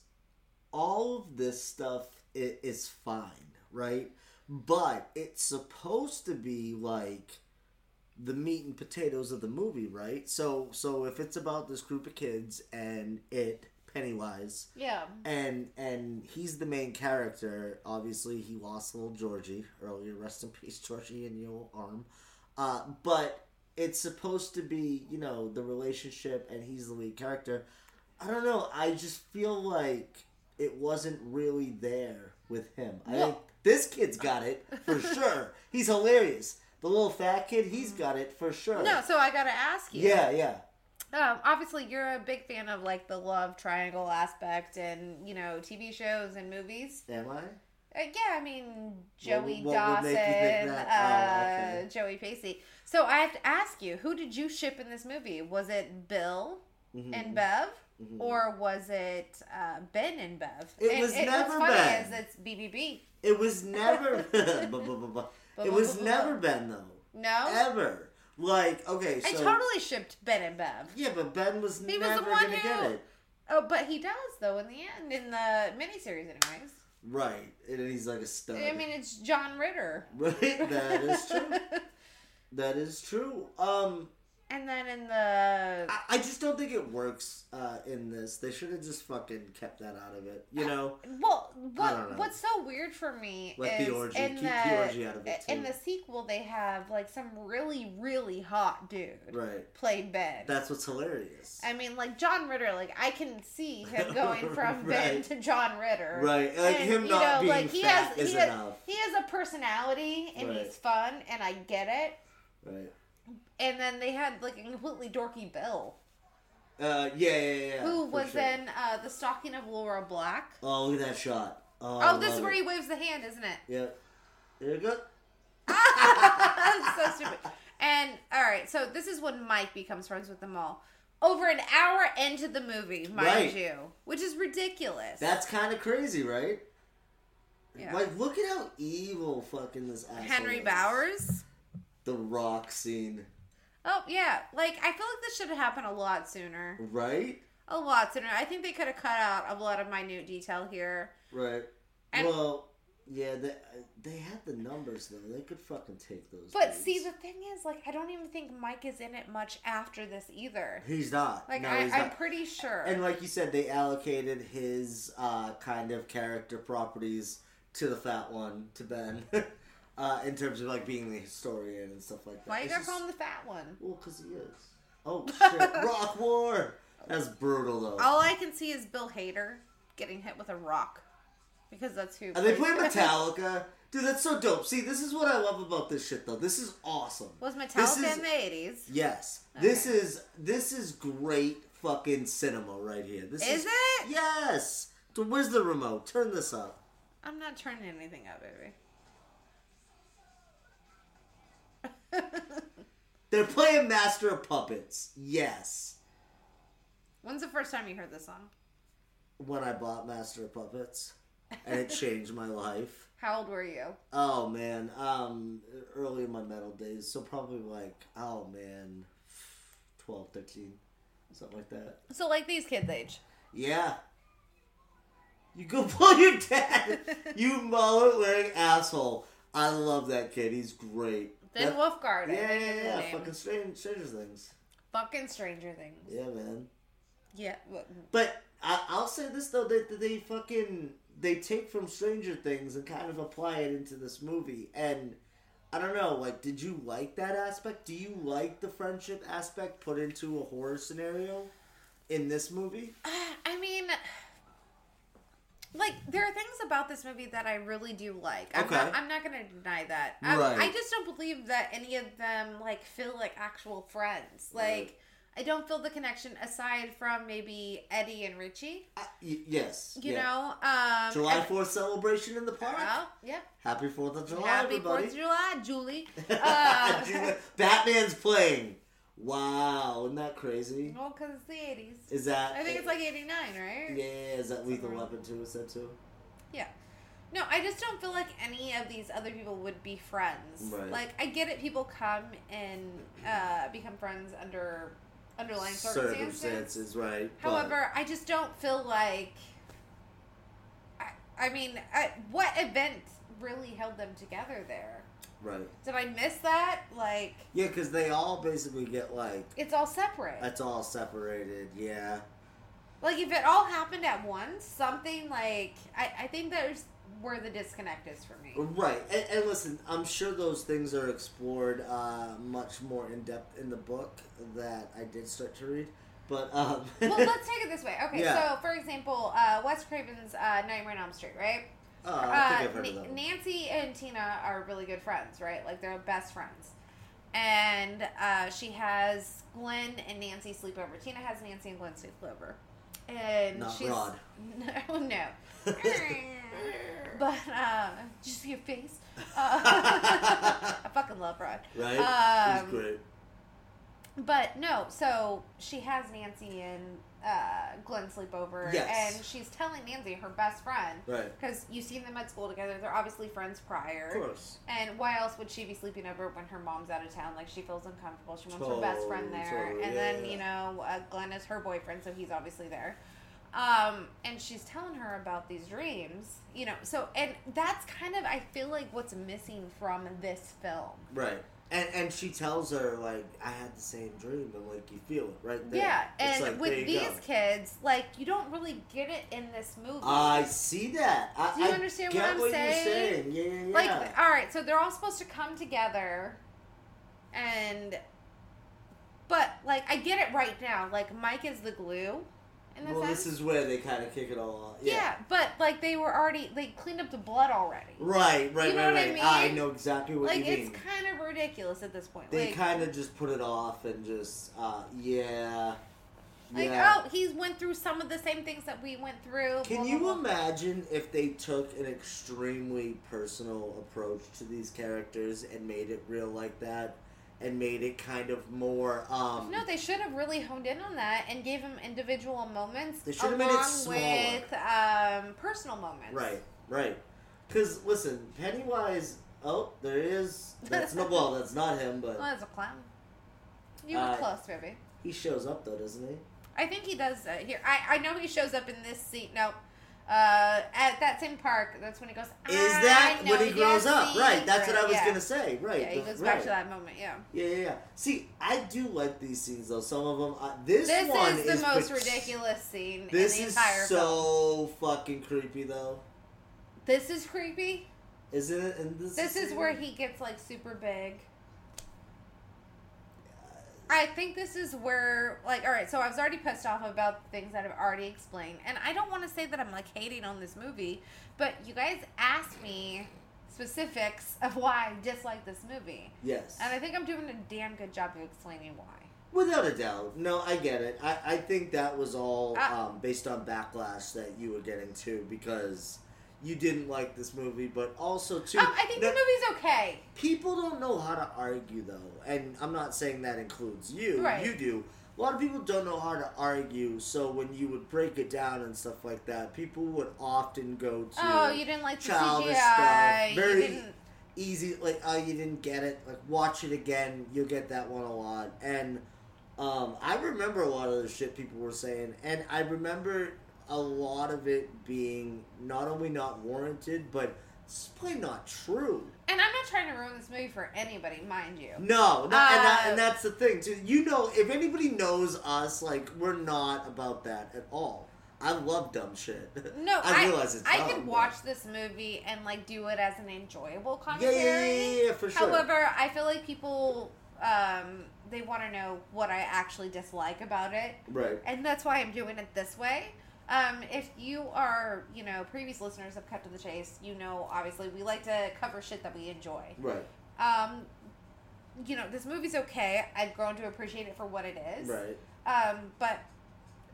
[SPEAKER 6] All of this stuff i- is fine, right? But it's supposed to be like the meat and potatoes of the movie, right? So, so if it's about this group of kids and it Pennywise
[SPEAKER 7] yeah.
[SPEAKER 6] and and he's the main character. Obviously, he lost little Georgie earlier. Rest in peace, Georgie, in your arm. Uh, but it's supposed to be, you know, the relationship, and he's the lead character. I don't know. I just feel like it wasn't really there with him. I think this kid's got it for sure. He's hilarious. The little fat kid, he's got it for sure.
[SPEAKER 7] No, so I gotta ask you.
[SPEAKER 6] yeah, yeah.
[SPEAKER 7] Um, obviously, you're a big fan of like the love triangle aspect, and you know TV shows and movies.
[SPEAKER 6] Am I?
[SPEAKER 7] Uh, yeah, I mean Joey
[SPEAKER 6] what would
[SPEAKER 7] Dawson,
[SPEAKER 6] make you think that? Oh,
[SPEAKER 7] uh, Joey Pacey. So I have to ask you, who did you ship in this movie? Was it Bill
[SPEAKER 6] Mm-hmm,
[SPEAKER 7] and Bev, or was it uh, Ben and Bev?
[SPEAKER 6] It
[SPEAKER 7] And
[SPEAKER 6] was never
[SPEAKER 7] what's funny
[SPEAKER 6] Ben.
[SPEAKER 7] is it's BBB.
[SPEAKER 6] It was never. Buh, buh, buh, buh. it was never Ben though.
[SPEAKER 7] No,
[SPEAKER 6] Ever. Like okay, so
[SPEAKER 7] Oh. I totally shipped Ben and Bev.
[SPEAKER 6] yeah, but Ben was
[SPEAKER 7] He was the
[SPEAKER 6] never
[SPEAKER 7] one
[SPEAKER 6] gonna
[SPEAKER 7] who-
[SPEAKER 6] get it.
[SPEAKER 7] Oh, but he does though in the end in the miniseries, anyways.
[SPEAKER 6] Right, and then he's like a stud.
[SPEAKER 7] I mean, it's John Ritter.
[SPEAKER 6] right, that is true. that is true. Um,
[SPEAKER 7] and then in the
[SPEAKER 6] I, I just don't think it works uh, in this. They should have just fucking kept that out of it. You know,
[SPEAKER 7] Well,
[SPEAKER 6] don't know.
[SPEAKER 7] what what's so weird for me
[SPEAKER 6] Let the
[SPEAKER 7] is
[SPEAKER 6] orgy-
[SPEAKER 7] in
[SPEAKER 6] keep
[SPEAKER 7] the,
[SPEAKER 6] the orgy out of it,
[SPEAKER 7] in
[SPEAKER 6] too.
[SPEAKER 7] the sequel they have like some really really hot dude
[SPEAKER 6] right?
[SPEAKER 7] play Ben.
[SPEAKER 6] That's what's hilarious.
[SPEAKER 7] I mean, like John Ritter, like I can see him going from Ben
[SPEAKER 6] Right.
[SPEAKER 7] to John Ritter,
[SPEAKER 6] Right, like, him not being fat is
[SPEAKER 7] he has,
[SPEAKER 6] enough.
[SPEAKER 7] He has a personality and
[SPEAKER 6] Right.
[SPEAKER 7] he's fun, and I get it.
[SPEAKER 6] right.
[SPEAKER 7] And then they had like a completely dorky Bill,
[SPEAKER 6] Uh, yeah, yeah, yeah. yeah,
[SPEAKER 7] who
[SPEAKER 6] for
[SPEAKER 7] was
[SPEAKER 6] sure.
[SPEAKER 7] in uh, the Stalking of Laura Black.
[SPEAKER 6] Oh, look at that shot. Oh, I
[SPEAKER 7] Oh, this
[SPEAKER 6] love
[SPEAKER 7] is where
[SPEAKER 6] it.
[SPEAKER 7] he waves the hand, isn't it?
[SPEAKER 6] Yep. There you go.
[SPEAKER 7] That's so stupid. And all right, so this is when Mike becomes friends with them all. Over an hour into the movie, mind
[SPEAKER 6] Right.
[SPEAKER 7] you, which is ridiculous.
[SPEAKER 6] That's kind of crazy, right?
[SPEAKER 7] Yeah.
[SPEAKER 6] Like, look at how evil fucking this asshole
[SPEAKER 7] Henry
[SPEAKER 6] is.
[SPEAKER 7] Bowers.
[SPEAKER 6] The rock scene,
[SPEAKER 7] Oh yeah, like I feel like this should have happened a lot sooner.
[SPEAKER 6] right?
[SPEAKER 7] A lot sooner. I think they could have cut out a lot of minute detail here.
[SPEAKER 6] Right.
[SPEAKER 7] And-
[SPEAKER 6] well, yeah, they, they had the numbers though. They could fucking take those.
[SPEAKER 7] But
[SPEAKER 6] dudes.
[SPEAKER 7] see, the thing is, like, I don't even think Mike is in it much after this either.
[SPEAKER 6] he's not.
[SPEAKER 7] Like,
[SPEAKER 6] no,
[SPEAKER 7] I,
[SPEAKER 6] he's
[SPEAKER 7] I'm
[SPEAKER 6] not.
[SPEAKER 7] pretty sure.
[SPEAKER 6] and like you said, they allocated his uh, kind of character properties to the fat one, to Ben, uh, in terms of like being the historian and stuff like that.
[SPEAKER 7] Why you
[SPEAKER 6] It's
[SPEAKER 7] gotta call
[SPEAKER 6] just-
[SPEAKER 7] him the fat one?
[SPEAKER 6] Well, because he is. Oh shit! Rock war. That's brutal though.
[SPEAKER 7] All I can see is Bill Hader getting hit with a rock because that's who.
[SPEAKER 6] And they play Metallica. Dude, that's so dope. See, this is what I love about this shit though. This is awesome.
[SPEAKER 7] Was
[SPEAKER 6] This
[SPEAKER 7] Metallica
[SPEAKER 6] is-
[SPEAKER 7] in the eighties?
[SPEAKER 6] Yes. This is this is great fucking cinema right here. This
[SPEAKER 7] Is it?
[SPEAKER 6] Yes. So where's the remote? Turn this up.
[SPEAKER 7] I'm not turning anything up, baby.
[SPEAKER 6] They're playing Master of Puppets. Yes.
[SPEAKER 7] When's the first time you heard this song?
[SPEAKER 6] When I bought Master of Puppets, and it changed my life.
[SPEAKER 7] How old were you?
[SPEAKER 6] Oh man, um, early in my metal days, so probably like oh man, 12, 13, something like that.
[SPEAKER 7] So like these kids' age.
[SPEAKER 6] Yeah. You go pull your dad. you mullet wearing asshole. I love that kid. He's great.
[SPEAKER 7] Then
[SPEAKER 6] That-
[SPEAKER 7] Wolfgard. I
[SPEAKER 6] Yeah,
[SPEAKER 7] think
[SPEAKER 6] yeah,
[SPEAKER 7] is his
[SPEAKER 6] yeah.
[SPEAKER 7] name.
[SPEAKER 6] Fucking strange, Stranger Things.
[SPEAKER 7] Fucking Stranger Things.
[SPEAKER 6] Yeah, man.
[SPEAKER 7] Yeah. what-
[SPEAKER 6] But I, I'll say this though that that they fucking they take from Stranger Things and kind of apply it into this movie. And I don't know, like, did you like that aspect? Do you like the friendship aspect put into a horror scenario in this movie?
[SPEAKER 7] I mean, like there are things about this movie that I really do like. I'm
[SPEAKER 6] Okay.
[SPEAKER 7] not, I'm not gonna deny that. I'm-
[SPEAKER 6] Right.
[SPEAKER 7] I just don't believe that any of them like feel like actual friends. Like
[SPEAKER 6] Right.
[SPEAKER 7] I don't feel the connection aside from maybe Eddie and Richie.
[SPEAKER 6] I, y- yes.
[SPEAKER 7] You
[SPEAKER 6] yeah.
[SPEAKER 7] know, um,
[SPEAKER 6] July
[SPEAKER 7] and-
[SPEAKER 6] Fourth celebration in the park.
[SPEAKER 7] Well, yeah.
[SPEAKER 6] Happy Fourth of July,
[SPEAKER 7] Happy
[SPEAKER 6] everybody!
[SPEAKER 7] Fourth of July, Julie. Uh,
[SPEAKER 6] July- Batman's playing. Wow, isn't that crazy?
[SPEAKER 7] well, because it's the eighties.
[SPEAKER 6] Is that?
[SPEAKER 7] I think it's like eighty nine, right?
[SPEAKER 6] Yeah, is that Lethal Weapon too? Is that too?
[SPEAKER 7] Yeah. No, I just don't feel like any of these other people would be friends.
[SPEAKER 6] Right.
[SPEAKER 7] Like I get it, people come and uh, become friends under underlying circumstances.
[SPEAKER 6] Circumstances, right? but-
[SPEAKER 7] However, I just don't feel like. I, I mean, I, what event really held them together there?
[SPEAKER 6] right?
[SPEAKER 7] Did I miss that? Like,
[SPEAKER 6] Yeah, because they all basically get like
[SPEAKER 7] it's all separate.
[SPEAKER 6] it's all separated. Yeah,
[SPEAKER 7] like, if it all happened at once, something like I, I think there's where the disconnect is for me.
[SPEAKER 6] right. And, and listen, I'm sure those things are explored uh, much more in depth in the book that I did start to read. But um,
[SPEAKER 7] well, let's take it this way. Okay,
[SPEAKER 6] Yeah.
[SPEAKER 7] so for example, uh, Wes Craven's uh, Nightmare on Elm Street, right?
[SPEAKER 6] Oh, I think
[SPEAKER 7] uh,
[SPEAKER 6] I've heard of
[SPEAKER 7] Na-
[SPEAKER 6] that one.
[SPEAKER 7] Nancy and Tina are really good friends, right? Like they're best friends. And uh, she has Glenn and Nancy sleep over. Tina has Nancy and Glenn sleep over. And
[SPEAKER 6] Not
[SPEAKER 7] she's
[SPEAKER 6] Rod.
[SPEAKER 7] no, no. but uh, did you see your face? Uh, I fucking love Rod.
[SPEAKER 6] right?
[SPEAKER 7] Um,
[SPEAKER 6] He's great.
[SPEAKER 7] But no, so she has Nancy and uh, Glenn sleep over,
[SPEAKER 6] Yes.
[SPEAKER 7] and she's telling Nancy, her best friend,
[SPEAKER 6] Right.
[SPEAKER 7] Because you've seen them at school together; they're obviously friends prior.
[SPEAKER 6] Of course.
[SPEAKER 7] And why else would she be sleeping over when her mom's out of town? Like she feels uncomfortable. She wants her best friend there,
[SPEAKER 6] Totally,
[SPEAKER 7] and
[SPEAKER 6] yeah,
[SPEAKER 7] then
[SPEAKER 6] yeah.
[SPEAKER 7] you know uh, Glenn is her boyfriend, so he's obviously there. Um, and she's telling her about these dreams, you know. So, and that's kind of I feel like what's missing from this film.
[SPEAKER 6] Right. And and she tells her like I had the same dream, and like you feel it right there.
[SPEAKER 7] Yeah,
[SPEAKER 6] It's
[SPEAKER 7] and
[SPEAKER 6] like, there
[SPEAKER 7] with
[SPEAKER 6] you
[SPEAKER 7] these
[SPEAKER 6] go.
[SPEAKER 7] kids, like you don't really get it in this movie.
[SPEAKER 6] I see that. I,
[SPEAKER 7] Do you
[SPEAKER 6] I
[SPEAKER 7] understand what
[SPEAKER 6] get
[SPEAKER 7] I'm
[SPEAKER 6] what
[SPEAKER 7] saying?
[SPEAKER 6] You're saying? Yeah,
[SPEAKER 7] like,
[SPEAKER 6] yeah, yeah.
[SPEAKER 7] all right, so they're all supposed to come together, and but like I get it right now. Like Mike is the glue. In a
[SPEAKER 6] well,
[SPEAKER 7] sense.
[SPEAKER 6] this is where they kind of kick it all off.
[SPEAKER 7] yeah.
[SPEAKER 6] Yeah.
[SPEAKER 7] but like they were already they cleaned up the blood already.
[SPEAKER 6] Right, right,
[SPEAKER 7] You know
[SPEAKER 6] right,
[SPEAKER 7] what I
[SPEAKER 6] right.
[SPEAKER 7] mean?
[SPEAKER 6] I, know exactly what
[SPEAKER 7] Like
[SPEAKER 6] you mean.
[SPEAKER 7] it's kind of ridiculous at this point.
[SPEAKER 6] they
[SPEAKER 7] like,
[SPEAKER 6] kind of just put it off and just, uh, yeah.
[SPEAKER 7] like
[SPEAKER 6] yeah.
[SPEAKER 7] oh, he's went through some of the same things that we went through.
[SPEAKER 6] Can
[SPEAKER 7] blah,
[SPEAKER 6] you
[SPEAKER 7] blah, blah.
[SPEAKER 6] imagine if they took an extremely personal approach to these characters and made it real like that, and made it kind of more? um
[SPEAKER 7] No, they should have really honed in on that and gave him individual moments
[SPEAKER 6] They should
[SPEAKER 7] along
[SPEAKER 6] have made it smaller.
[SPEAKER 7] with um, personal moments.
[SPEAKER 6] Right, right. Because listen, Pennywise. Oh, there he is. That's no. Well, that's not him,
[SPEAKER 7] Well,
[SPEAKER 6] but
[SPEAKER 7] as a clown, you were
[SPEAKER 6] Uh,
[SPEAKER 7] close, baby.
[SPEAKER 6] he shows up though, doesn't he?
[SPEAKER 7] I think he does uh, here. I, I know he shows up in this scene. No, uh, at that same park. That's when he goes.
[SPEAKER 6] Is that
[SPEAKER 7] "I know
[SPEAKER 6] when he
[SPEAKER 7] your
[SPEAKER 6] grows up? Right. That's what I
[SPEAKER 7] secret."
[SPEAKER 6] was
[SPEAKER 7] Yeah.
[SPEAKER 6] gonna say. Right.
[SPEAKER 7] Yeah, he
[SPEAKER 6] the-
[SPEAKER 7] goes back
[SPEAKER 6] right.
[SPEAKER 7] to that moment. Yeah.
[SPEAKER 6] Yeah, yeah, yeah. See, I do like these scenes though. Some of them. I, this,
[SPEAKER 7] This
[SPEAKER 6] one
[SPEAKER 7] is the most
[SPEAKER 6] pe-
[SPEAKER 7] ridiculous scene
[SPEAKER 6] This
[SPEAKER 7] in the
[SPEAKER 6] is
[SPEAKER 7] entire film.
[SPEAKER 6] so fucking creepy though.
[SPEAKER 7] This is creepy.
[SPEAKER 6] Isn't it? And this,
[SPEAKER 7] This is where he gets like super big. I think this is where, like, all right, so I was already pissed off about the things that I've already explained. And I don't want to say that I'm, like, hating on this movie, but you guys asked me specifics of why I dislike this movie.
[SPEAKER 6] Yes.
[SPEAKER 7] And I think I'm doing a damn good job of explaining why.
[SPEAKER 6] Without a doubt. No, I get it. I, I think that was all
[SPEAKER 7] Ah.
[SPEAKER 6] um, based on backlash that you were getting too because you didn't like this movie, but also too.
[SPEAKER 7] Um, I think
[SPEAKER 6] No-
[SPEAKER 7] the movie's okay.
[SPEAKER 6] people don't know how to argue though and i'm not saying that includes you
[SPEAKER 7] Right.
[SPEAKER 6] you do a lot of people don't know how to argue so when you would break it down and stuff like that people would often go to
[SPEAKER 7] Oh, you didn't like the
[SPEAKER 6] childish
[SPEAKER 7] CGI.
[SPEAKER 6] stuff
[SPEAKER 7] You
[SPEAKER 6] very
[SPEAKER 7] didn't-
[SPEAKER 6] easy like oh you didn't get it like watch it again you'll get that one a lot and um, i remember a lot of the shit people were saying and i remember a lot of it being not only not warranted but it's plain not true
[SPEAKER 7] And I'm not trying to ruin this movie for anybody, mind you.
[SPEAKER 6] no, no and, that,
[SPEAKER 7] Uh,
[SPEAKER 6] and that's the thing too. You know, if anybody knows us, like we're not about that at all. I love dumb shit.
[SPEAKER 7] No,
[SPEAKER 6] I, realize it's.
[SPEAKER 7] I
[SPEAKER 6] dumb,
[SPEAKER 7] could
[SPEAKER 6] but-
[SPEAKER 7] watch this movie and like do it as an enjoyable
[SPEAKER 6] Yeah,
[SPEAKER 7] commentary.
[SPEAKER 6] yeah, yeah, yeah, yeah, for sure.
[SPEAKER 7] However, I feel like people um, they want to know what I actually dislike about it,
[SPEAKER 6] right,
[SPEAKER 7] and that's why I'm doing it this way. Um, if you are, you know, previous listeners of Cut to the Chase, you know, obviously we like to cover shit that we enjoy.
[SPEAKER 6] right,
[SPEAKER 7] Um, you know, this movie's okay. I've grown to appreciate it for what it is.
[SPEAKER 6] right.
[SPEAKER 7] Um, but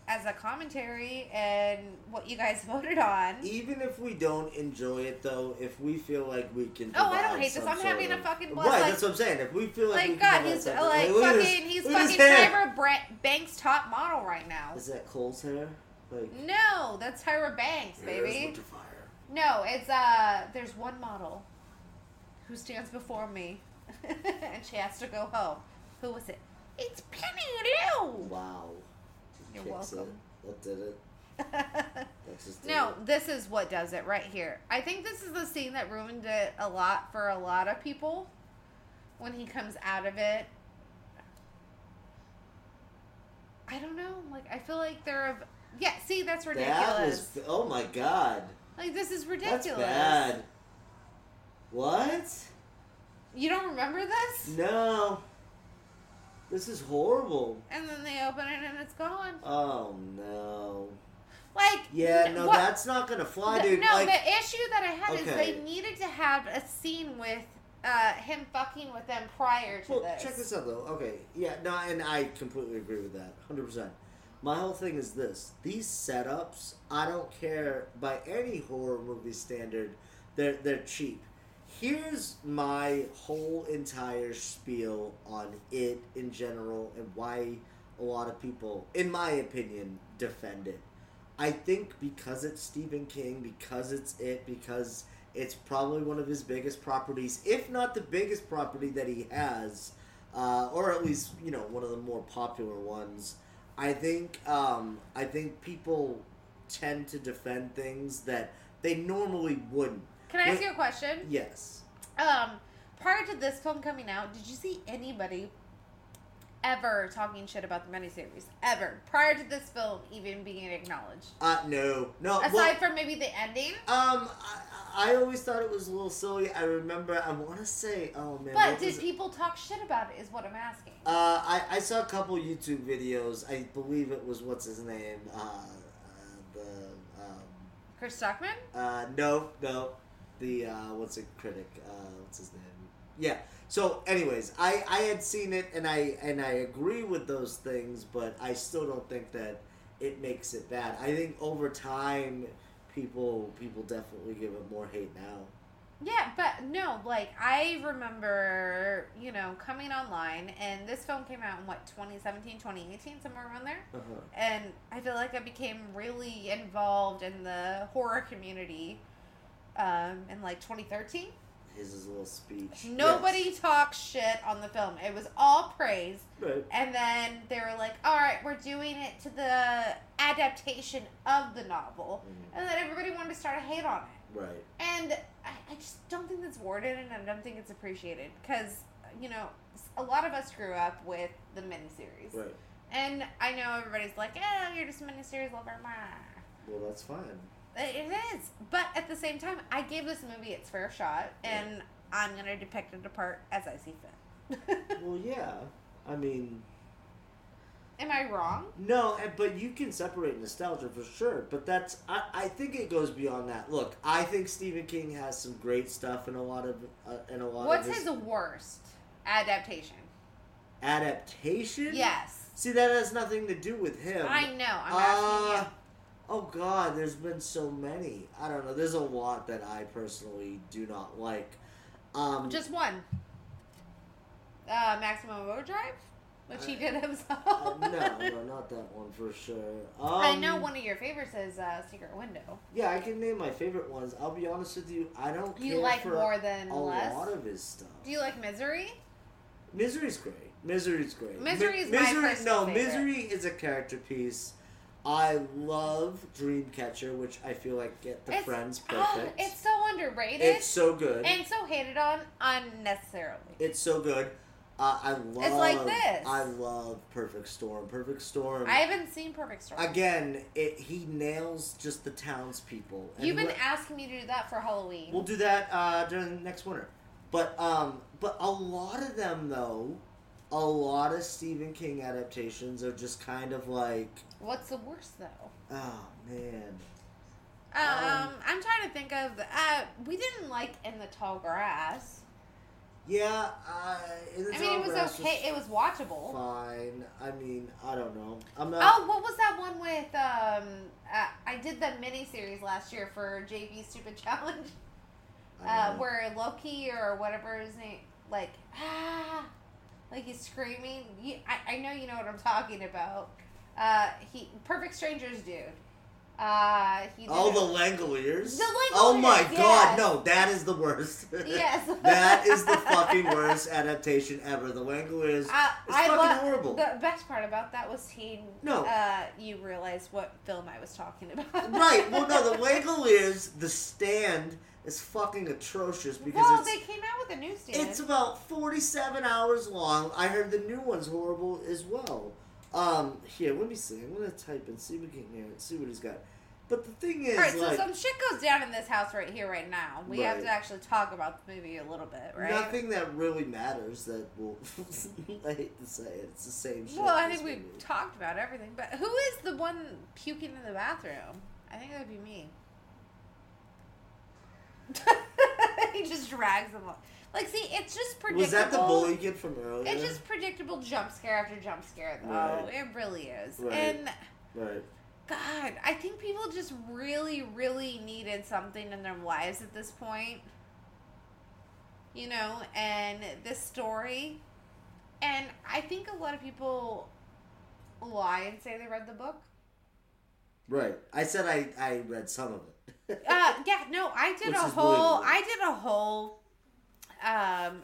[SPEAKER 7] as a commentary and what you guys voted on.
[SPEAKER 6] Even if we don't enjoy it, though, if we feel like we can.
[SPEAKER 7] Oh, I don't
[SPEAKER 6] provide
[SPEAKER 7] hate this.
[SPEAKER 6] some
[SPEAKER 7] I'm
[SPEAKER 6] sort
[SPEAKER 7] having a
[SPEAKER 6] of-
[SPEAKER 7] fucking blast,
[SPEAKER 6] Right,
[SPEAKER 7] like-
[SPEAKER 6] that's what I'm saying. If we feel like, we
[SPEAKER 7] Like
[SPEAKER 6] can
[SPEAKER 7] God,
[SPEAKER 6] provide
[SPEAKER 7] he's uh,
[SPEAKER 6] something-
[SPEAKER 7] like
[SPEAKER 6] look at this-
[SPEAKER 7] fucking, he's
[SPEAKER 6] look at his
[SPEAKER 7] fucking
[SPEAKER 6] hair.
[SPEAKER 7] Tyra Bra- Banks' top model right now.
[SPEAKER 6] Is that Cole's hair? Like
[SPEAKER 7] No, that's Tyra Banks, baby.
[SPEAKER 6] Here's the fire.
[SPEAKER 7] No, it's uh, there's one model who stands before me, and she has to go home. Who was it? It's Penny Lou.
[SPEAKER 6] Wow.
[SPEAKER 7] You're
[SPEAKER 6] Kicks it.
[SPEAKER 7] welcome.
[SPEAKER 6] That did it. That just did
[SPEAKER 7] no,
[SPEAKER 6] it.
[SPEAKER 7] this is what does it right here. I think this is the scene that ruined it a lot for a lot of people. When he comes out of it, I don't know. Like I feel like they're of yeah. See, that's ridiculous.
[SPEAKER 6] That was oh my god.
[SPEAKER 7] like this is ridiculous.
[SPEAKER 6] That's bad. What?
[SPEAKER 7] You don't remember this?
[SPEAKER 6] No. This is horrible.
[SPEAKER 7] And then they open it and it's gone.
[SPEAKER 6] Oh no.
[SPEAKER 7] Like
[SPEAKER 6] Yeah,
[SPEAKER 7] n-
[SPEAKER 6] no,
[SPEAKER 7] what-
[SPEAKER 6] that's not gonna fly,
[SPEAKER 7] the-
[SPEAKER 6] dude.
[SPEAKER 7] no,
[SPEAKER 6] like,
[SPEAKER 7] the issue that I had is
[SPEAKER 6] Okay.
[SPEAKER 7] they needed to have a scene with uh, him fucking with them prior to
[SPEAKER 6] well,
[SPEAKER 7] this.
[SPEAKER 6] check this out though. Okay, yeah, no, and I completely agree with that, hundred percent. My whole thing is this: these setups, I don't care by any horror movie standard, they're they're cheap. here's my whole entire spiel on it in general and why a lot of people, in my opinion, defend it. I think because it's Stephen King, because it's it, because it's probably one of his biggest properties, if not the biggest property that he has, uh, or at least you know one of the more popular ones. I think um, I think people tend to defend things that they normally wouldn't.
[SPEAKER 7] Can I ask
[SPEAKER 6] Like-
[SPEAKER 7] you a question?
[SPEAKER 6] Yes.
[SPEAKER 7] Um, prior to this film coming out, did you see anybody ever talking shit about the miniseries? Ever. Prior to this film even being acknowledged.
[SPEAKER 6] Uh, no, no.
[SPEAKER 7] Aside
[SPEAKER 6] well,
[SPEAKER 7] from maybe the ending.
[SPEAKER 6] um, I, I always thought it was a little silly. I remember. I want to say, oh man.
[SPEAKER 7] But
[SPEAKER 6] what was
[SPEAKER 7] did
[SPEAKER 6] it?
[SPEAKER 7] people talk shit about it is what I'm asking.
[SPEAKER 6] Uh, I, I saw a couple YouTube videos. I believe it was what's his name. Uh, uh, the um,
[SPEAKER 7] Chris Stockman?
[SPEAKER 6] uh, no, no, the uh, what's it critic? Uh, what's his name? Yeah. So, anyways, I, I had seen it and I and I agree with those things, but I still don't think that it makes it bad. I think over time, people people definitely give it more hate now.
[SPEAKER 7] Yeah, but no, like I remember, you know, coming online and this film came out in what 2017, 2018, somewhere around there.
[SPEAKER 6] Uh-huh.
[SPEAKER 7] and I feel like I became really involved in the horror community um, in like 2013.
[SPEAKER 6] His is a little speech.
[SPEAKER 7] Nobody
[SPEAKER 6] Yes.
[SPEAKER 7] talked shit on the film. It was all praise.
[SPEAKER 6] Right.
[SPEAKER 7] And then they were like, all right, we're doing it to the adaptation of the novel.
[SPEAKER 6] Mhm.
[SPEAKER 7] And then everybody wanted to start a hate on it.
[SPEAKER 6] Right.
[SPEAKER 7] And I, I just don't think that's worded and I don't think it's appreciated because, you know, s- a lot of us grew up with the miniseries.
[SPEAKER 6] Right.
[SPEAKER 7] And I know everybody's like, oh, you're just a miniseries lover. Mah.
[SPEAKER 6] Well, that's fine.
[SPEAKER 7] It is. But at the same time, I gave this movie its fair shot, and I'm going to depict it apart as I see fit.
[SPEAKER 6] Well, yeah. I mean,
[SPEAKER 7] Am I wrong?
[SPEAKER 6] no, and- but you can separate nostalgia for sure. But that's, I, I think it goes beyond that. Look, I think Stephen King has some great stuff in a lot of, uh, in a lot
[SPEAKER 7] What's
[SPEAKER 6] of
[SPEAKER 7] his worst adaptation?
[SPEAKER 6] adaptation.
[SPEAKER 7] Yes.
[SPEAKER 6] See, that has nothing to do with him.
[SPEAKER 7] I know. I'm asking
[SPEAKER 6] Uh, Oh God, there's been so many. I don't know. There's a lot that I personally do not like. Um,
[SPEAKER 7] you. Just one. Uh, Maximum Overdrive, which he did himself.
[SPEAKER 6] uh, no, no, not that one for sure. Um,
[SPEAKER 7] I know one of your favorites is uh, Secret Window.
[SPEAKER 6] Yeah, I can name my favorite ones. I'll be honest with you, I don't.
[SPEAKER 7] You
[SPEAKER 6] care
[SPEAKER 7] like
[SPEAKER 6] for
[SPEAKER 7] more than
[SPEAKER 6] a
[SPEAKER 7] less?
[SPEAKER 6] lot of his stuff.
[SPEAKER 7] Do you like Misery?
[SPEAKER 6] Misery's great. Misery's great.
[SPEAKER 7] Misery
[SPEAKER 6] Mi-
[SPEAKER 7] is my
[SPEAKER 6] No,
[SPEAKER 7] personal favorite.
[SPEAKER 6] misery is a character piece. I love Dreamcatcher, which I feel like get the
[SPEAKER 7] It's-
[SPEAKER 6] friends
[SPEAKER 7] oh,
[SPEAKER 6] perfect.
[SPEAKER 7] it's so underrated.
[SPEAKER 6] It's so good.
[SPEAKER 7] and so hated on unnecessarily.
[SPEAKER 6] it's so good. Uh, I love.
[SPEAKER 7] like this.
[SPEAKER 6] I love Perfect Storm. Perfect Storm.
[SPEAKER 7] I haven't seen Perfect Storm.
[SPEAKER 6] Again, it he nails just the townspeople. And
[SPEAKER 7] You've been
[SPEAKER 6] what-
[SPEAKER 7] asking me to do that for Halloween.
[SPEAKER 6] We'll do that uh, during the next winter. But um, but a lot of them though, a lot of Stephen King adaptations are just kind of like,
[SPEAKER 7] What's the worst though?
[SPEAKER 6] oh man,
[SPEAKER 7] Um,
[SPEAKER 6] Um,
[SPEAKER 7] I'm trying to think of. Uh, we didn't like In the Tall Grass.
[SPEAKER 6] yeah. Uh, In the
[SPEAKER 7] I mean, it was
[SPEAKER 6] Telegrass
[SPEAKER 7] okay. It was watchable.
[SPEAKER 6] fine. I mean, I don't know. I'm not.
[SPEAKER 7] Oh, what was that one with? Um, uh, I did that miniseries last year for JV Stupid Challenge,
[SPEAKER 6] I
[SPEAKER 7] uh,
[SPEAKER 6] don't know.
[SPEAKER 7] where Loki or whatever his name, like ah, like he's screaming. You, I, I know you know what I'm talking about. Uh, he Perfect Strangers dude. Uh, he did
[SPEAKER 6] Oh,
[SPEAKER 7] it-
[SPEAKER 6] the Langoliers!
[SPEAKER 7] The
[SPEAKER 6] Oh my
[SPEAKER 7] Langoliers,
[SPEAKER 6] god,
[SPEAKER 7] yes.
[SPEAKER 6] no, that is the worst.
[SPEAKER 7] Yes.
[SPEAKER 6] that is the fucking worst adaptation ever. The Langoliers is
[SPEAKER 7] I, I
[SPEAKER 6] fucking
[SPEAKER 7] lo-
[SPEAKER 6] horrible.
[SPEAKER 7] The best part about that was he.
[SPEAKER 6] No.
[SPEAKER 7] Uh, you realized what film I was talking about.
[SPEAKER 6] Right. Well, no, the wiggle is the stand is fucking atrocious because
[SPEAKER 7] Well,
[SPEAKER 6] it's
[SPEAKER 7] they came out with a new stand.
[SPEAKER 6] it's about forty-seven hours long. I heard the new one's horrible as well. Um, here, let me see. I'm gonna type and see what we can hear and see what he's got. But the thing is,
[SPEAKER 7] All right, so
[SPEAKER 6] like,
[SPEAKER 7] some shit goes down in this house right here, right now. We have
[SPEAKER 6] Right.
[SPEAKER 7] to actually talk about the movie a little bit, right?
[SPEAKER 6] nothing that really matters. That will. I hate to say it. It's the same shit.
[SPEAKER 7] Well, I
[SPEAKER 6] this
[SPEAKER 7] think we've
[SPEAKER 6] movie.
[SPEAKER 7] talked about everything, but who is the one puking in the bathroom? I think that'd be me. he just drags them. up. Like, see, it's just predictable.
[SPEAKER 6] Was that the bully kid from earlier?
[SPEAKER 7] It's just predictable jump scare after jump scare, though.
[SPEAKER 6] Right.
[SPEAKER 7] It really is.
[SPEAKER 6] Right.
[SPEAKER 7] And
[SPEAKER 6] right.
[SPEAKER 7] God, I think people just really, really needed something in their lives at this point you know, and this story. And I think a lot of people lie and say they read the book.
[SPEAKER 6] Right. I said I, I read some of it.
[SPEAKER 7] Uh, yeah, no, I did
[SPEAKER 6] Which
[SPEAKER 7] a
[SPEAKER 6] is
[SPEAKER 7] whole.
[SPEAKER 6] believable.
[SPEAKER 7] I did a whole, um,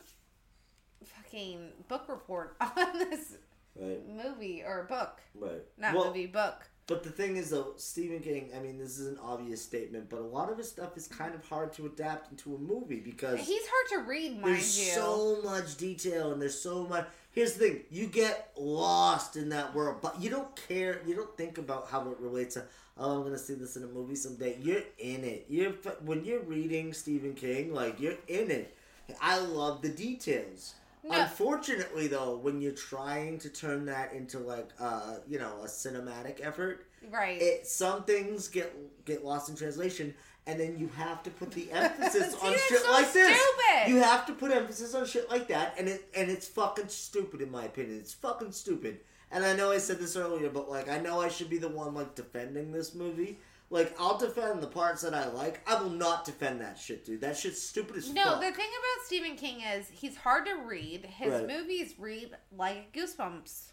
[SPEAKER 7] fucking book report on this
[SPEAKER 6] right.
[SPEAKER 7] movie or book,
[SPEAKER 6] Right.
[SPEAKER 7] not
[SPEAKER 6] Well,
[SPEAKER 7] movie book.
[SPEAKER 6] But the thing is, though, Stephen King. I mean, this is an obvious statement, but a lot of his stuff is kind of hard to adapt into a movie because
[SPEAKER 7] He's hard to read, mind you.
[SPEAKER 6] there's so much detail and there's so much. Here's the thing: you get lost in that world, but you don't care. You don't think about how it relates to. Oh, I'm gonna see this in a movie someday. You're in it. You're f- when you're reading Stephen King, like you're in it. I love the details.
[SPEAKER 7] No.
[SPEAKER 6] Unfortunately, though, when you're trying to turn that into like uh, you know a cinematic effort,
[SPEAKER 7] right.
[SPEAKER 6] it some things get get lost in translation and then you have to put the emphasis
[SPEAKER 7] See,
[SPEAKER 6] on
[SPEAKER 7] that's
[SPEAKER 6] shit
[SPEAKER 7] so
[SPEAKER 6] like this
[SPEAKER 7] stupid.
[SPEAKER 6] you have to put emphasis on shit like that and it and it's fucking stupid in my opinion it's fucking stupid and i know i said this earlier but like i know i should be the one like defending this movie like i'll defend the parts that i like i will not defend that shit dude that shit's stupid as
[SPEAKER 7] no,
[SPEAKER 6] fuck
[SPEAKER 7] the thing about Stephen King is he's hard to read. His
[SPEAKER 6] Right.
[SPEAKER 7] movies read like goosebumps.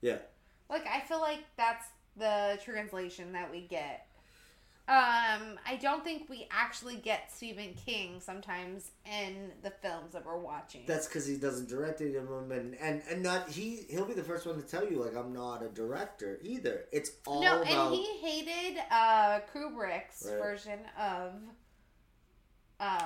[SPEAKER 6] yeah
[SPEAKER 7] Like I feel like that's the translation that we get. Um, I don't think we actually get Stephen King sometimes in the films that we're watching.
[SPEAKER 6] That's because he doesn't direct any of them, and, and and not he. He'll be the first one to tell you, like, I'm not a director either. It's all
[SPEAKER 7] no,
[SPEAKER 6] about
[SPEAKER 7] and he hated uh, Kubrick's
[SPEAKER 6] Right.
[SPEAKER 7] version of. Um.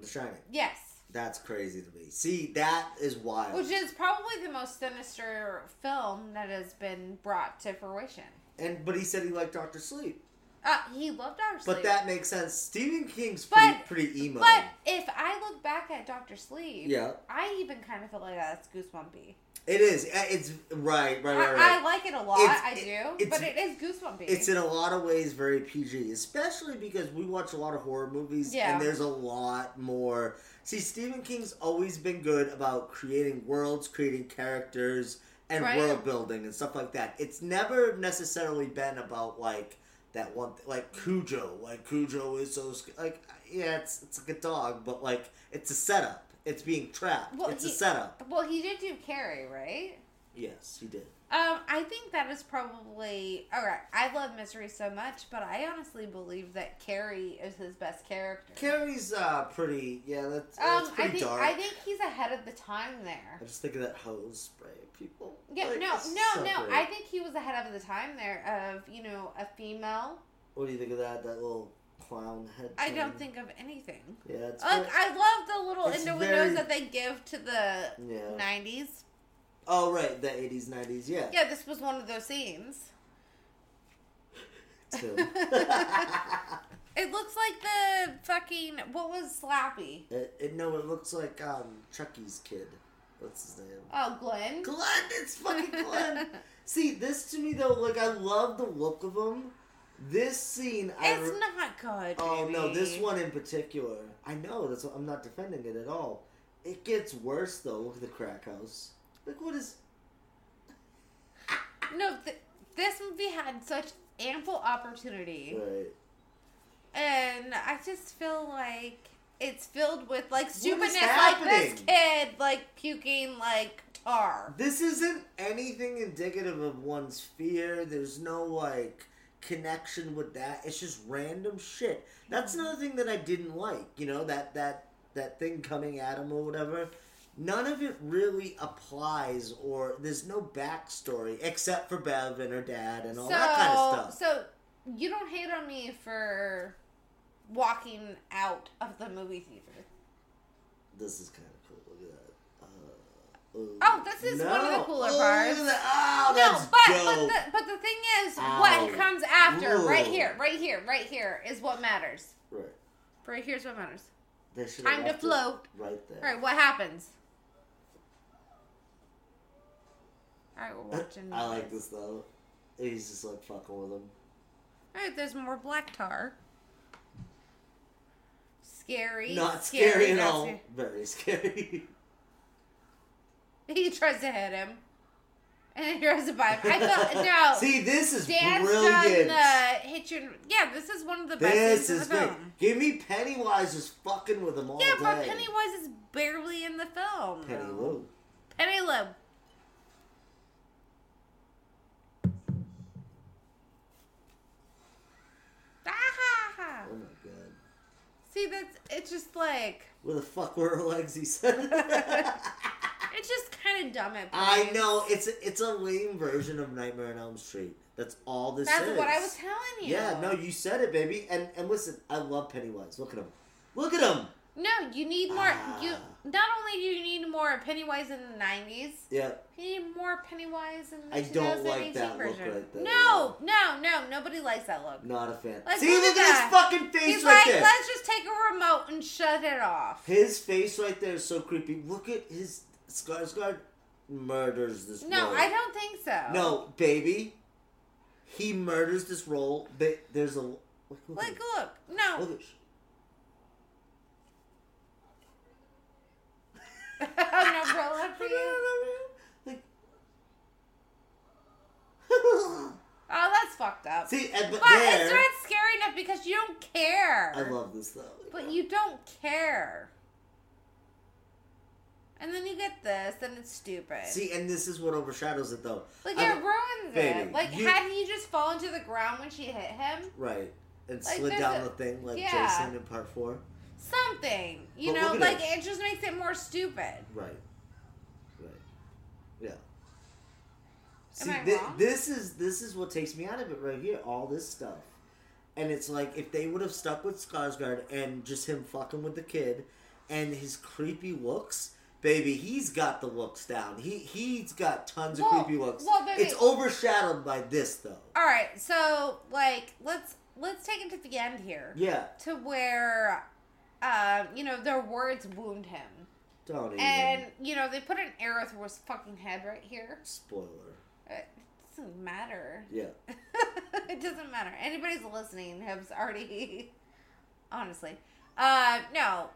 [SPEAKER 6] The Shining.
[SPEAKER 7] Yes,
[SPEAKER 6] That's crazy to me. See, that is wild.
[SPEAKER 7] which is probably the most sinister film that has been brought to fruition.
[SPEAKER 6] and but he said he liked Doctor Sleep,
[SPEAKER 7] Uh, he loved Doctor Sleep.
[SPEAKER 6] but that makes sense. Stephen King's pretty,
[SPEAKER 7] But-
[SPEAKER 6] pretty emo.
[SPEAKER 7] But if I look back at Doctor Sleep,
[SPEAKER 6] Yeah.
[SPEAKER 7] I even kind of feel like that's goosebumpy.
[SPEAKER 6] it is. Uh, It's right, right, right,
[SPEAKER 7] I, I
[SPEAKER 6] right.
[SPEAKER 7] like it a lot.
[SPEAKER 6] It's-
[SPEAKER 7] I
[SPEAKER 6] it-
[SPEAKER 7] do,
[SPEAKER 6] it's-
[SPEAKER 7] but it is goosebumpy.
[SPEAKER 6] it's in a lot of ways very PG, especially because we watch a lot of horror movies
[SPEAKER 7] Yeah.
[SPEAKER 6] and there's a lot more. See, Stephen King's always been good about creating worlds, creating characters, and
[SPEAKER 7] Right.
[SPEAKER 6] world building and stuff like that. It's never necessarily been about like that one, th- like Cujo. Like Cujo is so sc- like yeah, it's it's like a dog, but like it's a setup. It's being trapped.
[SPEAKER 7] Well,
[SPEAKER 6] it's a
[SPEAKER 7] he-
[SPEAKER 6] setup.
[SPEAKER 7] well, he did do Carrie, right?
[SPEAKER 6] Yes, he did.
[SPEAKER 7] Um, I think that is probably all right. I love Misery so much, but I honestly believe that Carrie is his best character.
[SPEAKER 6] Carrie's uh pretty. Yeah, that's, that's
[SPEAKER 7] um,
[SPEAKER 6] pretty
[SPEAKER 7] I think
[SPEAKER 6] dark.
[SPEAKER 7] I think he's ahead of the time there.
[SPEAKER 6] I just think of that hose spray, people.
[SPEAKER 7] Yeah,
[SPEAKER 6] Like,
[SPEAKER 7] no,
[SPEAKER 6] it's
[SPEAKER 7] no,
[SPEAKER 6] so
[SPEAKER 7] no.
[SPEAKER 6] great.
[SPEAKER 7] I think he was ahead of the time there of you know a female.
[SPEAKER 6] What do you think of that? That little clown head.
[SPEAKER 7] I
[SPEAKER 6] thing?
[SPEAKER 7] don't think of anything.
[SPEAKER 6] Yeah, it's
[SPEAKER 7] Like
[SPEAKER 6] very-
[SPEAKER 7] I love the little
[SPEAKER 6] It's
[SPEAKER 7] innuendos
[SPEAKER 6] very-
[SPEAKER 7] that they give to the
[SPEAKER 6] Yeah.
[SPEAKER 7] nineties.
[SPEAKER 6] oh right, the eighties, nineties. Yeah.
[SPEAKER 7] Yeah, this was one of those scenes.
[SPEAKER 6] Too.
[SPEAKER 7] It looks like the fucking what was Slappy?
[SPEAKER 6] it, it, no, it looks like um Chucky's kid. What's his name?
[SPEAKER 7] Oh, Glenn.
[SPEAKER 6] Glenn. It's fucking Glenn. See this to me though. Like I love the look of him. This scene, I.
[SPEAKER 7] It's
[SPEAKER 6] re-
[SPEAKER 7] not good.
[SPEAKER 6] Oh no,
[SPEAKER 7] baby.
[SPEAKER 6] this one in particular. I know. That's. I'm not defending it at all. It gets worse though. Look at the crack house. Like what is?
[SPEAKER 7] No, th- this movie had such ample opportunity,
[SPEAKER 6] Right.
[SPEAKER 7] and I just feel like it's filled with like stupidness, like
[SPEAKER 6] happening?
[SPEAKER 7] this kid like puking like tar.
[SPEAKER 6] This isn't anything indicative of one's fear. There's no like connection with that. It's just random shit. That's another thing that I didn't like. You know that that that thing coming at him or whatever. None of it really applies, or there's no backstory except for Bev and her dad and all
[SPEAKER 7] so,
[SPEAKER 6] that kind of stuff.
[SPEAKER 7] so you don't hate on me for walking out of the movie theater.
[SPEAKER 6] this is kind of cool. Look at that. Uh,
[SPEAKER 7] Oh, this is one of the cooler
[SPEAKER 6] oh,
[SPEAKER 7] parts.
[SPEAKER 6] Look at that. Oh,
[SPEAKER 7] No,
[SPEAKER 6] that's
[SPEAKER 7] but but
[SPEAKER 6] dope.
[SPEAKER 7] the, but the thing is,
[SPEAKER 6] Ow.
[SPEAKER 7] what comes after, right
[SPEAKER 6] Ooh.
[SPEAKER 7] here, right here, right here, is what matters.
[SPEAKER 6] Right.
[SPEAKER 7] Right here's what matters.
[SPEAKER 6] They should've
[SPEAKER 7] Time to
[SPEAKER 6] left it
[SPEAKER 7] float.
[SPEAKER 6] Right there.
[SPEAKER 7] All right, what happens? All right, we're watching.
[SPEAKER 6] I like this though. He's just like fucking with him.
[SPEAKER 7] All right, there's more black tar. Scary.
[SPEAKER 6] Not scary, at
[SPEAKER 7] not
[SPEAKER 6] all.
[SPEAKER 7] scary.
[SPEAKER 6] Very scary.
[SPEAKER 7] He tries to hit him, and Heroes Abide. I felt no.
[SPEAKER 6] See, this is
[SPEAKER 7] Dan's
[SPEAKER 6] brilliant.
[SPEAKER 7] done the Hit Your. Yeah, this is one of the best
[SPEAKER 6] This
[SPEAKER 7] scenes in
[SPEAKER 6] is
[SPEAKER 7] the
[SPEAKER 6] great.
[SPEAKER 7] film.
[SPEAKER 6] Give me Pennywise just fucking with them all
[SPEAKER 7] Yeah,
[SPEAKER 6] day.
[SPEAKER 7] but Pennywise is barely in the film.
[SPEAKER 6] Penny Lou.
[SPEAKER 7] Penny Lou. Ah!
[SPEAKER 6] Oh my god.
[SPEAKER 7] See, that's it's just like
[SPEAKER 6] Where the fuck were her legs? He said.
[SPEAKER 7] it's just kind of dumb at
[SPEAKER 6] I
[SPEAKER 7] points.
[SPEAKER 6] know it's a, it's a lame version of Nightmare on Elm Street. That's all this
[SPEAKER 7] That's
[SPEAKER 6] is.
[SPEAKER 7] what I was telling you.
[SPEAKER 6] Yeah, no, you said it, baby. And and listen, I love Pennywise. Look at him. Look at him.
[SPEAKER 7] No, you need more. You
[SPEAKER 6] Ah.
[SPEAKER 7] not only do you need more Pennywise in the nineties,
[SPEAKER 6] Yeah.
[SPEAKER 7] you need more Pennywise in the
[SPEAKER 6] I
[SPEAKER 7] 2018
[SPEAKER 6] don't like that look
[SPEAKER 7] version.
[SPEAKER 6] right there.
[SPEAKER 7] No, no, no. Nobody likes that look.
[SPEAKER 6] Not a fan.
[SPEAKER 7] Like,
[SPEAKER 6] See,
[SPEAKER 7] look
[SPEAKER 6] look at
[SPEAKER 7] at that.
[SPEAKER 6] his fucking face
[SPEAKER 7] He's
[SPEAKER 6] right
[SPEAKER 7] like,
[SPEAKER 6] there.
[SPEAKER 7] let's just take a remote and shut it off.
[SPEAKER 6] His face right there is so creepy. Look at his Skarsgård murders this.
[SPEAKER 7] No,
[SPEAKER 6] role.
[SPEAKER 7] I don't think so.
[SPEAKER 6] No, baby. He murders this role. Ba- There's a look. look at
[SPEAKER 7] Like,
[SPEAKER 6] him.
[SPEAKER 7] look, no.
[SPEAKER 6] Look at-
[SPEAKER 7] no, bro, left for you.
[SPEAKER 6] Like.
[SPEAKER 7] Oh, that's fucked up.
[SPEAKER 6] See, and, but
[SPEAKER 7] but it's
[SPEAKER 6] there,
[SPEAKER 7] not scary enough because you don't care.
[SPEAKER 6] I love this though.
[SPEAKER 7] But you don't care. And then you get this, and it's stupid.
[SPEAKER 6] See, and this is what overshadows it though.
[SPEAKER 7] like
[SPEAKER 6] I
[SPEAKER 7] it
[SPEAKER 6] mean-
[SPEAKER 7] ruins
[SPEAKER 6] baby,
[SPEAKER 7] it. Like
[SPEAKER 6] you-
[SPEAKER 7] had he just fallen to the ground when she hit him,
[SPEAKER 6] right, and
[SPEAKER 7] Like,
[SPEAKER 6] slid
[SPEAKER 7] there's
[SPEAKER 6] down
[SPEAKER 7] a-
[SPEAKER 6] the thing like
[SPEAKER 7] yeah.
[SPEAKER 6] Jason in part four.
[SPEAKER 7] something. You
[SPEAKER 6] But
[SPEAKER 7] know,
[SPEAKER 6] look at
[SPEAKER 7] like
[SPEAKER 6] it.
[SPEAKER 7] it. just makes it more stupid.
[SPEAKER 6] Right, right, yeah. See,
[SPEAKER 7] I
[SPEAKER 6] thi-
[SPEAKER 7] wrong?
[SPEAKER 6] this is this is what takes me out of it right here. All this stuff, and it's like if they would have stuck with Skarsgård and just him fucking with the kid, and his creepy looks. Baby, he's got the looks down. He he's got tons
[SPEAKER 7] Well-
[SPEAKER 6] of creepy looks.
[SPEAKER 7] well, baby-
[SPEAKER 6] it's overshadowed by this though.
[SPEAKER 7] All right, so like let's let's take it to the end here,
[SPEAKER 6] Yeah,
[SPEAKER 7] to where, um, you know, their words wound him,
[SPEAKER 6] don't even.
[SPEAKER 7] and you know they put an arrow through his fucking head right here.
[SPEAKER 6] Spoiler.
[SPEAKER 7] It doesn't matter.
[SPEAKER 6] Yeah.
[SPEAKER 7] it doesn't matter. Anybody's listening has already, honestly, uh, no.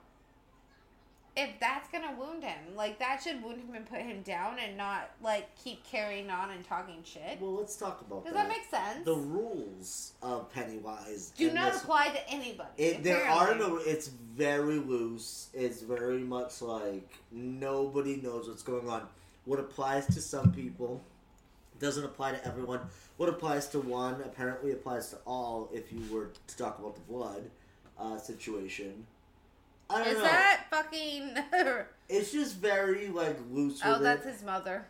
[SPEAKER 7] If that's gonna wound him, like that should wound him and put him down, and not like keep carrying on and talking shit.
[SPEAKER 6] Well, let's talk about
[SPEAKER 7] Does
[SPEAKER 6] that.
[SPEAKER 7] that make sense?
[SPEAKER 6] The rules of Pennywise
[SPEAKER 7] Do
[SPEAKER 6] and
[SPEAKER 7] not
[SPEAKER 6] this-
[SPEAKER 7] apply to anybody.
[SPEAKER 6] It, there are
[SPEAKER 7] apparently.
[SPEAKER 6] no. It's very loose. It's very much like nobody knows what's going on. What applies to some people doesn't apply to everyone. What applies to one apparently applies to all. If you were to talk about the blood uh, situation, I don't
[SPEAKER 7] Is
[SPEAKER 6] know.
[SPEAKER 7] that fucking?
[SPEAKER 6] It's just very like loose.
[SPEAKER 7] oh,
[SPEAKER 6] with
[SPEAKER 7] that's
[SPEAKER 6] it.
[SPEAKER 7] his mother.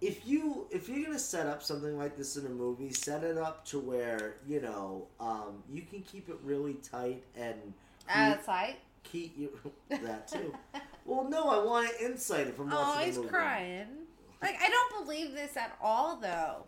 [SPEAKER 6] if you if you're gonna set up something like this in a movie, set it up to where you know um, you can keep it really tight and
[SPEAKER 7] Out of sight.
[SPEAKER 6] keep you that too. well, no, I want an insight if I'm
[SPEAKER 7] Oh,
[SPEAKER 6] watching a
[SPEAKER 7] he's
[SPEAKER 6] movie.
[SPEAKER 7] crying. Like I don't believe this at all, though.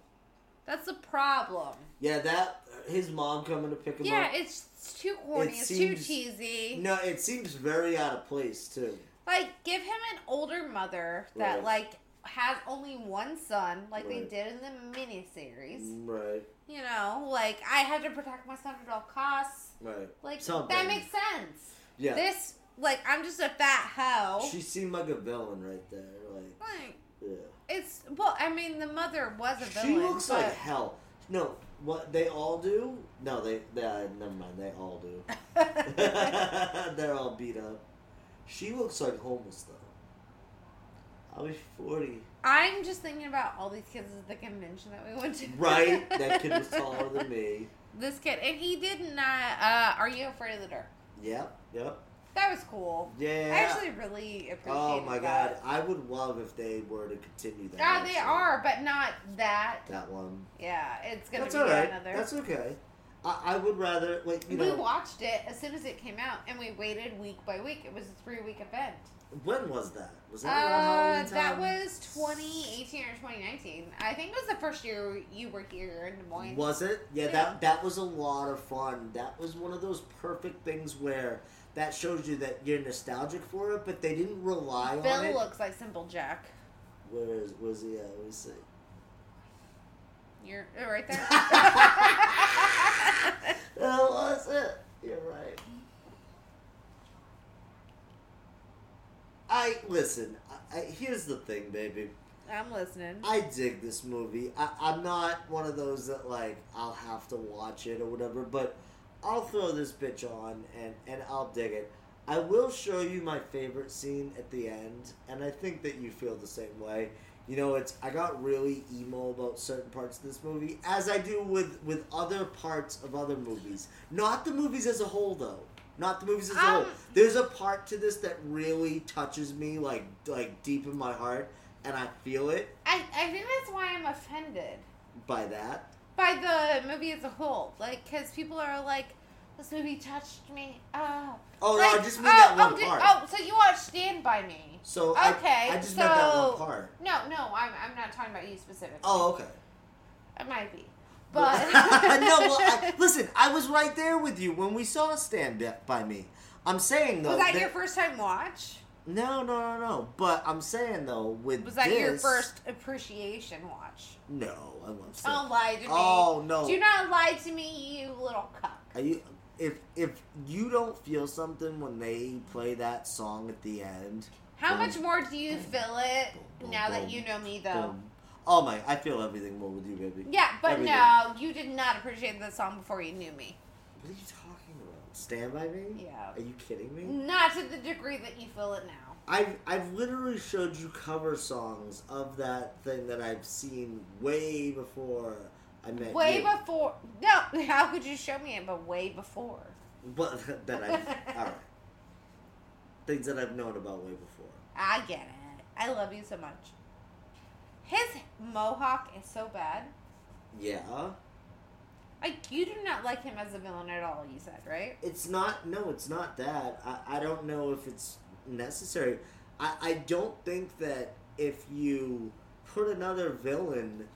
[SPEAKER 7] That's the problem.
[SPEAKER 6] Yeah, that his mom coming to pick him
[SPEAKER 7] Yeah,
[SPEAKER 6] up.
[SPEAKER 7] it's, it's too corny.
[SPEAKER 6] It
[SPEAKER 7] it's too
[SPEAKER 6] seems-
[SPEAKER 7] cheesy.
[SPEAKER 6] no, it seems very out of place too.
[SPEAKER 7] Like, give him an older mother that
[SPEAKER 6] Right.
[SPEAKER 7] like has only one son, like
[SPEAKER 6] Right. Mm.
[SPEAKER 7] they did in the miniseries.
[SPEAKER 6] Right,
[SPEAKER 7] You know, like I had to protect my son at all costs.
[SPEAKER 6] right.
[SPEAKER 7] Like
[SPEAKER 6] Something.
[SPEAKER 7] that makes sense.
[SPEAKER 6] yeah.
[SPEAKER 7] This, like, I'm just a fat hoe.
[SPEAKER 6] she seemed like a villain right there. Like,
[SPEAKER 7] Like,
[SPEAKER 6] yeah.
[SPEAKER 7] It's well, I mean, the mother was a villain.
[SPEAKER 6] She looks
[SPEAKER 7] but
[SPEAKER 6] like hell. No, what they all do? No, they. they uh, never mind. They all do. They're all beat up. She looks like homeless though. I'll be forty.
[SPEAKER 7] I'm just thinking about all these kids at the convention that we went to.
[SPEAKER 6] Right? that kid was taller than me.
[SPEAKER 7] This kid, and he did not. Uh, Are you afraid of the dark?
[SPEAKER 6] Yep. Yep.
[SPEAKER 7] That was cool.
[SPEAKER 6] Yeah.
[SPEAKER 7] I actually really appreciate.
[SPEAKER 6] oh my god!
[SPEAKER 7] that.
[SPEAKER 6] I would love if they were to continue that.
[SPEAKER 7] Ah, they
[SPEAKER 6] actually.
[SPEAKER 7] are, but not that.
[SPEAKER 6] That one.
[SPEAKER 7] Yeah, it's gonna
[SPEAKER 6] That's
[SPEAKER 7] be
[SPEAKER 6] all right.
[SPEAKER 7] another.
[SPEAKER 6] That's okay. I, I would rather like you
[SPEAKER 7] we
[SPEAKER 6] know
[SPEAKER 7] watched it as soon as it came out, and we waited week by week. It was a three week event.
[SPEAKER 6] when was that? Was that around
[SPEAKER 7] Uh,
[SPEAKER 6] Halloween
[SPEAKER 7] that
[SPEAKER 6] time?
[SPEAKER 7] was 2018 or 2019. I think it was the first year you were here in Des Moines.
[SPEAKER 6] Was it? Yeah,
[SPEAKER 7] Yeah.
[SPEAKER 6] that that was a lot of fun. That was one of those perfect things where that shows you that you're nostalgic for it, but they didn't rely on
[SPEAKER 7] Bill
[SPEAKER 6] it.
[SPEAKER 7] looks like Simple Jack.
[SPEAKER 6] Where is was he? At? Let me see.
[SPEAKER 7] You're oh, right there.
[SPEAKER 6] That was it. You're right. I I listen. I, I, here's the thing, baby.
[SPEAKER 8] I'm listening.
[SPEAKER 6] I dig this movie. I, I'm not one of those that like I'll have to watch it or whatever, but I'll throw this bitch on and and I'll dig it. I will show you my favorite scene at the end, and I think that you feel the same way. You know, it's I got really emo about certain parts of this movie, as I do with with other parts of other movies. Not the movies as a whole, though. Not the movies as a whole.
[SPEAKER 8] Um,
[SPEAKER 6] There's a part to this that really touches me, like like deep in my heart, and I feel it
[SPEAKER 7] I, I think that's why I'm offended
[SPEAKER 6] by that.
[SPEAKER 7] by the movie as a whole. Like, because people are like, this movie touched me. Oh.
[SPEAKER 6] Oh
[SPEAKER 7] like,
[SPEAKER 6] no, I just meant that one
[SPEAKER 7] oh, did-
[SPEAKER 6] part.
[SPEAKER 7] oh, so you watched Stand By Me.
[SPEAKER 6] So I-
[SPEAKER 7] Okay,
[SPEAKER 6] I, just meant that
[SPEAKER 7] so-
[SPEAKER 6] one part.
[SPEAKER 7] No, no, I'm, I'm not talking about you specifically.
[SPEAKER 6] Oh, okay.
[SPEAKER 7] I might be.
[SPEAKER 6] Well-
[SPEAKER 7] But.
[SPEAKER 6] no, well, I, listen, I was right there with you when we saw Stand Up by Me. I'm saying though,
[SPEAKER 8] Was that
[SPEAKER 6] that-
[SPEAKER 8] your first time watch?
[SPEAKER 6] no, no, no, no. But I'm saying though, with
[SPEAKER 8] Was that your
[SPEAKER 6] this-
[SPEAKER 8] first appreciation watch?
[SPEAKER 6] No, I love Stand.
[SPEAKER 7] Don't lie to me.
[SPEAKER 6] Oh, no.
[SPEAKER 7] Do not lie to me, you little cuck.
[SPEAKER 6] Are you? If if you don't feel something when they play that song at the end,
[SPEAKER 7] How
[SPEAKER 6] boom,
[SPEAKER 7] much more do you feel it
[SPEAKER 6] boom,
[SPEAKER 7] now that
[SPEAKER 6] boom,
[SPEAKER 7] you know me, though?
[SPEAKER 6] boom. Oh my! I feel everything more with you, baby.
[SPEAKER 7] Yeah, but
[SPEAKER 6] Everything.
[SPEAKER 7] no, you did not appreciate the song before you knew me.
[SPEAKER 6] What are you talking about? Stand by me?
[SPEAKER 7] Yeah.
[SPEAKER 6] Are you kidding me?
[SPEAKER 7] Not to the degree that you feel it now.
[SPEAKER 6] I've I've literally showed you cover songs of that thing that I've seen way before I met
[SPEAKER 7] Way
[SPEAKER 6] you.
[SPEAKER 7] before. No, how could you show me it? But way before.
[SPEAKER 6] But that I all right. Things that I've known about way before.
[SPEAKER 7] I get it. I love you so much. His mohawk is so bad.
[SPEAKER 6] Yeah,
[SPEAKER 7] Like, you do not like him as a villain at all, you said, right?
[SPEAKER 6] it's not. No, it's not that. I I don't know if it's necessary. I I don't think that if you put another villain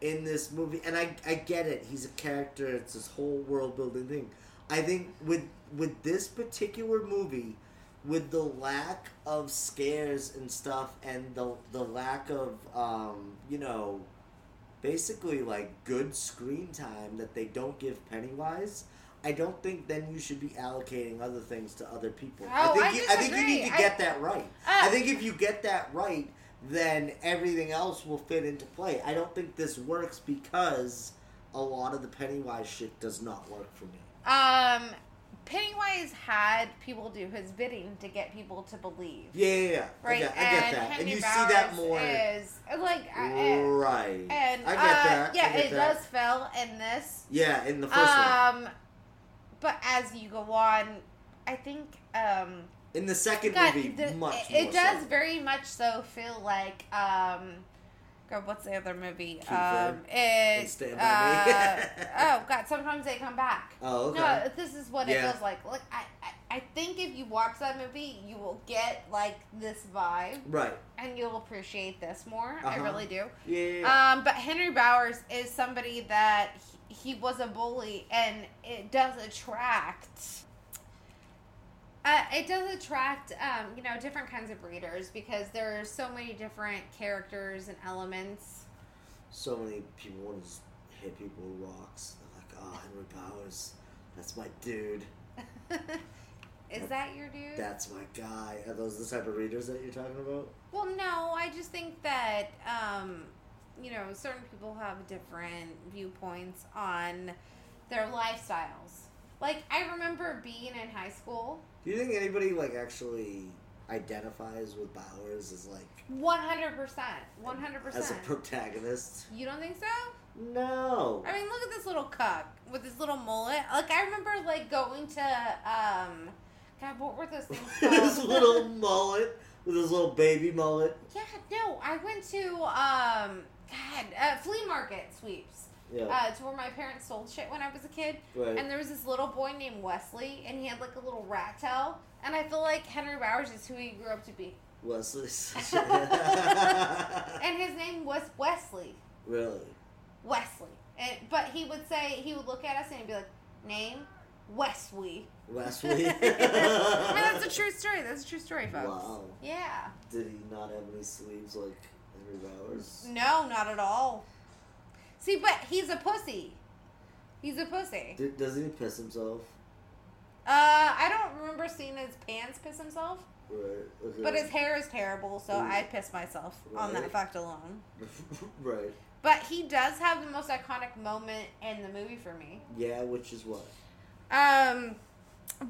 [SPEAKER 6] in this movie, and I I get it. He's a character. It's this whole world building thing. I think with with this particular movie, with the lack of scares and stuff, and the the lack of um, you know, basically like good screen time that they don't give Pennywise. I don't think then you should be allocating other things to other people. I
[SPEAKER 7] Oh,
[SPEAKER 6] think
[SPEAKER 7] I
[SPEAKER 6] you, I think you need to
[SPEAKER 7] disagree. I- Uh,
[SPEAKER 6] get that right. I think if you get that right, then everything else will fit into play. I don't think this works because a lot of the Pennywise shit does not work for me.
[SPEAKER 7] Um, Pennywise had people do his bidding to get people to believe.
[SPEAKER 6] Yeah, yeah, yeah.
[SPEAKER 7] Right,
[SPEAKER 6] I get, I
[SPEAKER 7] and
[SPEAKER 6] get that,
[SPEAKER 7] Henry
[SPEAKER 6] and you
[SPEAKER 7] Bowers
[SPEAKER 6] see that more.
[SPEAKER 7] is like, I- I-
[SPEAKER 6] right.
[SPEAKER 7] and
[SPEAKER 6] I get
[SPEAKER 7] uh,
[SPEAKER 6] that. I
[SPEAKER 7] yeah,
[SPEAKER 6] get
[SPEAKER 7] it
[SPEAKER 6] that.
[SPEAKER 7] does fail in this.
[SPEAKER 6] Yeah, in the first one.
[SPEAKER 7] Um, but as you go on, I think um,
[SPEAKER 6] In the second
[SPEAKER 7] God,
[SPEAKER 6] movie,
[SPEAKER 7] the-
[SPEAKER 6] much
[SPEAKER 7] it, it
[SPEAKER 6] more
[SPEAKER 7] does
[SPEAKER 6] so.
[SPEAKER 7] very much so feel like um, God, what's the other movie?
[SPEAKER 6] Kiefer
[SPEAKER 7] um, it,
[SPEAKER 6] in Stand By Me.
[SPEAKER 7] uh, oh God, sometimes they come back.
[SPEAKER 6] Oh, okay.
[SPEAKER 7] No, this is what
[SPEAKER 6] Yeah.
[SPEAKER 7] it feels like. Like I, I, I think if you watch that movie, you will get like this vibe,
[SPEAKER 6] Right.
[SPEAKER 7] and you'll appreciate this more. I
[SPEAKER 6] Uh-huh.
[SPEAKER 7] really do.
[SPEAKER 6] Yeah. yeah, yeah.
[SPEAKER 7] Um, but Henry Bowers is somebody that he, he was a bully, and it does attract. Uh, it does attract, um, you know, different kinds of readers because there are so many different characters and elements.
[SPEAKER 6] so many people want to just hit people with rocks. They're like, oh, Henry Powers, that's my dude.
[SPEAKER 7] Is that your dude?
[SPEAKER 6] That's my guy. Are those the type of readers that you're talking about?
[SPEAKER 7] well, no, I just think that, um, you know, certain people have different viewpoints on their lifestyles. Like, I remember being in high school.
[SPEAKER 6] Do you think anybody like actually identifies with Bowers as like
[SPEAKER 7] One hundred percent. One hundred
[SPEAKER 6] as a
[SPEAKER 7] percent.
[SPEAKER 6] protagonist?
[SPEAKER 7] You don't think so?
[SPEAKER 6] No.
[SPEAKER 7] I mean, look at this little cuck with his little mullet. Like I remember, like going to um, God, what were those things called?
[SPEAKER 6] this little mullet with his little baby mullet.
[SPEAKER 7] yeah, no, I went to um, God, uh, flea market sweeps.
[SPEAKER 6] Yeah.
[SPEAKER 7] Uh, to where my parents sold shit when I was a kid.
[SPEAKER 6] Right.
[SPEAKER 7] And there was this little boy named Wesley, and he had like a little rat tail. And I feel like Henry Bowers is who he grew up to be.
[SPEAKER 6] Wesley.
[SPEAKER 7] And his name was Wesley.
[SPEAKER 6] really?
[SPEAKER 7] Wesley. And, but he would say, he would look at us and he'd be like, name? Wesley.
[SPEAKER 6] Wesley.
[SPEAKER 7] I mean, that's a true story. That's a true story, folks.
[SPEAKER 6] Wow.
[SPEAKER 7] Yeah.
[SPEAKER 6] Did he not have any sleeves like Henry Bowers?
[SPEAKER 7] No, not at all. See, but he's a pussy. He's a pussy.
[SPEAKER 6] Did, doesn't he piss himself?
[SPEAKER 7] Uh, I don't remember seeing his pants piss himself.
[SPEAKER 6] Right. Okay.
[SPEAKER 7] But his hair is terrible, so I piss myself on that
[SPEAKER 6] Right.
[SPEAKER 7] fact alone.
[SPEAKER 6] right.
[SPEAKER 7] But he does have the most iconic moment in the movie for me.
[SPEAKER 6] Yeah, which is what?
[SPEAKER 7] Um,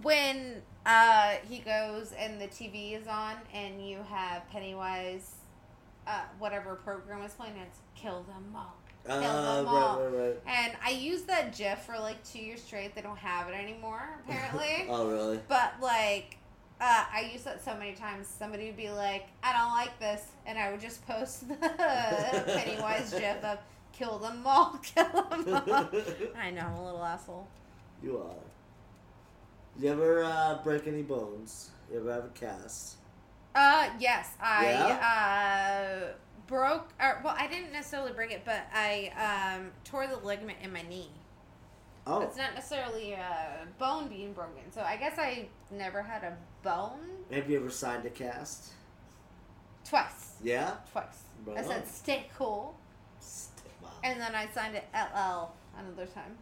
[SPEAKER 7] when uh he goes and the TV is on and you have Pennywise, uh, whatever program is playing, it's kill them all. Kill
[SPEAKER 6] Uh,
[SPEAKER 7] them all.
[SPEAKER 6] right, right, right.
[SPEAKER 7] And I used that GIF for like two years straight. They don't have it anymore, apparently.
[SPEAKER 6] Oh, really?
[SPEAKER 7] But like, uh, I used that so many times. Somebody would be like, "I don't like this," and I would just post the Pennywise GIF of "Kill them all, kill them all." I know I'm a little asshole.
[SPEAKER 6] You are. You ever uh, break any bones? You ever have a cast?
[SPEAKER 7] Uh, yes, I uh broke. Or, well, I didn't necessarily break it, but I um tore the ligament in my knee.
[SPEAKER 6] Oh,
[SPEAKER 7] It's not necessarily a bone being broken, so I guess I never had a bone
[SPEAKER 6] have you ever signed a cast?
[SPEAKER 7] twice.
[SPEAKER 6] Yeah.
[SPEAKER 7] Twice. I
[SPEAKER 6] Right on.
[SPEAKER 7] said stay cool,
[SPEAKER 6] Wow.
[SPEAKER 7] and then I signed it LL another time.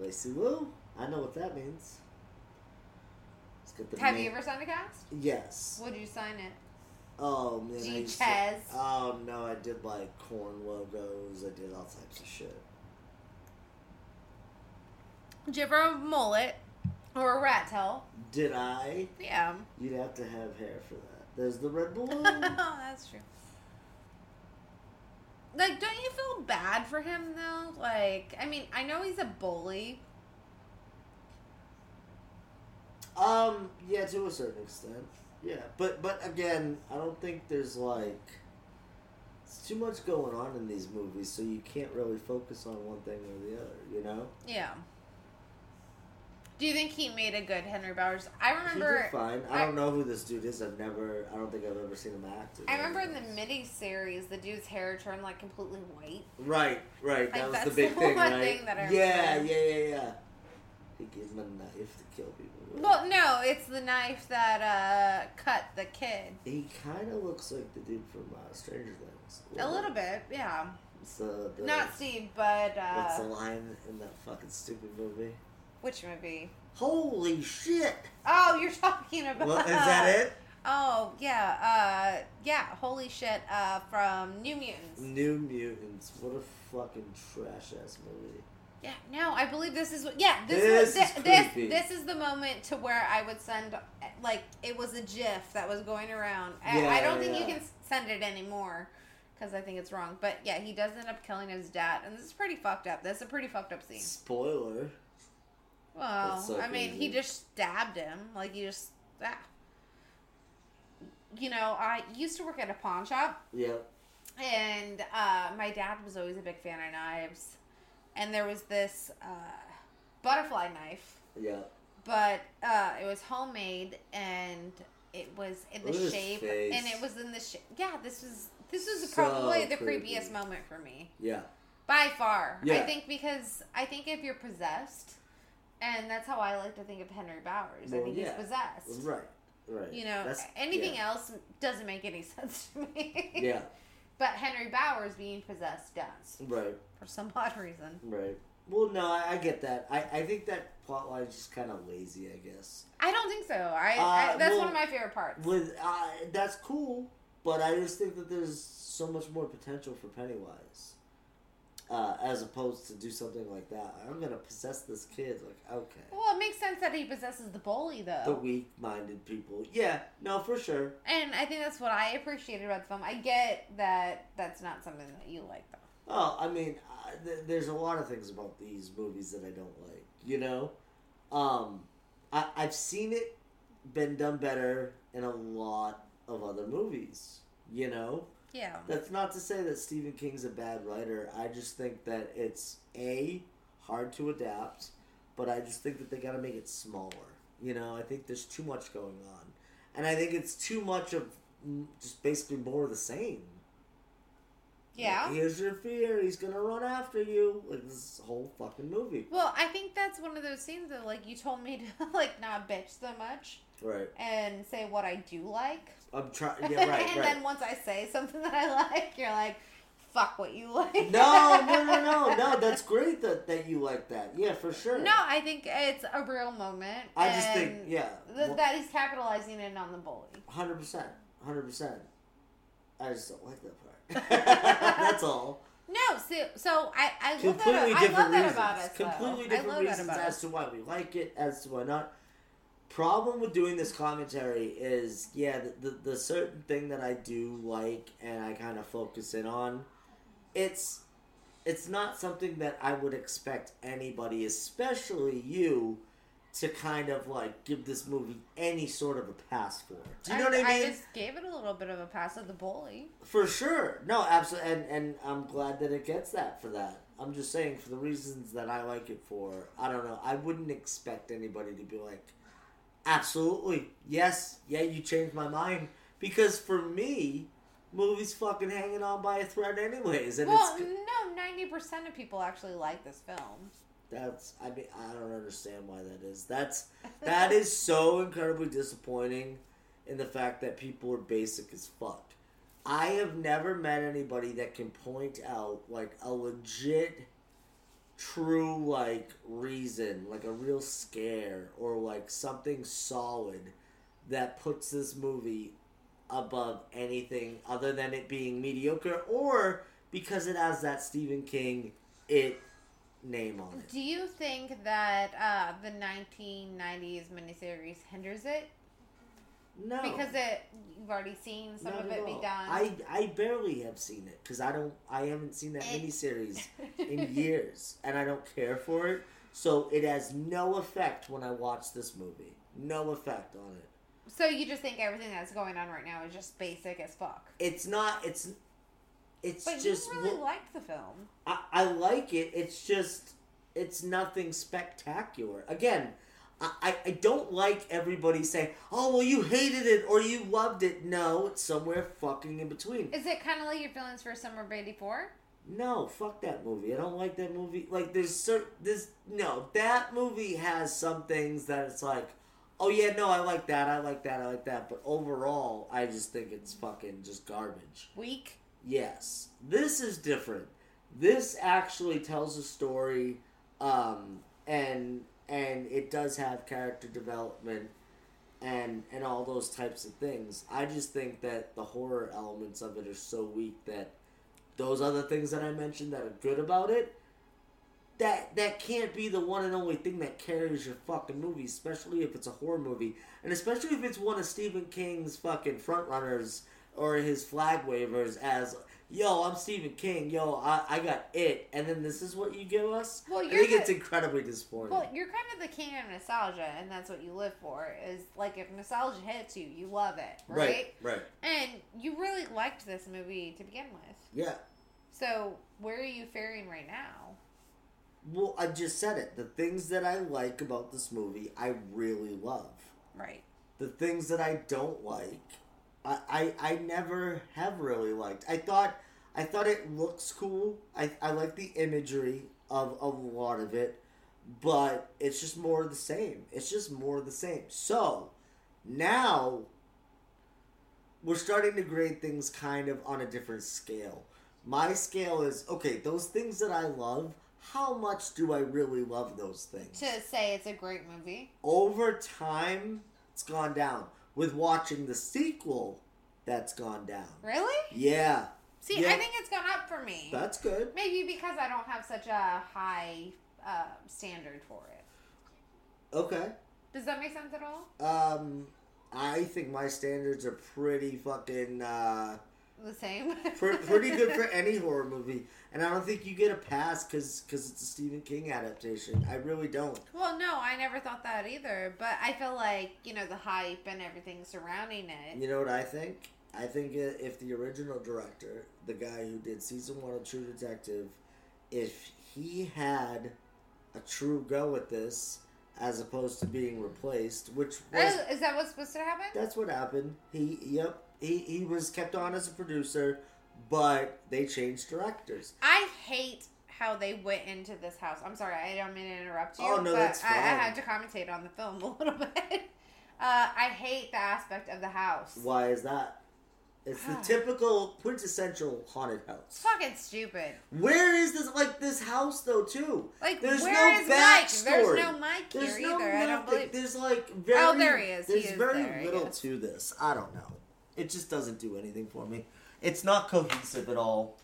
[SPEAKER 6] Lacey Lou. I know what that means. Let's get the
[SPEAKER 7] Have
[SPEAKER 6] name-
[SPEAKER 7] you ever signed a cast?
[SPEAKER 6] Yes.
[SPEAKER 7] Would you sign it?
[SPEAKER 6] Oh man. I used to-
[SPEAKER 7] G-Chaz.
[SPEAKER 6] Oh no, I did like corn logos. I did all types of shit.
[SPEAKER 7] Did you ever have a mullet or a rat tail?
[SPEAKER 6] Did I?
[SPEAKER 7] Yeah.
[SPEAKER 6] You'd have to have hair for that. There's the red balloon.
[SPEAKER 7] oh, that's true. Like, don't you feel bad for him though? Like, I mean, I know he's a bully.
[SPEAKER 6] Um, yeah, to a certain extent. Yeah, but but again, I don't think there's like it's too much going on in these movies, so you can't really focus on one thing or the other. You know,
[SPEAKER 7] Yeah. Do you think he made a good Henry Bowers? I
[SPEAKER 6] He did
[SPEAKER 7] remember.
[SPEAKER 6] fine. I, don't know who this dude is. I've never. I don't think I've ever seen him act. in
[SPEAKER 7] I remember in the
[SPEAKER 6] anything else.
[SPEAKER 7] mini series, the dude's hair turned like completely white.
[SPEAKER 6] Right, right. That
[SPEAKER 7] Like,
[SPEAKER 6] was the
[SPEAKER 7] that's
[SPEAKER 6] big
[SPEAKER 7] the
[SPEAKER 6] thing,
[SPEAKER 7] one
[SPEAKER 6] right?
[SPEAKER 7] thing that I
[SPEAKER 6] yeah,
[SPEAKER 7] remember.
[SPEAKER 6] yeah, yeah, yeah. He gave him a knife to kill people. with.
[SPEAKER 7] Well, no, it's the knife that uh, cut the kid.
[SPEAKER 6] he kind of looks like the dude from uh, Stranger Things.
[SPEAKER 7] A little bit, yeah.
[SPEAKER 6] It's the, the,
[SPEAKER 7] Not Steve, but
[SPEAKER 6] What's the
[SPEAKER 7] uh,
[SPEAKER 6] line in that fucking stupid movie?
[SPEAKER 7] which movie?
[SPEAKER 6] Holy shit!
[SPEAKER 7] Oh, you're talking about.
[SPEAKER 6] Well, is that it?
[SPEAKER 7] Oh yeah, uh, yeah. Holy shit! Uh, from New Mutants.
[SPEAKER 6] New Mutants. What a fucking trash ass movie.
[SPEAKER 7] Yeah, no, I believe this is. what- Yeah, this,
[SPEAKER 6] This
[SPEAKER 7] was,
[SPEAKER 6] is
[SPEAKER 7] thi- this,
[SPEAKER 6] creepy.
[SPEAKER 7] this is the moment to where I would send like it was a GIF that was going around. I,
[SPEAKER 6] Yeah,
[SPEAKER 7] I don't think
[SPEAKER 6] yeah.
[SPEAKER 7] you can s- send it anymore because I think it's wrong. But yeah, he does end up killing his dad, and this is pretty fucked up. That's a pretty fucked up scene.
[SPEAKER 6] Spoiler.
[SPEAKER 7] Well,
[SPEAKER 6] That's so
[SPEAKER 7] I mean,
[SPEAKER 6] crazy.
[SPEAKER 7] he just stabbed him. Like he just. Ah. You know, I used to work at a pawn shop.
[SPEAKER 6] Yep.
[SPEAKER 7] and uh, my dad was always a big fan of knives and there was this uh, butterfly knife
[SPEAKER 6] Yep.
[SPEAKER 7] but uh, it was homemade and it was in the
[SPEAKER 6] Look at his
[SPEAKER 7] shape
[SPEAKER 6] face.
[SPEAKER 7] and it was in the shape yeah this was this was
[SPEAKER 6] So
[SPEAKER 7] probably the
[SPEAKER 6] creepy.
[SPEAKER 7] creepiest moment for me
[SPEAKER 6] Yeah.
[SPEAKER 7] by far i
[SPEAKER 6] Yeah.
[SPEAKER 7] think because i think if you're possessed and that's how i like to think of henry bowers i
[SPEAKER 6] Well,
[SPEAKER 7] think
[SPEAKER 6] yeah.
[SPEAKER 7] he's possessed
[SPEAKER 6] Right. Right.
[SPEAKER 7] you know
[SPEAKER 6] That's-
[SPEAKER 7] anything
[SPEAKER 6] yeah.
[SPEAKER 7] else doesn't make any sense to me
[SPEAKER 6] Yeah.
[SPEAKER 7] but henry bowers being possessed does
[SPEAKER 6] Right.
[SPEAKER 7] for some odd reason.
[SPEAKER 6] Right. Well, no, I, I get that. I, I think that plot line is just kind of lazy, I guess.
[SPEAKER 7] I don't think so. I,
[SPEAKER 6] Uh,
[SPEAKER 7] I that's
[SPEAKER 6] well-
[SPEAKER 7] one of my favorite parts.
[SPEAKER 6] With uh, That's cool, but I just think that there's so much more potential for Pennywise. Uh, as opposed to do something like that. I'm gonna possess this kid. Like, okay.
[SPEAKER 7] Well, it makes sense that he possesses the bully
[SPEAKER 6] the
[SPEAKER 7] though,
[SPEAKER 6] weak-minded people. Yeah, no, for sure.
[SPEAKER 7] and I think that's what I appreciated about the film. I get that that's not something that you like though.
[SPEAKER 6] Oh, I mean, I, th- there's a lot of things about these movies that I don't like. You know, um, I, I've seen it been done better in a lot of other movies. You know,
[SPEAKER 7] Yeah,
[SPEAKER 6] that's not to say that Stephen King's a bad writer. I just think that it's a hard to adapt, but I just think that they got to make it smaller. You know, I think there's too much going on, and I think it's too much of mm, just basically more of the same.
[SPEAKER 7] yeah.
[SPEAKER 6] Here's your fear. He's gonna run after you. Like this whole fucking movie.
[SPEAKER 7] Well, I think that's one of those scenes that like you told me to like not bitch so much
[SPEAKER 6] Right.
[SPEAKER 7] and say what I do like,
[SPEAKER 6] I'm trying. Yeah. Right.
[SPEAKER 7] and
[SPEAKER 6] right.
[SPEAKER 7] then once I say something that I like, you're like, fuck what you like.
[SPEAKER 6] No, no, no, no, no. That's great that, that you like that. Yeah, for sure.
[SPEAKER 7] No, I think it's a real moment.
[SPEAKER 6] I just
[SPEAKER 7] and
[SPEAKER 6] think, yeah.
[SPEAKER 7] th- that he's capitalizing in on the bully.
[SPEAKER 6] Hundred percent, hundred percent. I just don't like that part. That's all.
[SPEAKER 7] No, so, so I, I love
[SPEAKER 6] Completely
[SPEAKER 7] that. I
[SPEAKER 6] different
[SPEAKER 7] love that
[SPEAKER 6] reasons.
[SPEAKER 7] about us. though.
[SPEAKER 6] Completely
[SPEAKER 7] I
[SPEAKER 6] different
[SPEAKER 7] love
[SPEAKER 6] reasons
[SPEAKER 7] that about
[SPEAKER 6] as
[SPEAKER 7] us.
[SPEAKER 6] to why we like it, as to why not. Problem with doing this commentary is, yeah, the, the, the certain thing that I do like and I kind of focus in on, it's it's not something that I would expect anybody, especially you, to kind of like give this movie any sort of a pass for. Do you know what I mean?
[SPEAKER 7] just gave it a little bit of a pass at the bully.
[SPEAKER 6] For sure. No, absolutely. And, and I'm glad that it gets that for that. I'm just saying, for the reasons that I like it for, I don't know. I wouldn't expect anybody to be like, absolutely, yes, yeah, you changed my mind. Because for me, movies fucking hanging on by a thread, anyways. And
[SPEAKER 7] Well,
[SPEAKER 6] it's.
[SPEAKER 7] no, ninety percent of people actually like this film.
[SPEAKER 6] That's I mean I don't understand why that is. That's that is so incredibly disappointing in the fact that people are basic as fuck. I have never met anybody that can point out like a legit true like reason, like a real scare or like something solid that puts this movie above anything other than it being mediocre or because it has that Stephen King it name on it.
[SPEAKER 7] Do you think that uh, the nineteen nineties miniseries hinders it
[SPEAKER 6] No,
[SPEAKER 7] because it you've already seen some
[SPEAKER 6] Oh. not
[SPEAKER 7] of
[SPEAKER 6] at
[SPEAKER 7] it be
[SPEAKER 6] all.
[SPEAKER 7] done?
[SPEAKER 6] I I barely have seen it because I don't I haven't seen that
[SPEAKER 7] It-
[SPEAKER 6] miniseries in years, and I don't care for it. So it has no effect when I watch this movie. No effect on it.
[SPEAKER 7] so you just think everything that's going on right now is just basic as fuck.
[SPEAKER 6] It's not. It's it's
[SPEAKER 7] But
[SPEAKER 6] just.
[SPEAKER 7] you really
[SPEAKER 6] well,
[SPEAKER 7] liked the film.
[SPEAKER 6] I, I like it. It's just it's nothing spectacular. Again. I, I- I don't like everybody saying, "Oh, well, you hated it or you loved it." No, it's somewhere fucking in between.
[SPEAKER 7] Is it kind of like your feelings for Summer of '84?
[SPEAKER 6] No, fuck that movie. I don't like that movie. Like there's certain this no, that movie has some things that it's like, oh yeah, no, I like that, I like that, I like that, but overall, I just think it's fucking just garbage.
[SPEAKER 7] Weak.
[SPEAKER 6] Yes. This is different. This actually tells a story um and and it does have character development and and all those types of things. I just think that the horror elements of it are so weak that those other things that I mentioned that are good about it that that can't be the one and only thing that carries your fucking movie, especially if it's a horror movie, and especially if it's one of Stephen King's fucking frontrunners or his flag wavers as yo, I'm Stephen King, yo, I, I got it, and then this is what you give us.
[SPEAKER 7] Well,
[SPEAKER 6] I
[SPEAKER 7] you're
[SPEAKER 6] think
[SPEAKER 7] the-
[SPEAKER 6] it's incredibly disappointing.
[SPEAKER 7] Well, you're kind of the king of nostalgia, and that's what you live for. Is like if nostalgia hits you, you love it, right?
[SPEAKER 6] right,
[SPEAKER 7] And you really liked this movie to begin with.
[SPEAKER 6] yeah.
[SPEAKER 7] So where are you faring right now?
[SPEAKER 6] Well, I just said it. The things that I like about this movie, I really love.
[SPEAKER 7] Right.
[SPEAKER 6] the things that I don't like, I, I I never have really liked. I thought I thought it looks cool. I I like the imagery of of a lot of it, but it's just more of the same. It's just more of the same. So now we're starting to grade things kind of on a different scale. My scale is okay. Those things that I love, how much do I really love those things?
[SPEAKER 7] To say it's a great movie.
[SPEAKER 6] over time, it's gone down. With watching the sequel, that's gone down.
[SPEAKER 7] Really?
[SPEAKER 6] Yeah,
[SPEAKER 7] See,
[SPEAKER 6] Yeah.
[SPEAKER 7] I think it's gone up for me.
[SPEAKER 6] that's good.
[SPEAKER 7] Maybe because I don't have such a high uh, standard for it.
[SPEAKER 6] Okay.
[SPEAKER 7] Does that make sense at all?
[SPEAKER 6] Um, I think my standards are pretty fucking uh,
[SPEAKER 7] The same.
[SPEAKER 6] pr- pretty good for any horror movie, and I don't think you get a pass because it's a Stephen King adaptation. I really don't.
[SPEAKER 7] Well, no, I never thought that either. But I feel like you know the hype and everything surrounding it.
[SPEAKER 6] You know what I think? I think i- if the original director, the guy who did season one of True Detective, if he had a true go at this, as opposed to being replaced, which was
[SPEAKER 7] Oh, is that what's supposed to happen?
[SPEAKER 6] that's what happened. He yep he he was kept on as a producer, but they changed directors.
[SPEAKER 7] I hate how they went into this house. I'm sorry, I don't mean to interrupt you.
[SPEAKER 6] Oh, no,
[SPEAKER 7] but
[SPEAKER 6] that's
[SPEAKER 7] I, I
[SPEAKER 6] fine.
[SPEAKER 7] had to commentate on the film a little bit. Uh, I hate the aspect of the house.
[SPEAKER 6] Why is that? It's the typical quintessential haunted
[SPEAKER 7] It's
[SPEAKER 6] house.
[SPEAKER 7] fucking stupid.
[SPEAKER 6] Where is this like this house though too?
[SPEAKER 7] Like,
[SPEAKER 6] there's
[SPEAKER 7] where
[SPEAKER 6] no
[SPEAKER 7] is Mike?
[SPEAKER 6] backstory.
[SPEAKER 7] There's no Mike here
[SPEAKER 6] There's no
[SPEAKER 7] either. I don't
[SPEAKER 6] nothing.
[SPEAKER 7] believe- Oh,
[SPEAKER 6] There's like very
[SPEAKER 7] there he is. He
[SPEAKER 6] There's
[SPEAKER 7] is
[SPEAKER 6] very
[SPEAKER 7] there, I
[SPEAKER 6] little
[SPEAKER 7] guess.
[SPEAKER 6] to this. I don't know. It just doesn't do anything for me. It's not cohesive at all.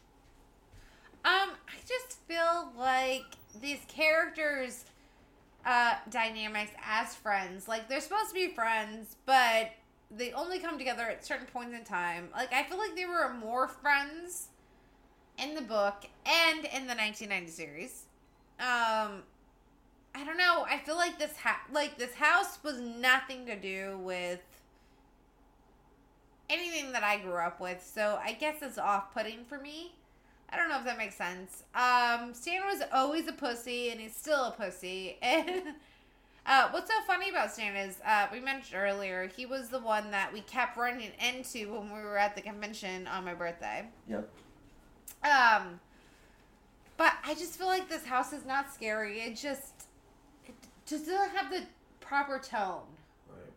[SPEAKER 7] Um, I just feel like these characters' uh, dynamics as friends, like they're supposed to be friends, but they only come together at certain points in time. Like I feel like they were more friends in the book and in the 1990 series. Um, I don't know. I feel like this ha- like this house was nothing to do with anything that I grew up with, so I guess it's off putting for me. I don't know if that makes sense. Um, Stan was always a pussy, and he's still a pussy. And uh, what's so funny about Stan is uh, we mentioned earlier he was the one that we kept running into when we were at the convention on my birthday.
[SPEAKER 6] Yep.
[SPEAKER 7] Um, but I just feel like this house is not scary. It just it just doesn't have the proper tone.
[SPEAKER 6] Right.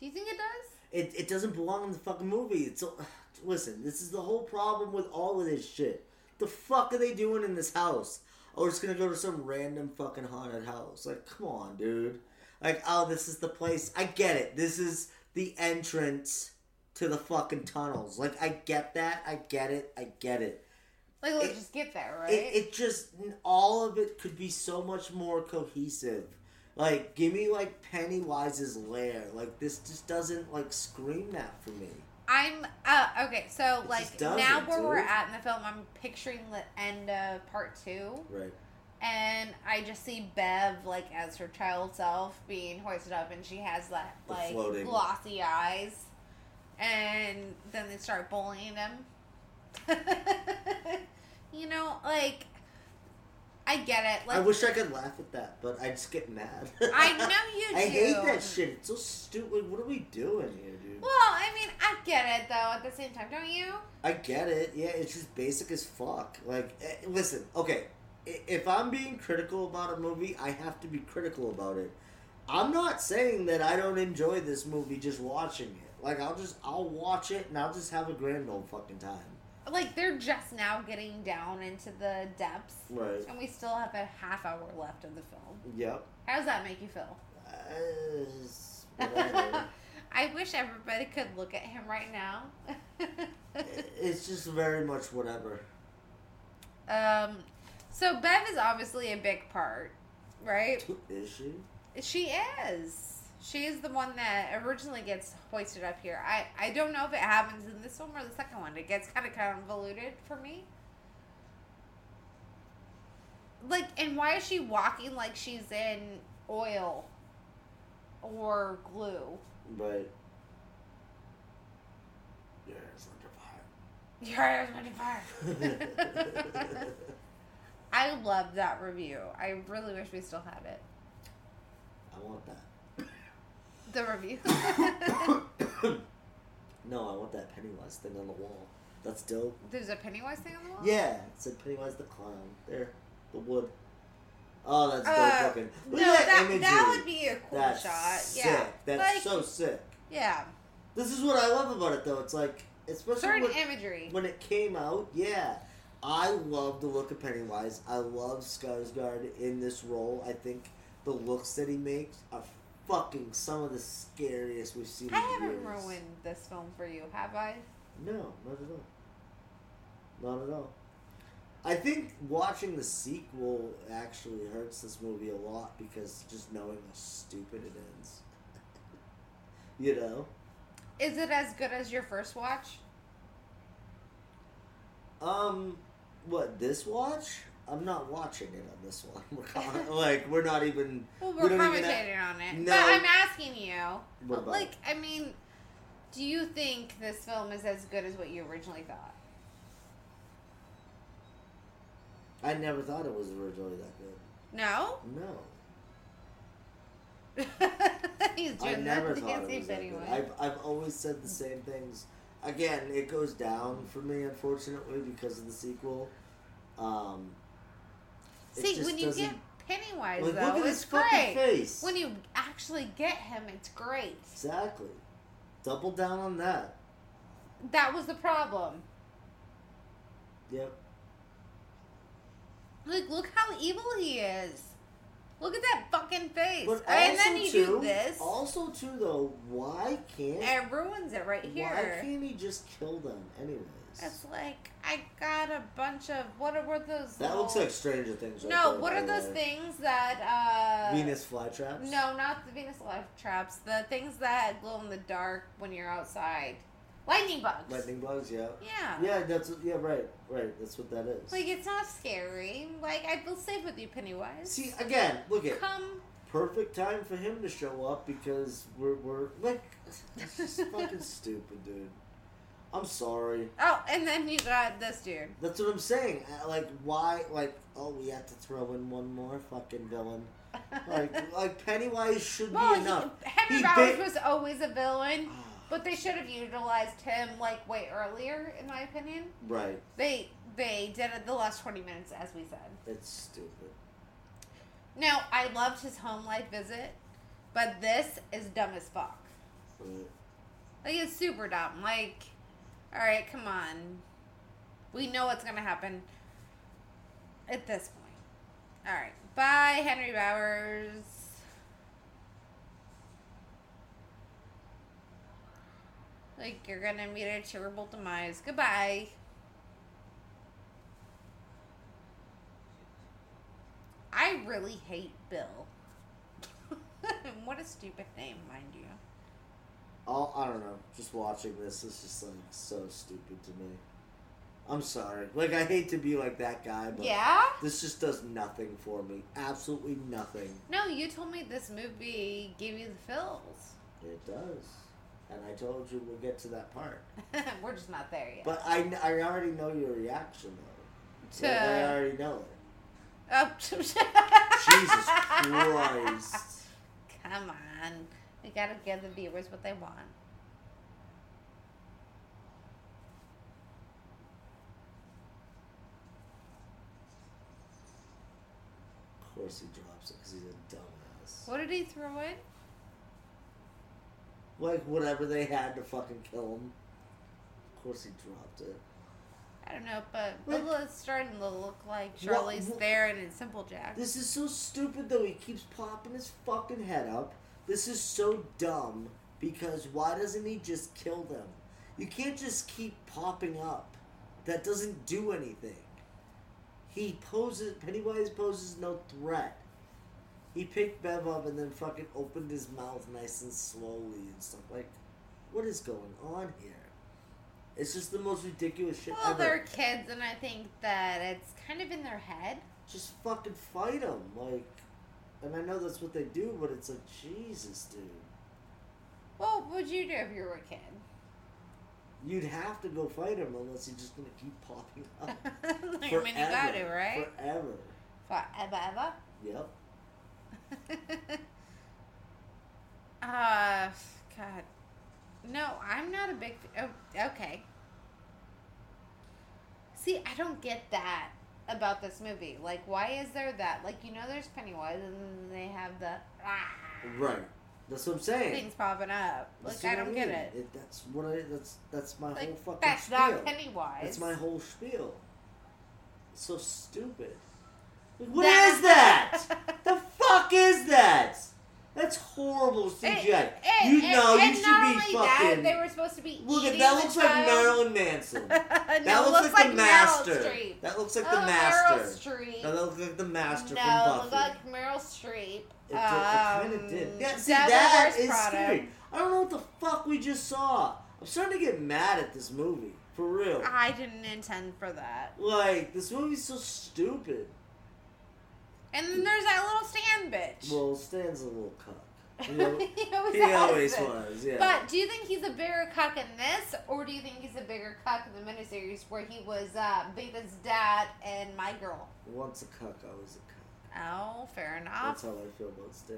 [SPEAKER 7] Do you think it does?
[SPEAKER 6] It, it doesn't belong in the fucking movie. It's listen. This is the whole problem with all of this shit. The fuck are they doing in this house? Oh, we're just gonna go to some random fucking haunted house. Like, come on, dude. Like, oh, this is the place. I get it. This is the entrance to the fucking tunnels. Like, I get that. I get it. I get it.
[SPEAKER 7] Like let's
[SPEAKER 6] It-
[SPEAKER 7] just get there, right?
[SPEAKER 6] It, it just all of it could be so much more cohesive. Like, give me like Pennywise's lair. Like, this just doesn't like scream that for me.
[SPEAKER 7] I'm uh okay, so
[SPEAKER 6] It
[SPEAKER 7] like
[SPEAKER 6] just doesn't,
[SPEAKER 7] now where we're
[SPEAKER 6] dude.
[SPEAKER 7] at in the film, I'm picturing the end of part two,
[SPEAKER 6] Right.
[SPEAKER 7] and I just see Bev like as her child self being hoisted up, and she has that
[SPEAKER 6] The
[SPEAKER 7] like
[SPEAKER 6] floating.
[SPEAKER 7] glossy eyes, and then they start bullying him. you know, like I get it. Like
[SPEAKER 6] I wish I could laugh at that, but I just get mad.
[SPEAKER 7] I know you
[SPEAKER 6] I hate
[SPEAKER 7] do.
[SPEAKER 6] that shit. It's so stupid. What are we doing here, dude?
[SPEAKER 7] Well, I mean, I get it though. At the same time, don't you?
[SPEAKER 6] I get it. Yeah, it's just basic as fuck. Like, eh, listen, okay. i- If I'm being critical about a movie, I have to be critical about it. I'm not saying that I don't enjoy this movie just watching it. Like, I'll just, I'll watch it and I'll just have a grand old fucking time.
[SPEAKER 7] Like they're just now getting down into the depths.
[SPEAKER 6] Right.
[SPEAKER 7] And we still have a half hour left of the film.
[SPEAKER 6] Yep.
[SPEAKER 7] How does that make you feel?
[SPEAKER 6] Uh, it's whatever.
[SPEAKER 7] I wish everybody could look at him right now.
[SPEAKER 6] it's just very much whatever.
[SPEAKER 7] um, so Bev is obviously a big part, right?
[SPEAKER 6] Is she?
[SPEAKER 7] She is. She is the one that originally gets hoisted up here. I, I don't know if it happens in this one or the second one. It gets kind of convoluted for me. Like, and why is she walking like she's in oil or glue?
[SPEAKER 6] But. Yeah, it's under fire.
[SPEAKER 7] Your eyes went to fire. I love that review. I really wish we still had it.
[SPEAKER 6] I want that.
[SPEAKER 7] The review.
[SPEAKER 6] No, I want that Pennywise thing on the wall. That's dope.
[SPEAKER 7] There's a Pennywise thing on the wall?
[SPEAKER 6] Yeah, it said Pennywise the clown. There, the wood. Oh, that's dope
[SPEAKER 7] Uh,
[SPEAKER 6] fucking.
[SPEAKER 7] no,
[SPEAKER 6] Look at
[SPEAKER 7] that,
[SPEAKER 6] imagery.
[SPEAKER 7] that would be a cool
[SPEAKER 6] That's
[SPEAKER 7] shot.
[SPEAKER 6] Sick.
[SPEAKER 7] Yeah.
[SPEAKER 6] That's
[SPEAKER 7] like,
[SPEAKER 6] so sick.
[SPEAKER 7] Yeah.
[SPEAKER 6] This is what I love about it, though. It's like, especially
[SPEAKER 7] Certain
[SPEAKER 6] when,
[SPEAKER 7] imagery.
[SPEAKER 6] when it came out. Yeah, I love the look of Pennywise. I love Skarsgård in this role. I think the looks that he makes are fucking some of the scariest we've seen.
[SPEAKER 7] I
[SPEAKER 6] in
[SPEAKER 7] haven't
[SPEAKER 6] years.
[SPEAKER 7] ruined this film for you, have I?
[SPEAKER 6] No, not at all. Not at all. I think watching the sequel actually hurts this movie a lot because just knowing how stupid it ends. you know?
[SPEAKER 7] Is it as good as your first watch?
[SPEAKER 6] Um, what, this watch? I'm not watching it on this one. We're con- like, we're not even.
[SPEAKER 7] Well,
[SPEAKER 6] we
[SPEAKER 7] we're
[SPEAKER 6] don't even
[SPEAKER 7] commentating on it.
[SPEAKER 6] No.
[SPEAKER 7] But I'm asking you.
[SPEAKER 6] What about
[SPEAKER 7] like,
[SPEAKER 6] it?
[SPEAKER 7] I mean, do you think this film is as good as what you originally thought?
[SPEAKER 6] I never thought it was originally that good.
[SPEAKER 7] No?
[SPEAKER 6] No.
[SPEAKER 7] He's
[SPEAKER 6] I
[SPEAKER 7] doing
[SPEAKER 6] never
[SPEAKER 7] that to
[SPEAKER 6] thought
[SPEAKER 7] get
[SPEAKER 6] it was
[SPEAKER 7] safe
[SPEAKER 6] that good.
[SPEAKER 7] anyway.
[SPEAKER 6] I've, I've always said the same things. Again, it goes down for me, unfortunately, because of the sequel. Um, it
[SPEAKER 7] See,
[SPEAKER 6] just
[SPEAKER 7] when you
[SPEAKER 6] doesn't-
[SPEAKER 7] get Pennywise,
[SPEAKER 6] Like,
[SPEAKER 7] though,
[SPEAKER 6] look at
[SPEAKER 7] it's
[SPEAKER 6] his fucking
[SPEAKER 7] great.
[SPEAKER 6] face.
[SPEAKER 7] When you actually get him, it's great.
[SPEAKER 6] exactly double down on that.
[SPEAKER 7] That was the problem.
[SPEAKER 6] Yep.
[SPEAKER 7] Like, look how evil he is. Look at that fucking face.
[SPEAKER 6] But
[SPEAKER 7] and then
[SPEAKER 6] also
[SPEAKER 7] you
[SPEAKER 6] too-
[SPEAKER 7] do this.
[SPEAKER 6] Also, too, though, why can't
[SPEAKER 7] and ruins it right
[SPEAKER 6] why
[SPEAKER 7] here.
[SPEAKER 6] can't he just kill them anyways?
[SPEAKER 7] It's like I got a bunch of what were those?
[SPEAKER 6] that
[SPEAKER 7] little-
[SPEAKER 6] looks like Stranger Things. Right
[SPEAKER 7] No,
[SPEAKER 6] there,
[SPEAKER 7] what
[SPEAKER 6] by
[SPEAKER 7] are
[SPEAKER 6] the
[SPEAKER 7] those
[SPEAKER 6] way.
[SPEAKER 7] things that uh
[SPEAKER 6] Venus flytraps.
[SPEAKER 7] No, not the Venus life traps. The things that glow in the dark when you're outside. Lightning bugs.
[SPEAKER 6] Lightning bugs. Yeah.
[SPEAKER 7] Yeah.
[SPEAKER 6] Yeah, that's yeah, right, right. That's what that is.
[SPEAKER 7] Like it's not scary. Like I feel safe with you, Pennywise.
[SPEAKER 6] See again, look at
[SPEAKER 7] Come.
[SPEAKER 6] perfect time for him to show up because we're we're like it's just fucking stupid, dude. I'm sorry.
[SPEAKER 7] Oh, and then you got this dude.
[SPEAKER 6] That's what I'm saying. I- Like why? Like oh, we have to throw in one more fucking villain. Like like Pennywise should
[SPEAKER 7] Well,
[SPEAKER 6] be enough.
[SPEAKER 7] he, Henry
[SPEAKER 6] He Oh.
[SPEAKER 7] Bowers
[SPEAKER 6] bit-
[SPEAKER 7] was always a villain, but they should have utilized him like way earlier, in my opinion.
[SPEAKER 6] Right.
[SPEAKER 7] They they did it the last twenty minutes, as we said.
[SPEAKER 6] It's stupid.
[SPEAKER 7] Now I loved his home life visit, but this is dumb as fuck.
[SPEAKER 6] But-
[SPEAKER 7] Like it's super dumb. Like, all right, come on. We know what's gonna happen at this point. All right, bye, Henry Bowers. Like you're gonna meet a terrible demise. Goodbye. I really hate Bill. what a stupid name, mind you.
[SPEAKER 6] All, I don't know. Just watching this is just like so stupid to me. I'm sorry. Like I hate to be like that guy, but
[SPEAKER 7] Yeah?
[SPEAKER 6] this just does nothing for me. Absolutely nothing.
[SPEAKER 7] No, you told me this movie gave you the feels.
[SPEAKER 6] It does. And I told you we'll get to that part.
[SPEAKER 7] We're just not there yet.
[SPEAKER 6] But I, I already know your reaction though. Like, I
[SPEAKER 7] to
[SPEAKER 6] already know it.
[SPEAKER 7] oh,
[SPEAKER 6] Jesus Christ.
[SPEAKER 7] Come on, we gotta give the viewers what they want.
[SPEAKER 6] Of course he drops it because he's a dumbass.
[SPEAKER 7] What did he throw in?
[SPEAKER 6] Like whatever they had to fucking kill him. Of course he dropped it.
[SPEAKER 7] I don't know, but
[SPEAKER 6] Like-
[SPEAKER 7] Lola's starting to look like Charlie's
[SPEAKER 6] what-
[SPEAKER 7] Theron and Simple Jack.
[SPEAKER 6] This is so stupid though. He keeps popping his fucking head up. This is so dumb because why doesn't he just kill them? You can't just keep popping up. That doesn't do anything. He poses. Pennywise poses no threat. He picked Bev up and then fucking opened his mouth nice and slowly and stuff. Like, what is going on here? It's just the most ridiculous shit
[SPEAKER 7] well,
[SPEAKER 6] ever.
[SPEAKER 7] they're kids, and I think that it's kind of in their head.
[SPEAKER 6] just fucking fight them. Like, and I know that's what they do, but it's like, Jesus, dude.
[SPEAKER 7] What would you do if you were a kid?
[SPEAKER 6] You'd have to go fight him unless he's just gonna keep popping up.
[SPEAKER 7] like, I mean, you gotta, right?
[SPEAKER 6] Forever.
[SPEAKER 7] Forever, ever.
[SPEAKER 6] Yep.
[SPEAKER 7] uh, God. No, I'm not a big. Oh, okay. See, I don't get that about this movie. Like, why is there that? Like, you know, there's Pennywise, and then they have the ah,
[SPEAKER 6] Right. That's what I'm saying.
[SPEAKER 7] things popping up.
[SPEAKER 6] That's
[SPEAKER 7] Like, I
[SPEAKER 6] what
[SPEAKER 7] don't get
[SPEAKER 6] mean.
[SPEAKER 7] it.
[SPEAKER 6] That's what I. That's that's my whole fucking
[SPEAKER 7] Like, that's
[SPEAKER 6] spiel.
[SPEAKER 7] not Pennywise.
[SPEAKER 6] That's my whole spiel. It's so stupid. Like, what
[SPEAKER 7] That-
[SPEAKER 6] is that? the fuck is that? That's horrible CGI.
[SPEAKER 7] And- and-
[SPEAKER 6] you
[SPEAKER 7] and-
[SPEAKER 6] know
[SPEAKER 7] and
[SPEAKER 6] you
[SPEAKER 7] not
[SPEAKER 6] should be
[SPEAKER 7] only
[SPEAKER 6] fucking.
[SPEAKER 7] That, they were supposed to be.
[SPEAKER 6] Look at
[SPEAKER 7] eating
[SPEAKER 6] that!
[SPEAKER 7] the
[SPEAKER 6] Looks like
[SPEAKER 7] child.
[SPEAKER 6] Marilyn Manson.
[SPEAKER 7] that
[SPEAKER 6] That
[SPEAKER 7] looks, like,
[SPEAKER 6] the
[SPEAKER 7] Meryl
[SPEAKER 6] master.
[SPEAKER 7] Streep.
[SPEAKER 6] That looks like
[SPEAKER 7] Oh,
[SPEAKER 6] the
[SPEAKER 7] Meryl
[SPEAKER 6] master.
[SPEAKER 7] Streep.
[SPEAKER 6] That looks like the master
[SPEAKER 7] no,
[SPEAKER 6] from Buffy.
[SPEAKER 7] like Meryl Streep.
[SPEAKER 6] It, did- it kind
[SPEAKER 7] Um,
[SPEAKER 6] of did. Yeah, see,
[SPEAKER 7] Devil
[SPEAKER 6] that
[SPEAKER 7] Wears
[SPEAKER 6] is
[SPEAKER 7] Prada.
[SPEAKER 6] scary. I don't know what the fuck we just saw. I'm starting to get mad at this movie. For real.
[SPEAKER 7] I didn't intend for that.
[SPEAKER 6] Like, this movie's so stupid.
[SPEAKER 7] And then there's that little stand bitch.
[SPEAKER 6] Well, Stan's a little cuck. You
[SPEAKER 7] he
[SPEAKER 6] know,
[SPEAKER 7] always,
[SPEAKER 6] he always
[SPEAKER 7] has been.
[SPEAKER 6] was, yeah.
[SPEAKER 7] But do you think he's a bigger cuck in this, or do you think he's a bigger cuck in the miniseries where he was uh, Beta's dad and my girl?
[SPEAKER 6] Once a cuck, always a cuck.
[SPEAKER 7] Oh, fair
[SPEAKER 6] That's
[SPEAKER 7] enough.
[SPEAKER 6] how I feel about Stan.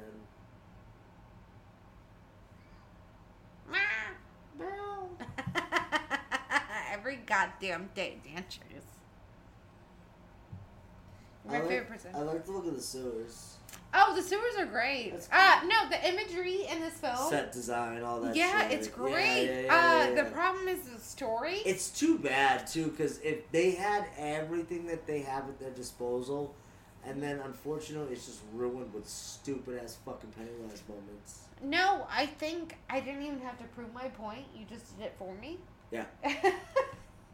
[SPEAKER 7] Ah, Bill. Every goddamn day, dancers.
[SPEAKER 6] I
[SPEAKER 7] My
[SPEAKER 6] like,
[SPEAKER 7] favorite person.
[SPEAKER 6] I like to look at the sewers.
[SPEAKER 7] Oh, the sewers are great.
[SPEAKER 6] That's
[SPEAKER 7] Uh, no, the imagery in this film.
[SPEAKER 6] Set design, all that.
[SPEAKER 7] Oh. yeah,
[SPEAKER 6] shit.
[SPEAKER 7] it's
[SPEAKER 6] Yeah,
[SPEAKER 7] great.
[SPEAKER 6] yeah, yeah,
[SPEAKER 7] uh,
[SPEAKER 6] yeah.
[SPEAKER 7] the problem is the story.
[SPEAKER 6] It's too bad too, because if they had everything that they have at their disposal, and then unfortunately it's just ruined with stupid ass fucking Pennywise moments.
[SPEAKER 7] no, I think I didn't even have to prove my point. You just did it for me.
[SPEAKER 6] Yeah.
[SPEAKER 7] oh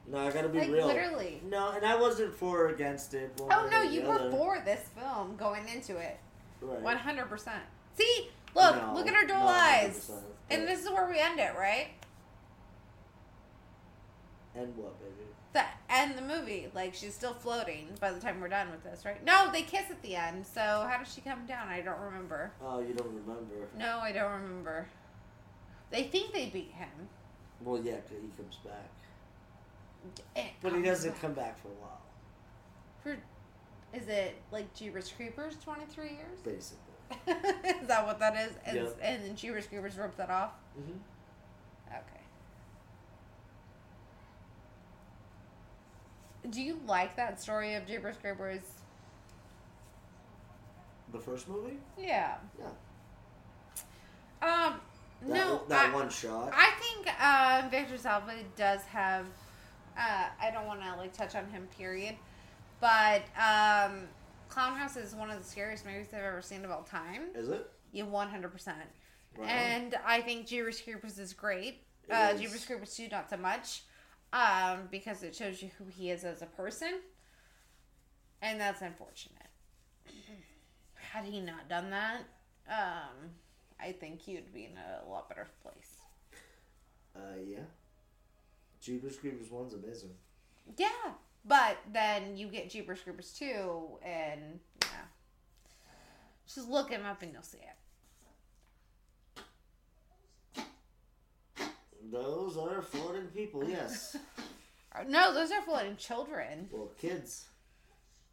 [SPEAKER 6] No, I gotta be
[SPEAKER 7] Like,
[SPEAKER 6] real.
[SPEAKER 7] literally. Oh,
[SPEAKER 6] No, and I wasn't for or against it. one way
[SPEAKER 7] no,
[SPEAKER 6] or the
[SPEAKER 7] you were
[SPEAKER 6] other.
[SPEAKER 7] for this film going into it.
[SPEAKER 6] Right.
[SPEAKER 7] One hundred percent. See, look,
[SPEAKER 6] No,
[SPEAKER 7] look at our dual
[SPEAKER 6] no,
[SPEAKER 7] eyes,
[SPEAKER 6] 100%,
[SPEAKER 7] and
[SPEAKER 6] but-
[SPEAKER 7] this is where we end it, right?
[SPEAKER 6] And what, baby?
[SPEAKER 7] The end the movie. Like she's still floating by the time we're done with this, right? No, they kiss at the end. So how does she come down? I don't remember.
[SPEAKER 6] Oh, you don't remember?
[SPEAKER 7] No, I don't remember. They think they beat him.
[SPEAKER 6] Well, yeah, 'cause he comes back,
[SPEAKER 7] Eh,
[SPEAKER 6] but he doesn't come back for a while,
[SPEAKER 7] For, is it like Jeepers Creepers? Twenty three years?
[SPEAKER 6] basically.
[SPEAKER 7] is that what that is? And,
[SPEAKER 6] Yep.
[SPEAKER 7] and then Jeepers Creepers ripped that off.
[SPEAKER 6] Mhm.
[SPEAKER 7] Okay. Do you like that story of Jeepers Creepers?
[SPEAKER 6] The first movie?
[SPEAKER 7] Yeah.
[SPEAKER 6] Yeah.
[SPEAKER 7] Um.
[SPEAKER 6] That,
[SPEAKER 7] no.
[SPEAKER 6] that
[SPEAKER 7] I,
[SPEAKER 6] one shot.
[SPEAKER 7] I think um, Victor Salva does have. Uh, I don't want to like touch on him, period. But um, Clown House is one of the scariest movies I've ever seen of all time.
[SPEAKER 6] Is it?
[SPEAKER 7] You one hundred percent.
[SPEAKER 6] Right on.
[SPEAKER 7] And I think Jeepers Creepers is great.
[SPEAKER 6] It
[SPEAKER 7] Uh,
[SPEAKER 6] is.
[SPEAKER 7] Jeepers Creepers two, not so much, um, because it shows you who he is as a person, and that's unfortunate. Had he not done that, um, I think he would be in a lot better place.
[SPEAKER 6] Uh, yeah. Jeepers Creepers one's amazing.
[SPEAKER 7] Yeah, but then you get Jeepers Creepers two, and yeah, just look him up and you'll see it.
[SPEAKER 6] Those are floating people, yes.
[SPEAKER 7] No, those are floating children.
[SPEAKER 6] well, kids,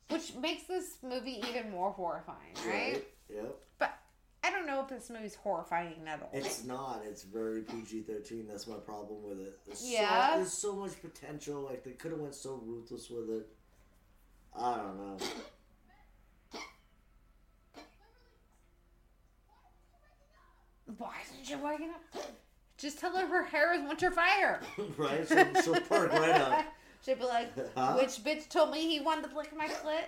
[SPEAKER 7] Which makes this movie even more horrifying, right?
[SPEAKER 6] Yep.
[SPEAKER 7] But I don't know if this movie's horrifying at all.
[SPEAKER 6] It's not. It's very PG thirteen. That's my problem with it. There's
[SPEAKER 7] Yeah.
[SPEAKER 6] So, there's so much potential. Like they could have went so ruthless with it. I don't know.
[SPEAKER 7] Why isn't she waking up? Just tell her her hair is winter fire.
[SPEAKER 6] right? She'll, she'll perk right up.
[SPEAKER 7] She'd be like,
[SPEAKER 6] Huh?
[SPEAKER 7] which bitch told me he wanted to lick my clit?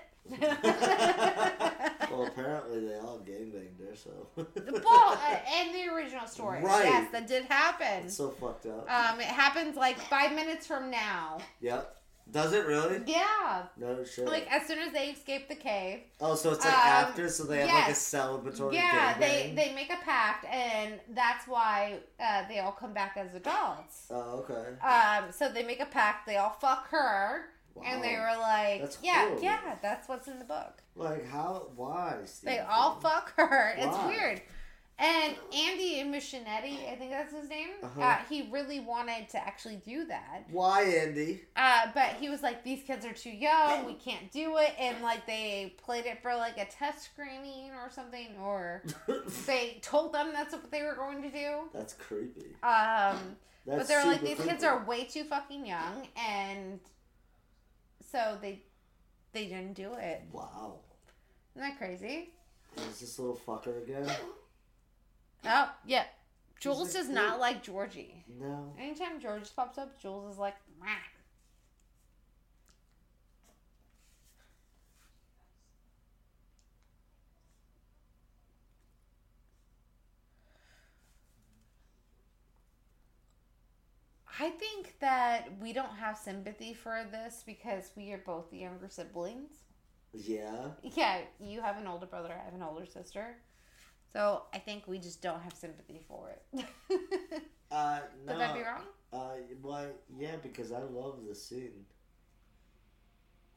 [SPEAKER 6] Well, apparently they all gangbanged her, so.
[SPEAKER 7] Well, uh, and the original story.
[SPEAKER 6] Right.
[SPEAKER 7] Yes, that did happen.
[SPEAKER 6] It's so fucked up.
[SPEAKER 7] Um, it happens like five minutes from now.
[SPEAKER 6] yep. Does it really?
[SPEAKER 7] Yeah.
[SPEAKER 6] No shit.
[SPEAKER 7] Like as soon as they escape the cave,
[SPEAKER 6] oh, so it's like
[SPEAKER 7] um,
[SPEAKER 6] after, so they have like a
[SPEAKER 7] yes.
[SPEAKER 6] celebratory
[SPEAKER 7] yeah,
[SPEAKER 6] gangbang.
[SPEAKER 7] they they make a pact, and that's why uh, they all come back as adults.
[SPEAKER 6] Oh, okay.
[SPEAKER 7] Um, so they make a pact. They all fuck her, and they
[SPEAKER 6] Wow.
[SPEAKER 7] were like,
[SPEAKER 6] That's
[SPEAKER 7] "Yeah,
[SPEAKER 6] horrible.
[SPEAKER 7] yeah, that's what's in the book."
[SPEAKER 6] Like how? Why? Steve?
[SPEAKER 7] They all fuck her.
[SPEAKER 6] Why?
[SPEAKER 7] It's weird. And Andy Muschietti, I think that's his name. uh
[SPEAKER 6] Uh-huh.
[SPEAKER 7] he really wanted to actually do that,
[SPEAKER 6] Why, Andy?
[SPEAKER 7] uh, but he was like, "These kids are too young. We can't do it." And like they played it for like a test screening or something, or they told them that's what they were going to do.
[SPEAKER 6] That's creepy.
[SPEAKER 7] Um,
[SPEAKER 6] That's
[SPEAKER 7] but they're like,
[SPEAKER 6] super
[SPEAKER 7] these kids
[SPEAKER 6] creepy.
[SPEAKER 7] are way too fucking young, and so they they didn't do it.
[SPEAKER 6] Wow.
[SPEAKER 7] Isn't that crazy?
[SPEAKER 6] Is this little fucker again?
[SPEAKER 7] Oh yeah, Jules
[SPEAKER 6] like,
[SPEAKER 7] does
[SPEAKER 6] "Ooh."
[SPEAKER 7] not like Georgie.
[SPEAKER 6] No.
[SPEAKER 7] Anytime George pops up, Jules is like, "Meh." I think that we don't have sympathy for this because we are both the younger siblings.
[SPEAKER 6] Yeah.
[SPEAKER 7] Yeah, you have an older brother, I have an older sister. So I think we just don't have sympathy for it. Would
[SPEAKER 6] Uh, no.
[SPEAKER 7] that be wrong?
[SPEAKER 6] Uh, why? Yeah, because I love the scene.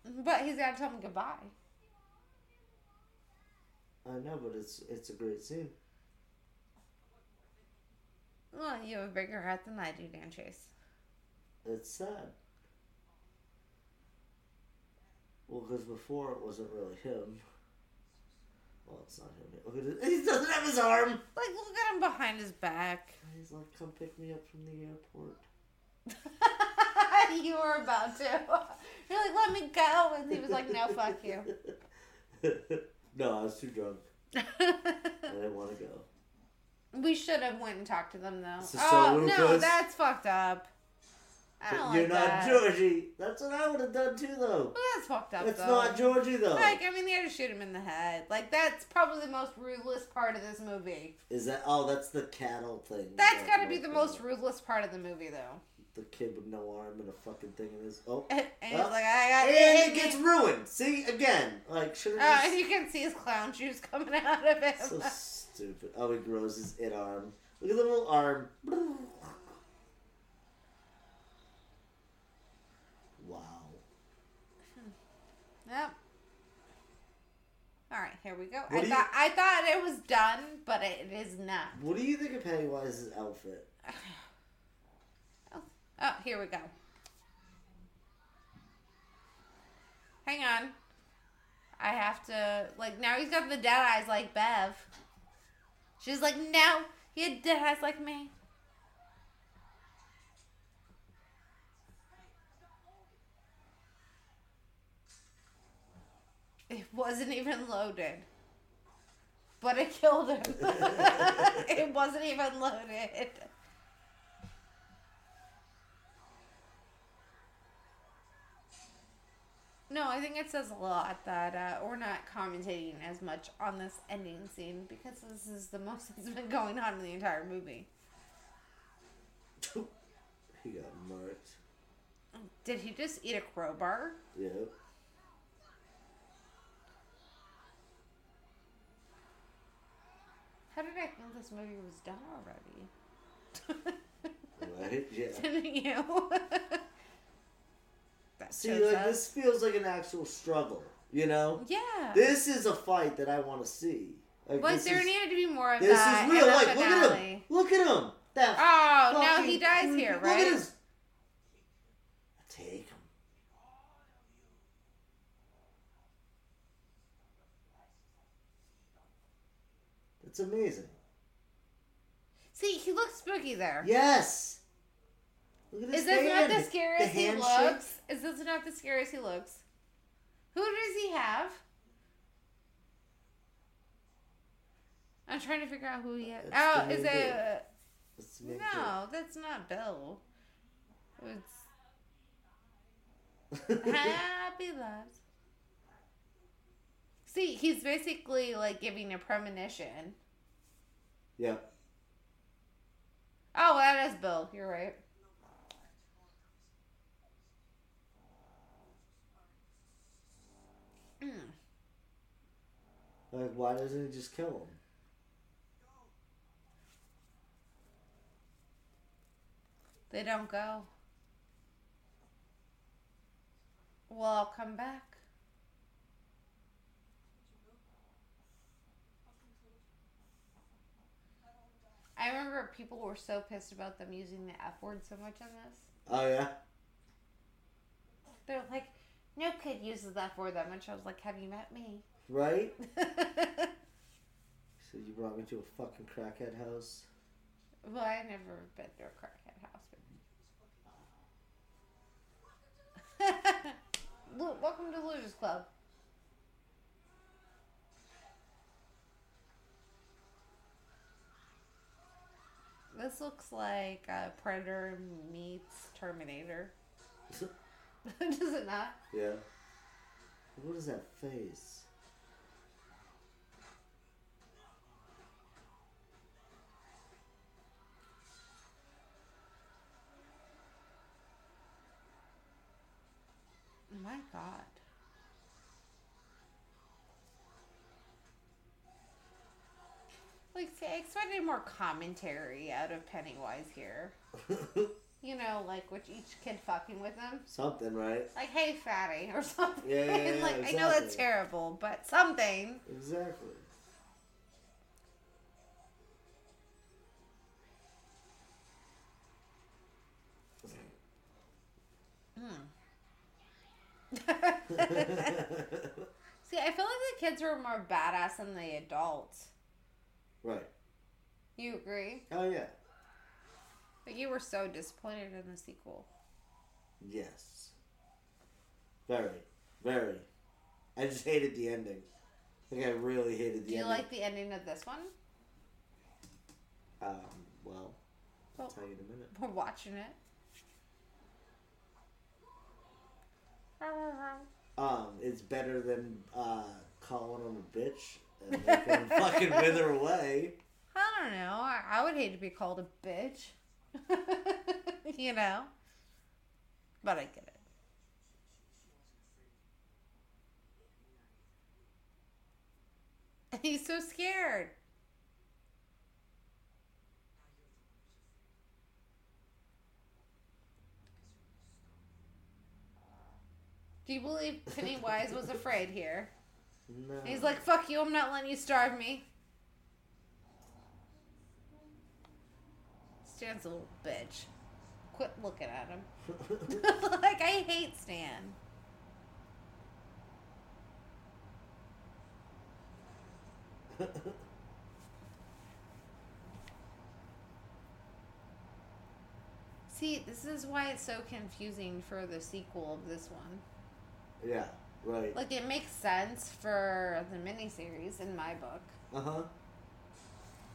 [SPEAKER 7] But he's got to tell him goodbye.
[SPEAKER 6] I know, but it's it's a great scene.
[SPEAKER 7] Well, you have a bigger heart than I do, Dan Chase.
[SPEAKER 6] It's sad. Well, because before it wasn't really him. Well, it's not him. Look at his, he doesn't have his arm.
[SPEAKER 7] Like, look at him behind his back.
[SPEAKER 6] He's like, come pick me up from the airport.
[SPEAKER 7] you were about to. You're like, let me go. And he was like, no, fuck you.
[SPEAKER 6] no, I was too drunk. I didn't want to go.
[SPEAKER 7] We should have went and talked to them though.
[SPEAKER 6] So- so
[SPEAKER 7] oh no,
[SPEAKER 6] Lucas-
[SPEAKER 7] that's fucked up. I
[SPEAKER 6] But
[SPEAKER 7] don't
[SPEAKER 6] you're
[SPEAKER 7] like
[SPEAKER 6] not
[SPEAKER 7] that.
[SPEAKER 6] Georgie. That's what I would have done too, though.
[SPEAKER 7] Well, that's fucked up.
[SPEAKER 6] That's
[SPEAKER 7] though.
[SPEAKER 6] not Georgie, though.
[SPEAKER 7] Like, I mean, they had to shoot him in the head. Like, that's probably the most ruthless part of this movie.
[SPEAKER 6] Is that? Oh, that's the cattle thing.
[SPEAKER 7] That's
[SPEAKER 6] That
[SPEAKER 7] got to
[SPEAKER 6] right
[SPEAKER 7] be the
[SPEAKER 6] there.
[SPEAKER 7] most ruthless part of the movie, though.
[SPEAKER 6] The kid with no arm and a fucking thing in his. Oh.
[SPEAKER 7] and he's
[SPEAKER 6] Oh.
[SPEAKER 7] like, I got
[SPEAKER 6] and
[SPEAKER 7] it.
[SPEAKER 6] it gets ruined. See again. Like should
[SPEAKER 7] Uh,
[SPEAKER 6] have.
[SPEAKER 7] and you can see his clown shoes coming out of him.
[SPEAKER 6] So stupid. Oh, he grows his it arm. Look at the little arm. Wow.
[SPEAKER 7] Yep. All right, here we go.
[SPEAKER 6] What
[SPEAKER 7] I
[SPEAKER 6] do you-
[SPEAKER 7] thought I thought it was done, but it is not.
[SPEAKER 6] What do you think of Pennywise's outfit?
[SPEAKER 7] Oh, oh, here we go. Hang on. I have to like now he's got the dead eyes like Bev. She's like, no, he had dead eyes like me. It wasn't even loaded. But it killed him. it wasn't even loaded. No, I think it says a lot that uh, we're not commentating as much on this ending scene because this is the most that's been going on in the entire movie.
[SPEAKER 6] he got marked.
[SPEAKER 7] Did he just eat a crowbar?
[SPEAKER 6] Yeah.
[SPEAKER 7] How did I think this movie was done already?
[SPEAKER 6] Right? Yeah.
[SPEAKER 7] Didn't you? that
[SPEAKER 6] See,
[SPEAKER 7] shows
[SPEAKER 6] like
[SPEAKER 7] us.
[SPEAKER 6] this feels like an actual struggle. You know.
[SPEAKER 7] Yeah.
[SPEAKER 6] This is a fight that I want to see. Like,
[SPEAKER 7] was
[SPEAKER 6] this
[SPEAKER 7] there
[SPEAKER 6] is-
[SPEAKER 7] needed to be more of
[SPEAKER 6] This
[SPEAKER 7] that?
[SPEAKER 6] is real.
[SPEAKER 7] in the
[SPEAKER 6] Like, look at him.
[SPEAKER 7] finale?
[SPEAKER 6] Look at him. That
[SPEAKER 7] Oh, now
[SPEAKER 6] fucking
[SPEAKER 7] he dies
[SPEAKER 6] creepy-
[SPEAKER 7] here,
[SPEAKER 6] Look
[SPEAKER 7] right?
[SPEAKER 6] at his. Take him. That's amazing.
[SPEAKER 7] See, he looks spooky there.
[SPEAKER 6] Yes. Look at his
[SPEAKER 7] Is this not
[SPEAKER 6] hand.
[SPEAKER 7] the scariest he
[SPEAKER 6] handshake.
[SPEAKER 7] looks? Is this not the scariest he looks? Who does he have? I'm trying to figure out who he is.
[SPEAKER 6] That's
[SPEAKER 7] oh,
[SPEAKER 6] the
[SPEAKER 7] is
[SPEAKER 6] main
[SPEAKER 7] it?
[SPEAKER 6] Let's make
[SPEAKER 7] No, that's not Bill. It's
[SPEAKER 6] it-
[SPEAKER 7] Happy Lives. See, he's basically like giving a premonition.
[SPEAKER 6] yeah.
[SPEAKER 7] Oh, that is Bill. You're right. Mm.
[SPEAKER 6] Like, why doesn't he just kill him?
[SPEAKER 7] They don't go. Well, I'll come back. I remember people were so pissed about them using the F word so much on this.
[SPEAKER 6] Oh yeah.
[SPEAKER 7] They're like, no kid uses the F word that much. I was like, have you met me?
[SPEAKER 6] Right. So you brought me to a fucking crackhead house.
[SPEAKER 7] well, I never been to a crackhead house. But... Lu- Welcome to Losers Club. This looks like uh, Predator meets Terminator. Does it not?
[SPEAKER 6] Yeah. What is that face?
[SPEAKER 7] My God. Like, see, I expected more commentary out of Pennywise here. You know, like with each kid fucking with him.
[SPEAKER 6] Something, right?
[SPEAKER 7] Like, hey, fatty, or something.
[SPEAKER 6] Yeah, yeah, yeah,
[SPEAKER 7] like, I know that's
[SPEAKER 6] exactly.
[SPEAKER 7] terrible, but something.
[SPEAKER 6] Exactly.
[SPEAKER 7] See, I feel like the kids were more badass than the adults.
[SPEAKER 6] right.
[SPEAKER 7] You agree?
[SPEAKER 6] Oh yeah.
[SPEAKER 7] But you were so disappointed in the sequel.
[SPEAKER 6] Yes. Very, very. I just hated the ending. Like I really hated the
[SPEAKER 7] Do you
[SPEAKER 6] ending.
[SPEAKER 7] like the ending of this one?
[SPEAKER 6] um, well, I'll
[SPEAKER 7] Well,
[SPEAKER 6] tell you in a minute.
[SPEAKER 7] we're watching it.
[SPEAKER 6] Um, it's better than uh, calling him a bitch and making him fucking wither away.
[SPEAKER 7] I don't know. I, I would hate to be called a bitch. you know? But I get it. He's so scared. Do you believe Pennywise was afraid here?
[SPEAKER 6] No.
[SPEAKER 7] He's like, fuck you, I'm not letting you starve me. Stan's a little bitch. Quit looking at him. like, I hate Stan. See, this is why it's so confusing for the sequel of this one.
[SPEAKER 6] yeah, right.
[SPEAKER 7] Like, it makes sense for the miniseries in my book.
[SPEAKER 6] uh huh.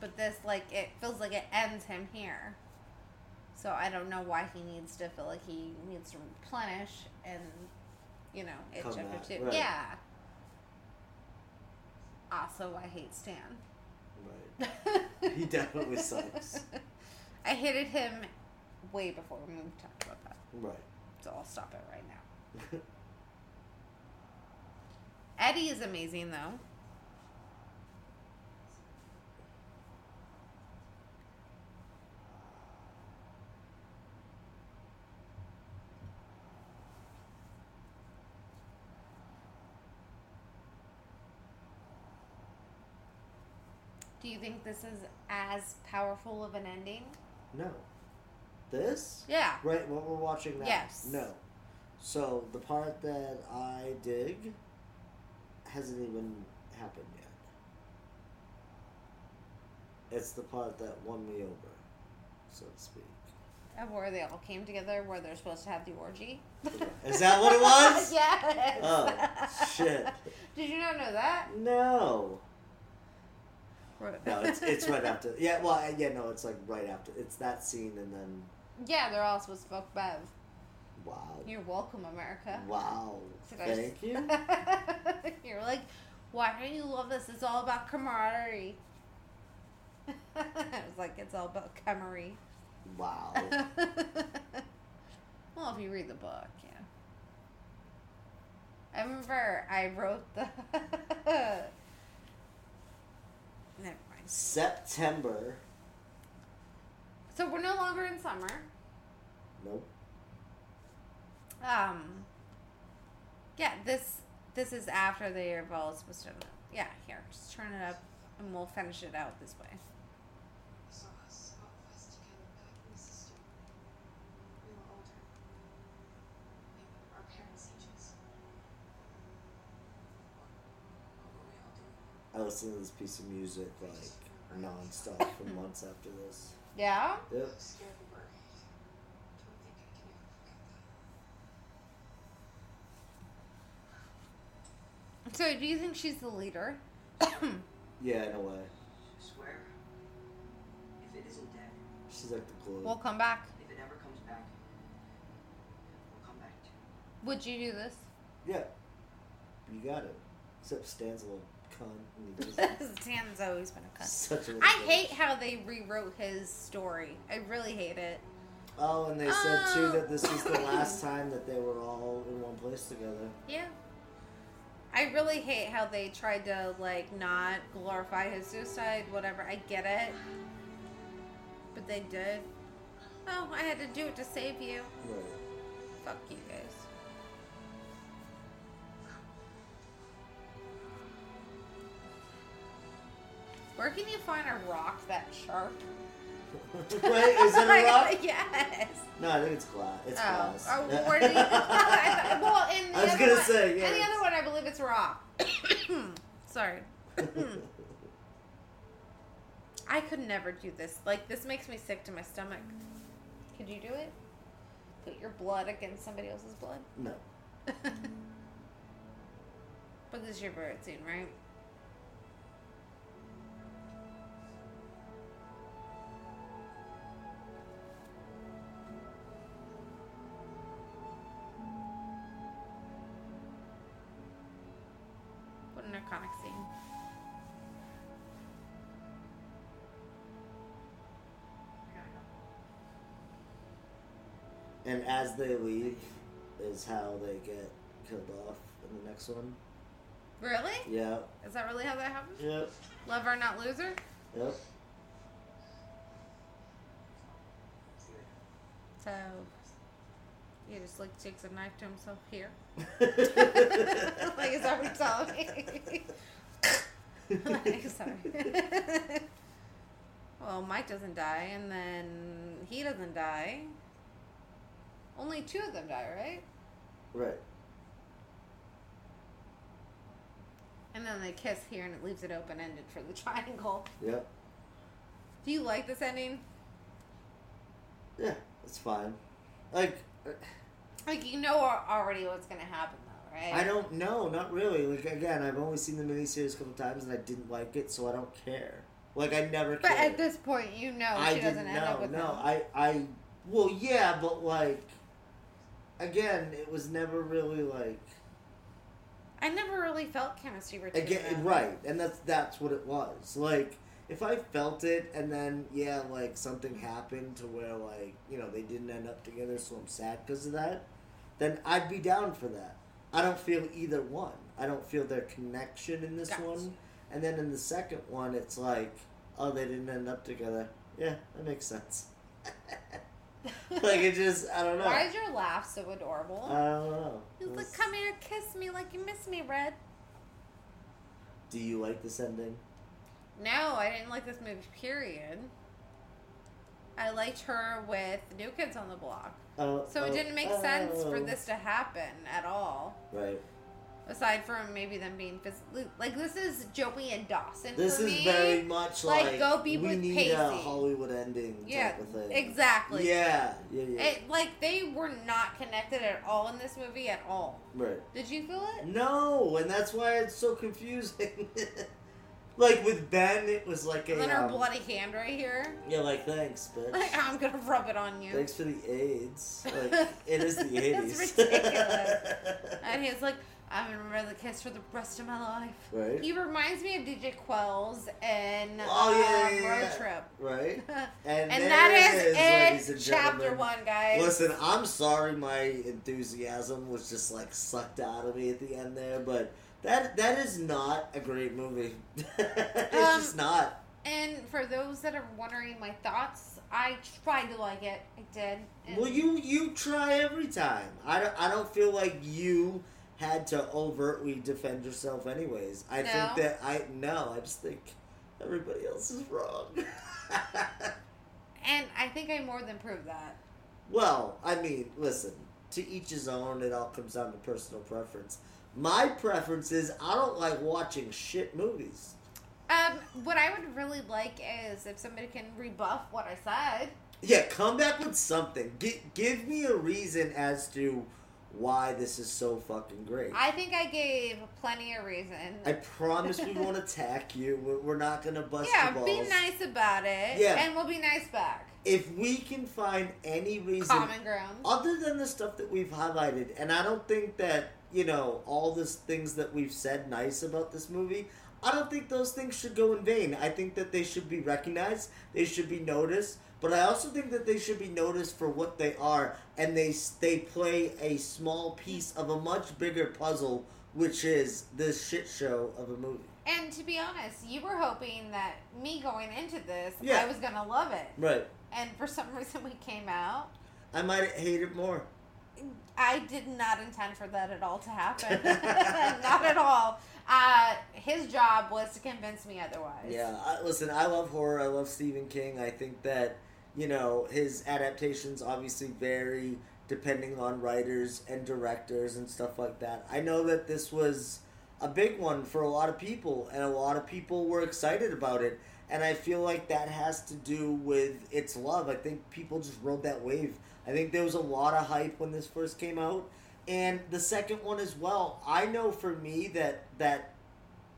[SPEAKER 7] But this, like, it feels like it ends him here. So I don't know why he needs to feel like he needs to replenish and, you know, it
[SPEAKER 6] Come back,
[SPEAKER 7] chapter two.
[SPEAKER 6] right.
[SPEAKER 7] Yeah. Also, I hate Stan.
[SPEAKER 6] Right. He definitely sucks.
[SPEAKER 7] I hated him way before we talked about that.
[SPEAKER 6] Right.
[SPEAKER 7] So I'll stop it right now. Eddie is amazing, though. Do you think this is as powerful of an ending?
[SPEAKER 6] No. This?
[SPEAKER 7] Yeah.
[SPEAKER 6] Right, what we're watching now.
[SPEAKER 7] Yes.
[SPEAKER 6] No. So the part that I dig hasn't even happened yet. It's the part that won me over, so to speak.
[SPEAKER 7] Of where they all came together, where they're supposed to have the orgy?
[SPEAKER 6] Is that what it was?
[SPEAKER 7] yes.
[SPEAKER 6] Oh shit.
[SPEAKER 7] Did you not know that?
[SPEAKER 6] No. No, it's it's right after. Yeah, well, yeah, no, it's like right after. It's that scene, and then
[SPEAKER 7] yeah, they're all supposed to fuck Bev.
[SPEAKER 6] wow,
[SPEAKER 7] You're welcome, America.
[SPEAKER 6] wow,
[SPEAKER 7] Did I
[SPEAKER 6] thank
[SPEAKER 7] just-
[SPEAKER 6] you.
[SPEAKER 7] You're like, why don't you love this? It's all about camaraderie. I was like, it's all about camaraderie.
[SPEAKER 6] Wow.
[SPEAKER 7] well, if you read the book, yeah. I remember I wrote the. Never mind.
[SPEAKER 6] September.
[SPEAKER 7] So we're no longer in summer.
[SPEAKER 6] Nope.
[SPEAKER 7] Um. Yeah, this this is after they are all supposed to. Yeah, here, just turn it up, and we'll finish it out this way.
[SPEAKER 6] I listened to this piece of music like nonstop for months after this.
[SPEAKER 7] Yeah.
[SPEAKER 6] Yep.
[SPEAKER 7] So, do you think she's the leader?
[SPEAKER 6] Yeah, in a way.
[SPEAKER 1] Swear. If it isn't dead,
[SPEAKER 6] She's like the glue.
[SPEAKER 7] We'll come back.
[SPEAKER 1] if it ever comes back, we'll come back to it.
[SPEAKER 7] Would you do this?
[SPEAKER 6] yeah. You got it. Except Stan's a little cunt. And he just,
[SPEAKER 7] Stan's always been a cunt.
[SPEAKER 6] such a little
[SPEAKER 7] I
[SPEAKER 6] bitch.
[SPEAKER 7] hate how they rewrote his story. I really hate it.
[SPEAKER 6] Oh, and they said too
[SPEAKER 7] Oh.
[SPEAKER 6] that this is the last time that they were all in one place together.
[SPEAKER 7] Yeah. I really hate how they tried to like not glorify his suicide, whatever. I get it. But they did. Oh, I had to do it to save you.
[SPEAKER 6] Right.
[SPEAKER 7] Fuck you guys. Where can you find a rock that sharp?
[SPEAKER 6] Wait, is it a rock?
[SPEAKER 7] yes.
[SPEAKER 6] No, I think it's glass. It's
[SPEAKER 7] Oh,
[SPEAKER 6] glass.
[SPEAKER 7] oh where did he? I thought- well, in the
[SPEAKER 6] I was
[SPEAKER 7] other
[SPEAKER 6] gonna
[SPEAKER 7] one,
[SPEAKER 6] say,
[SPEAKER 7] in the
[SPEAKER 6] yes.
[SPEAKER 7] other one, I believe it's rock. Sorry, hmm. I could never do this. Like this makes me sick to my stomach. Could you do it? Put your blood against somebody else's blood?
[SPEAKER 6] no.
[SPEAKER 7] but this is your bird soon, right? narcotic scene.
[SPEAKER 6] And as they leave, is how they get killed off in the next one.
[SPEAKER 7] Really?
[SPEAKER 6] Yeah.
[SPEAKER 7] Is that really how that happens?
[SPEAKER 6] Yep.
[SPEAKER 7] Lover, not loser?
[SPEAKER 6] Yep.
[SPEAKER 7] So, you just like jigs a knife to himself here. like, is that what you're telling me? like, sorry. well, Mike doesn't die, and then he doesn't die. Only two of them die, right?
[SPEAKER 6] right.
[SPEAKER 7] And then they kiss here, and it leaves it open ended for the triangle.
[SPEAKER 6] Yep.
[SPEAKER 7] Do you like this ending?
[SPEAKER 6] Yeah, it's fine. Like,
[SPEAKER 7] Like, you know al- already what's gonna happen, though, right?
[SPEAKER 6] I don't know, not really. Like, again, I've only seen the miniseries a couple times and I didn't like it, so I don't care. Like, I never
[SPEAKER 7] But
[SPEAKER 6] cared.
[SPEAKER 7] at this point, you know
[SPEAKER 6] I
[SPEAKER 7] she doesn't
[SPEAKER 6] didn't
[SPEAKER 7] end up
[SPEAKER 6] know.
[SPEAKER 7] with
[SPEAKER 6] No,
[SPEAKER 7] him.
[SPEAKER 6] I, I, well, yeah, but like, again, it was never really like,
[SPEAKER 7] I never really felt chemistry between
[SPEAKER 6] again,
[SPEAKER 7] them.
[SPEAKER 6] right, and that's that's what it was. Like, if I felt it, and then yeah, like something happened to where like you know they didn't end up together, so I'm sad because of that. Then I'd be down for that. I don't feel either one. I don't feel their connection in this
[SPEAKER 7] Gotcha.
[SPEAKER 6] one, and then in the second one, it's like, oh, they didn't end up together. Yeah, that makes sense. like it just, I don't know.
[SPEAKER 7] Why is your laugh so adorable?
[SPEAKER 6] I don't know.
[SPEAKER 7] He's
[SPEAKER 6] It
[SPEAKER 7] like,
[SPEAKER 6] was-
[SPEAKER 7] come here, kiss me like you miss me, Red.
[SPEAKER 6] Do you like this ending?
[SPEAKER 7] No, I didn't like this movie, period. I liked her with New Kids on the Block.
[SPEAKER 6] Oh,
[SPEAKER 7] So it
[SPEAKER 6] oh,
[SPEAKER 7] didn't make sense for
[SPEAKER 6] oh.
[SPEAKER 7] this to happen at all.
[SPEAKER 6] Right.
[SPEAKER 7] Aside from maybe them being physically. Like, this is Joey and Dawson.
[SPEAKER 6] This
[SPEAKER 7] for
[SPEAKER 6] is
[SPEAKER 7] me.
[SPEAKER 6] very much
[SPEAKER 7] like,
[SPEAKER 6] like,
[SPEAKER 7] go be
[SPEAKER 6] we
[SPEAKER 7] with
[SPEAKER 6] need
[SPEAKER 7] Pacey.
[SPEAKER 6] a Hollywood ending
[SPEAKER 7] Yeah,
[SPEAKER 6] type of thing.
[SPEAKER 7] exactly.
[SPEAKER 6] Yeah, yeah, yeah.
[SPEAKER 7] It, like, they were not connected at all in this movie at all.
[SPEAKER 6] right.
[SPEAKER 7] Did you feel it?
[SPEAKER 6] No, and that's why it's so confusing. like with Ben, it was like a
[SPEAKER 7] And then her
[SPEAKER 6] um,
[SPEAKER 7] bloody hand right here.
[SPEAKER 6] yeah, like thanks, bitch.
[SPEAKER 7] Like, I'm gonna rub it on you.
[SPEAKER 6] thanks for the AIDS. Like it is the
[SPEAKER 7] That's
[SPEAKER 6] AIDS.
[SPEAKER 7] ridiculous. And he's like, I'm gonna remember the kiss for the rest of my life.
[SPEAKER 6] right.
[SPEAKER 7] He reminds me of DJ Quells and
[SPEAKER 6] Oh, yeah,
[SPEAKER 7] um,
[SPEAKER 6] yeah, yeah,
[SPEAKER 7] Road
[SPEAKER 6] yeah.
[SPEAKER 7] Trip.
[SPEAKER 6] right.
[SPEAKER 7] And,
[SPEAKER 6] And, there
[SPEAKER 7] that
[SPEAKER 6] it
[SPEAKER 7] is
[SPEAKER 6] is,
[SPEAKER 7] it,
[SPEAKER 6] ladies and
[SPEAKER 7] chapter
[SPEAKER 6] gentlemen.
[SPEAKER 7] one, guys.
[SPEAKER 6] Listen, I'm sorry my enthusiasm was just like sucked out of me at the end there, but that that is not a great movie. it's
[SPEAKER 7] Um,
[SPEAKER 6] just not.
[SPEAKER 7] And for those that are wondering my thoughts, I tried to like it. I did. And
[SPEAKER 6] Well, you you try every time. I don't, I don't feel like you had to overtly defend yourself anyways. I
[SPEAKER 7] No?
[SPEAKER 6] think that I no, I just think everybody else is wrong.
[SPEAKER 7] and I think I more than proved that.
[SPEAKER 6] Well, I mean, listen, to each his own, it all comes down to personal preference. My preference is I don't like watching shit movies.
[SPEAKER 7] Um, what I would really like is if somebody can rebuff what I said.
[SPEAKER 6] Yeah, come back with something. G- give me a reason as to why this is so fucking great. I,
[SPEAKER 7] I think I gave plenty of reason.
[SPEAKER 6] promise we won't attack you. We're, we're not gonna bust
[SPEAKER 7] yeah,
[SPEAKER 6] your balls.
[SPEAKER 7] be nice about it.
[SPEAKER 6] Yeah.
[SPEAKER 7] And we'll be nice back.
[SPEAKER 6] If we can find any reason
[SPEAKER 7] Common ground.
[SPEAKER 6] other than the stuff that we've highlighted, and I don't think that you know all the things that we've said nice about this movie. I don't think those things should go in vain. I think that they should be recognized. They should be noticed. But I also think that they should be noticed for what they are, and they s- they play a small piece of a much bigger puzzle, which is this shit show of a movie.
[SPEAKER 7] And to be honest, you were hoping that me going into this,
[SPEAKER 6] Yeah.
[SPEAKER 7] I was going to love it.
[SPEAKER 6] Right.
[SPEAKER 7] And for some reason, we came out.
[SPEAKER 6] I might hate it more.
[SPEAKER 7] I did not intend for that at all to happen. not at all. Uh, his job was to convince me otherwise.
[SPEAKER 6] Yeah, I, listen, I love horror. I love Stephen King. I think that you know his adaptations obviously vary depending on writers and directors and stuff like that. I know that this was a big one for a lot of people, and a lot of people were excited about it. And I feel like that has to do with its love. I think people just rode that wave. I think there was a lot of hype when this first came out, and the second one as well. I know for me that that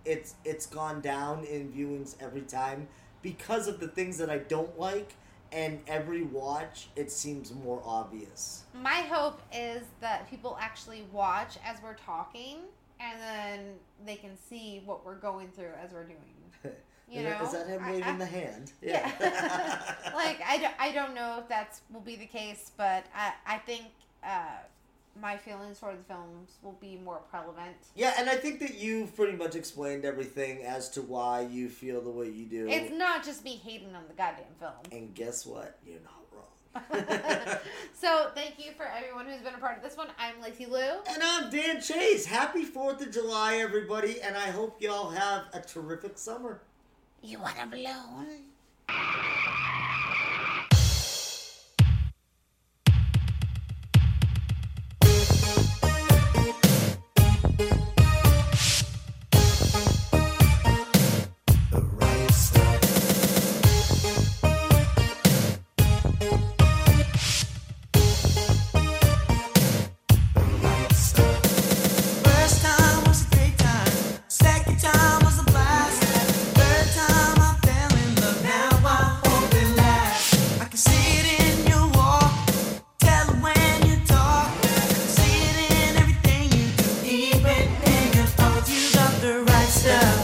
[SPEAKER 6] it's it's gone down in viewings every time because of the things that I don't like and every watch it seems more obvious.
[SPEAKER 7] My hope is that people actually watch as we're talking
[SPEAKER 5] and then they can see what we're going through as we're doing. You
[SPEAKER 6] is,
[SPEAKER 5] know,
[SPEAKER 6] that, is that him
[SPEAKER 5] I-
[SPEAKER 6] waving
[SPEAKER 5] I-
[SPEAKER 6] the hand?
[SPEAKER 5] yeah. like I don't, I don't know if that's will be the case, but I I think uh, my feelings for the films will be more prevalent.
[SPEAKER 6] Yeah, and I think that you've pretty much explained everything as to why you feel the way you do.
[SPEAKER 5] It's not just me hating on the goddamn film.
[SPEAKER 6] and guess what? You're not wrong.
[SPEAKER 5] so thank you for everyone who's been a part of this one. I'm Lacey Lou.
[SPEAKER 6] and I'm Dan Chase. Happy 4th of July, everybody, and I hope y'all have a terrific summer.
[SPEAKER 5] You want to blow?
[SPEAKER 9] First time was a great time. Second time was a blast. Third time I fell in love. Now I hope it lasts. I can see it in your walk, tell it when you talk. I can see it in everything you do, even in your thoughts. You got the right stuff,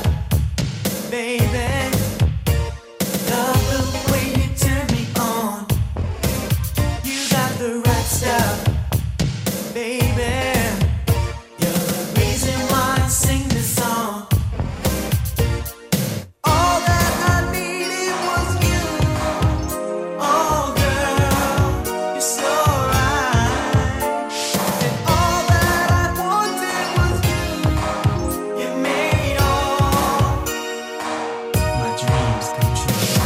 [SPEAKER 9] baby. Love the way you turn me on. You got the right stuff, baby. You're the reason why I sing this song. All that I needed was you. Oh, girl, you're so right. And all that I wanted was you. You made all my dreams come true.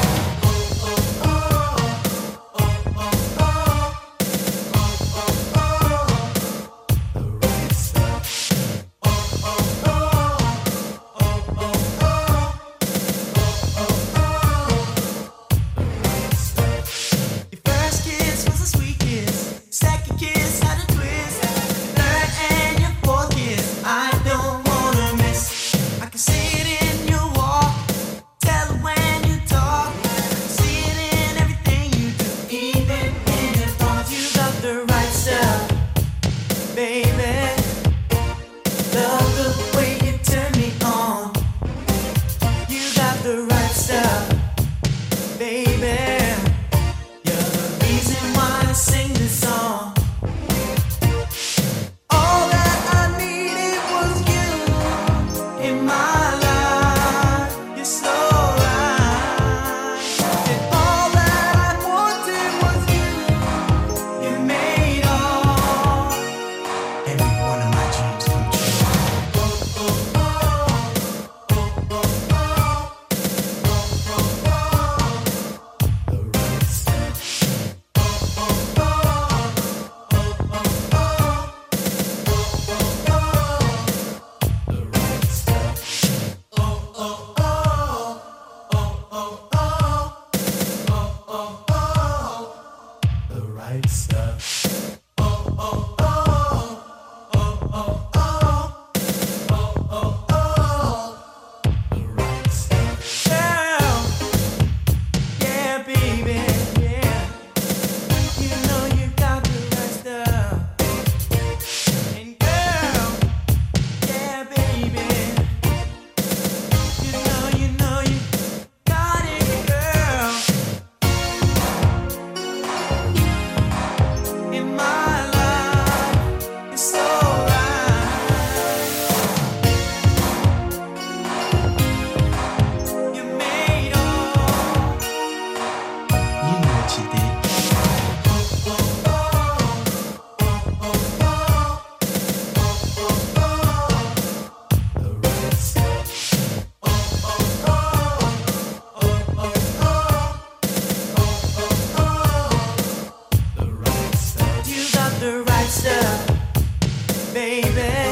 [SPEAKER 9] Oh, oh, oh, oh, oh, oh, oh, oh, oh, the right stuff. Your first kiss was a sweet kiss. Second kiss had a twist. Third and your fourth kiss, I don't wanna miss. I can see it in your walk, tell it when you talk. I can see it in everything you do, even in your thoughts. You got the right stuff, baby. Love the way you turn me on. You got the right stuff, baby. You're the reason why I sing this song. All that I needed was you in my life. You're so right. And all that I wanted was you. You made all every one of my dreams come true. Girl, yeah, baby, yeah. You know you got the right stuff. And girl, yeah, baby, you know you know you got it, girl. In my life, it's alright. You made all. You know what you did. You got the right stuff, baby.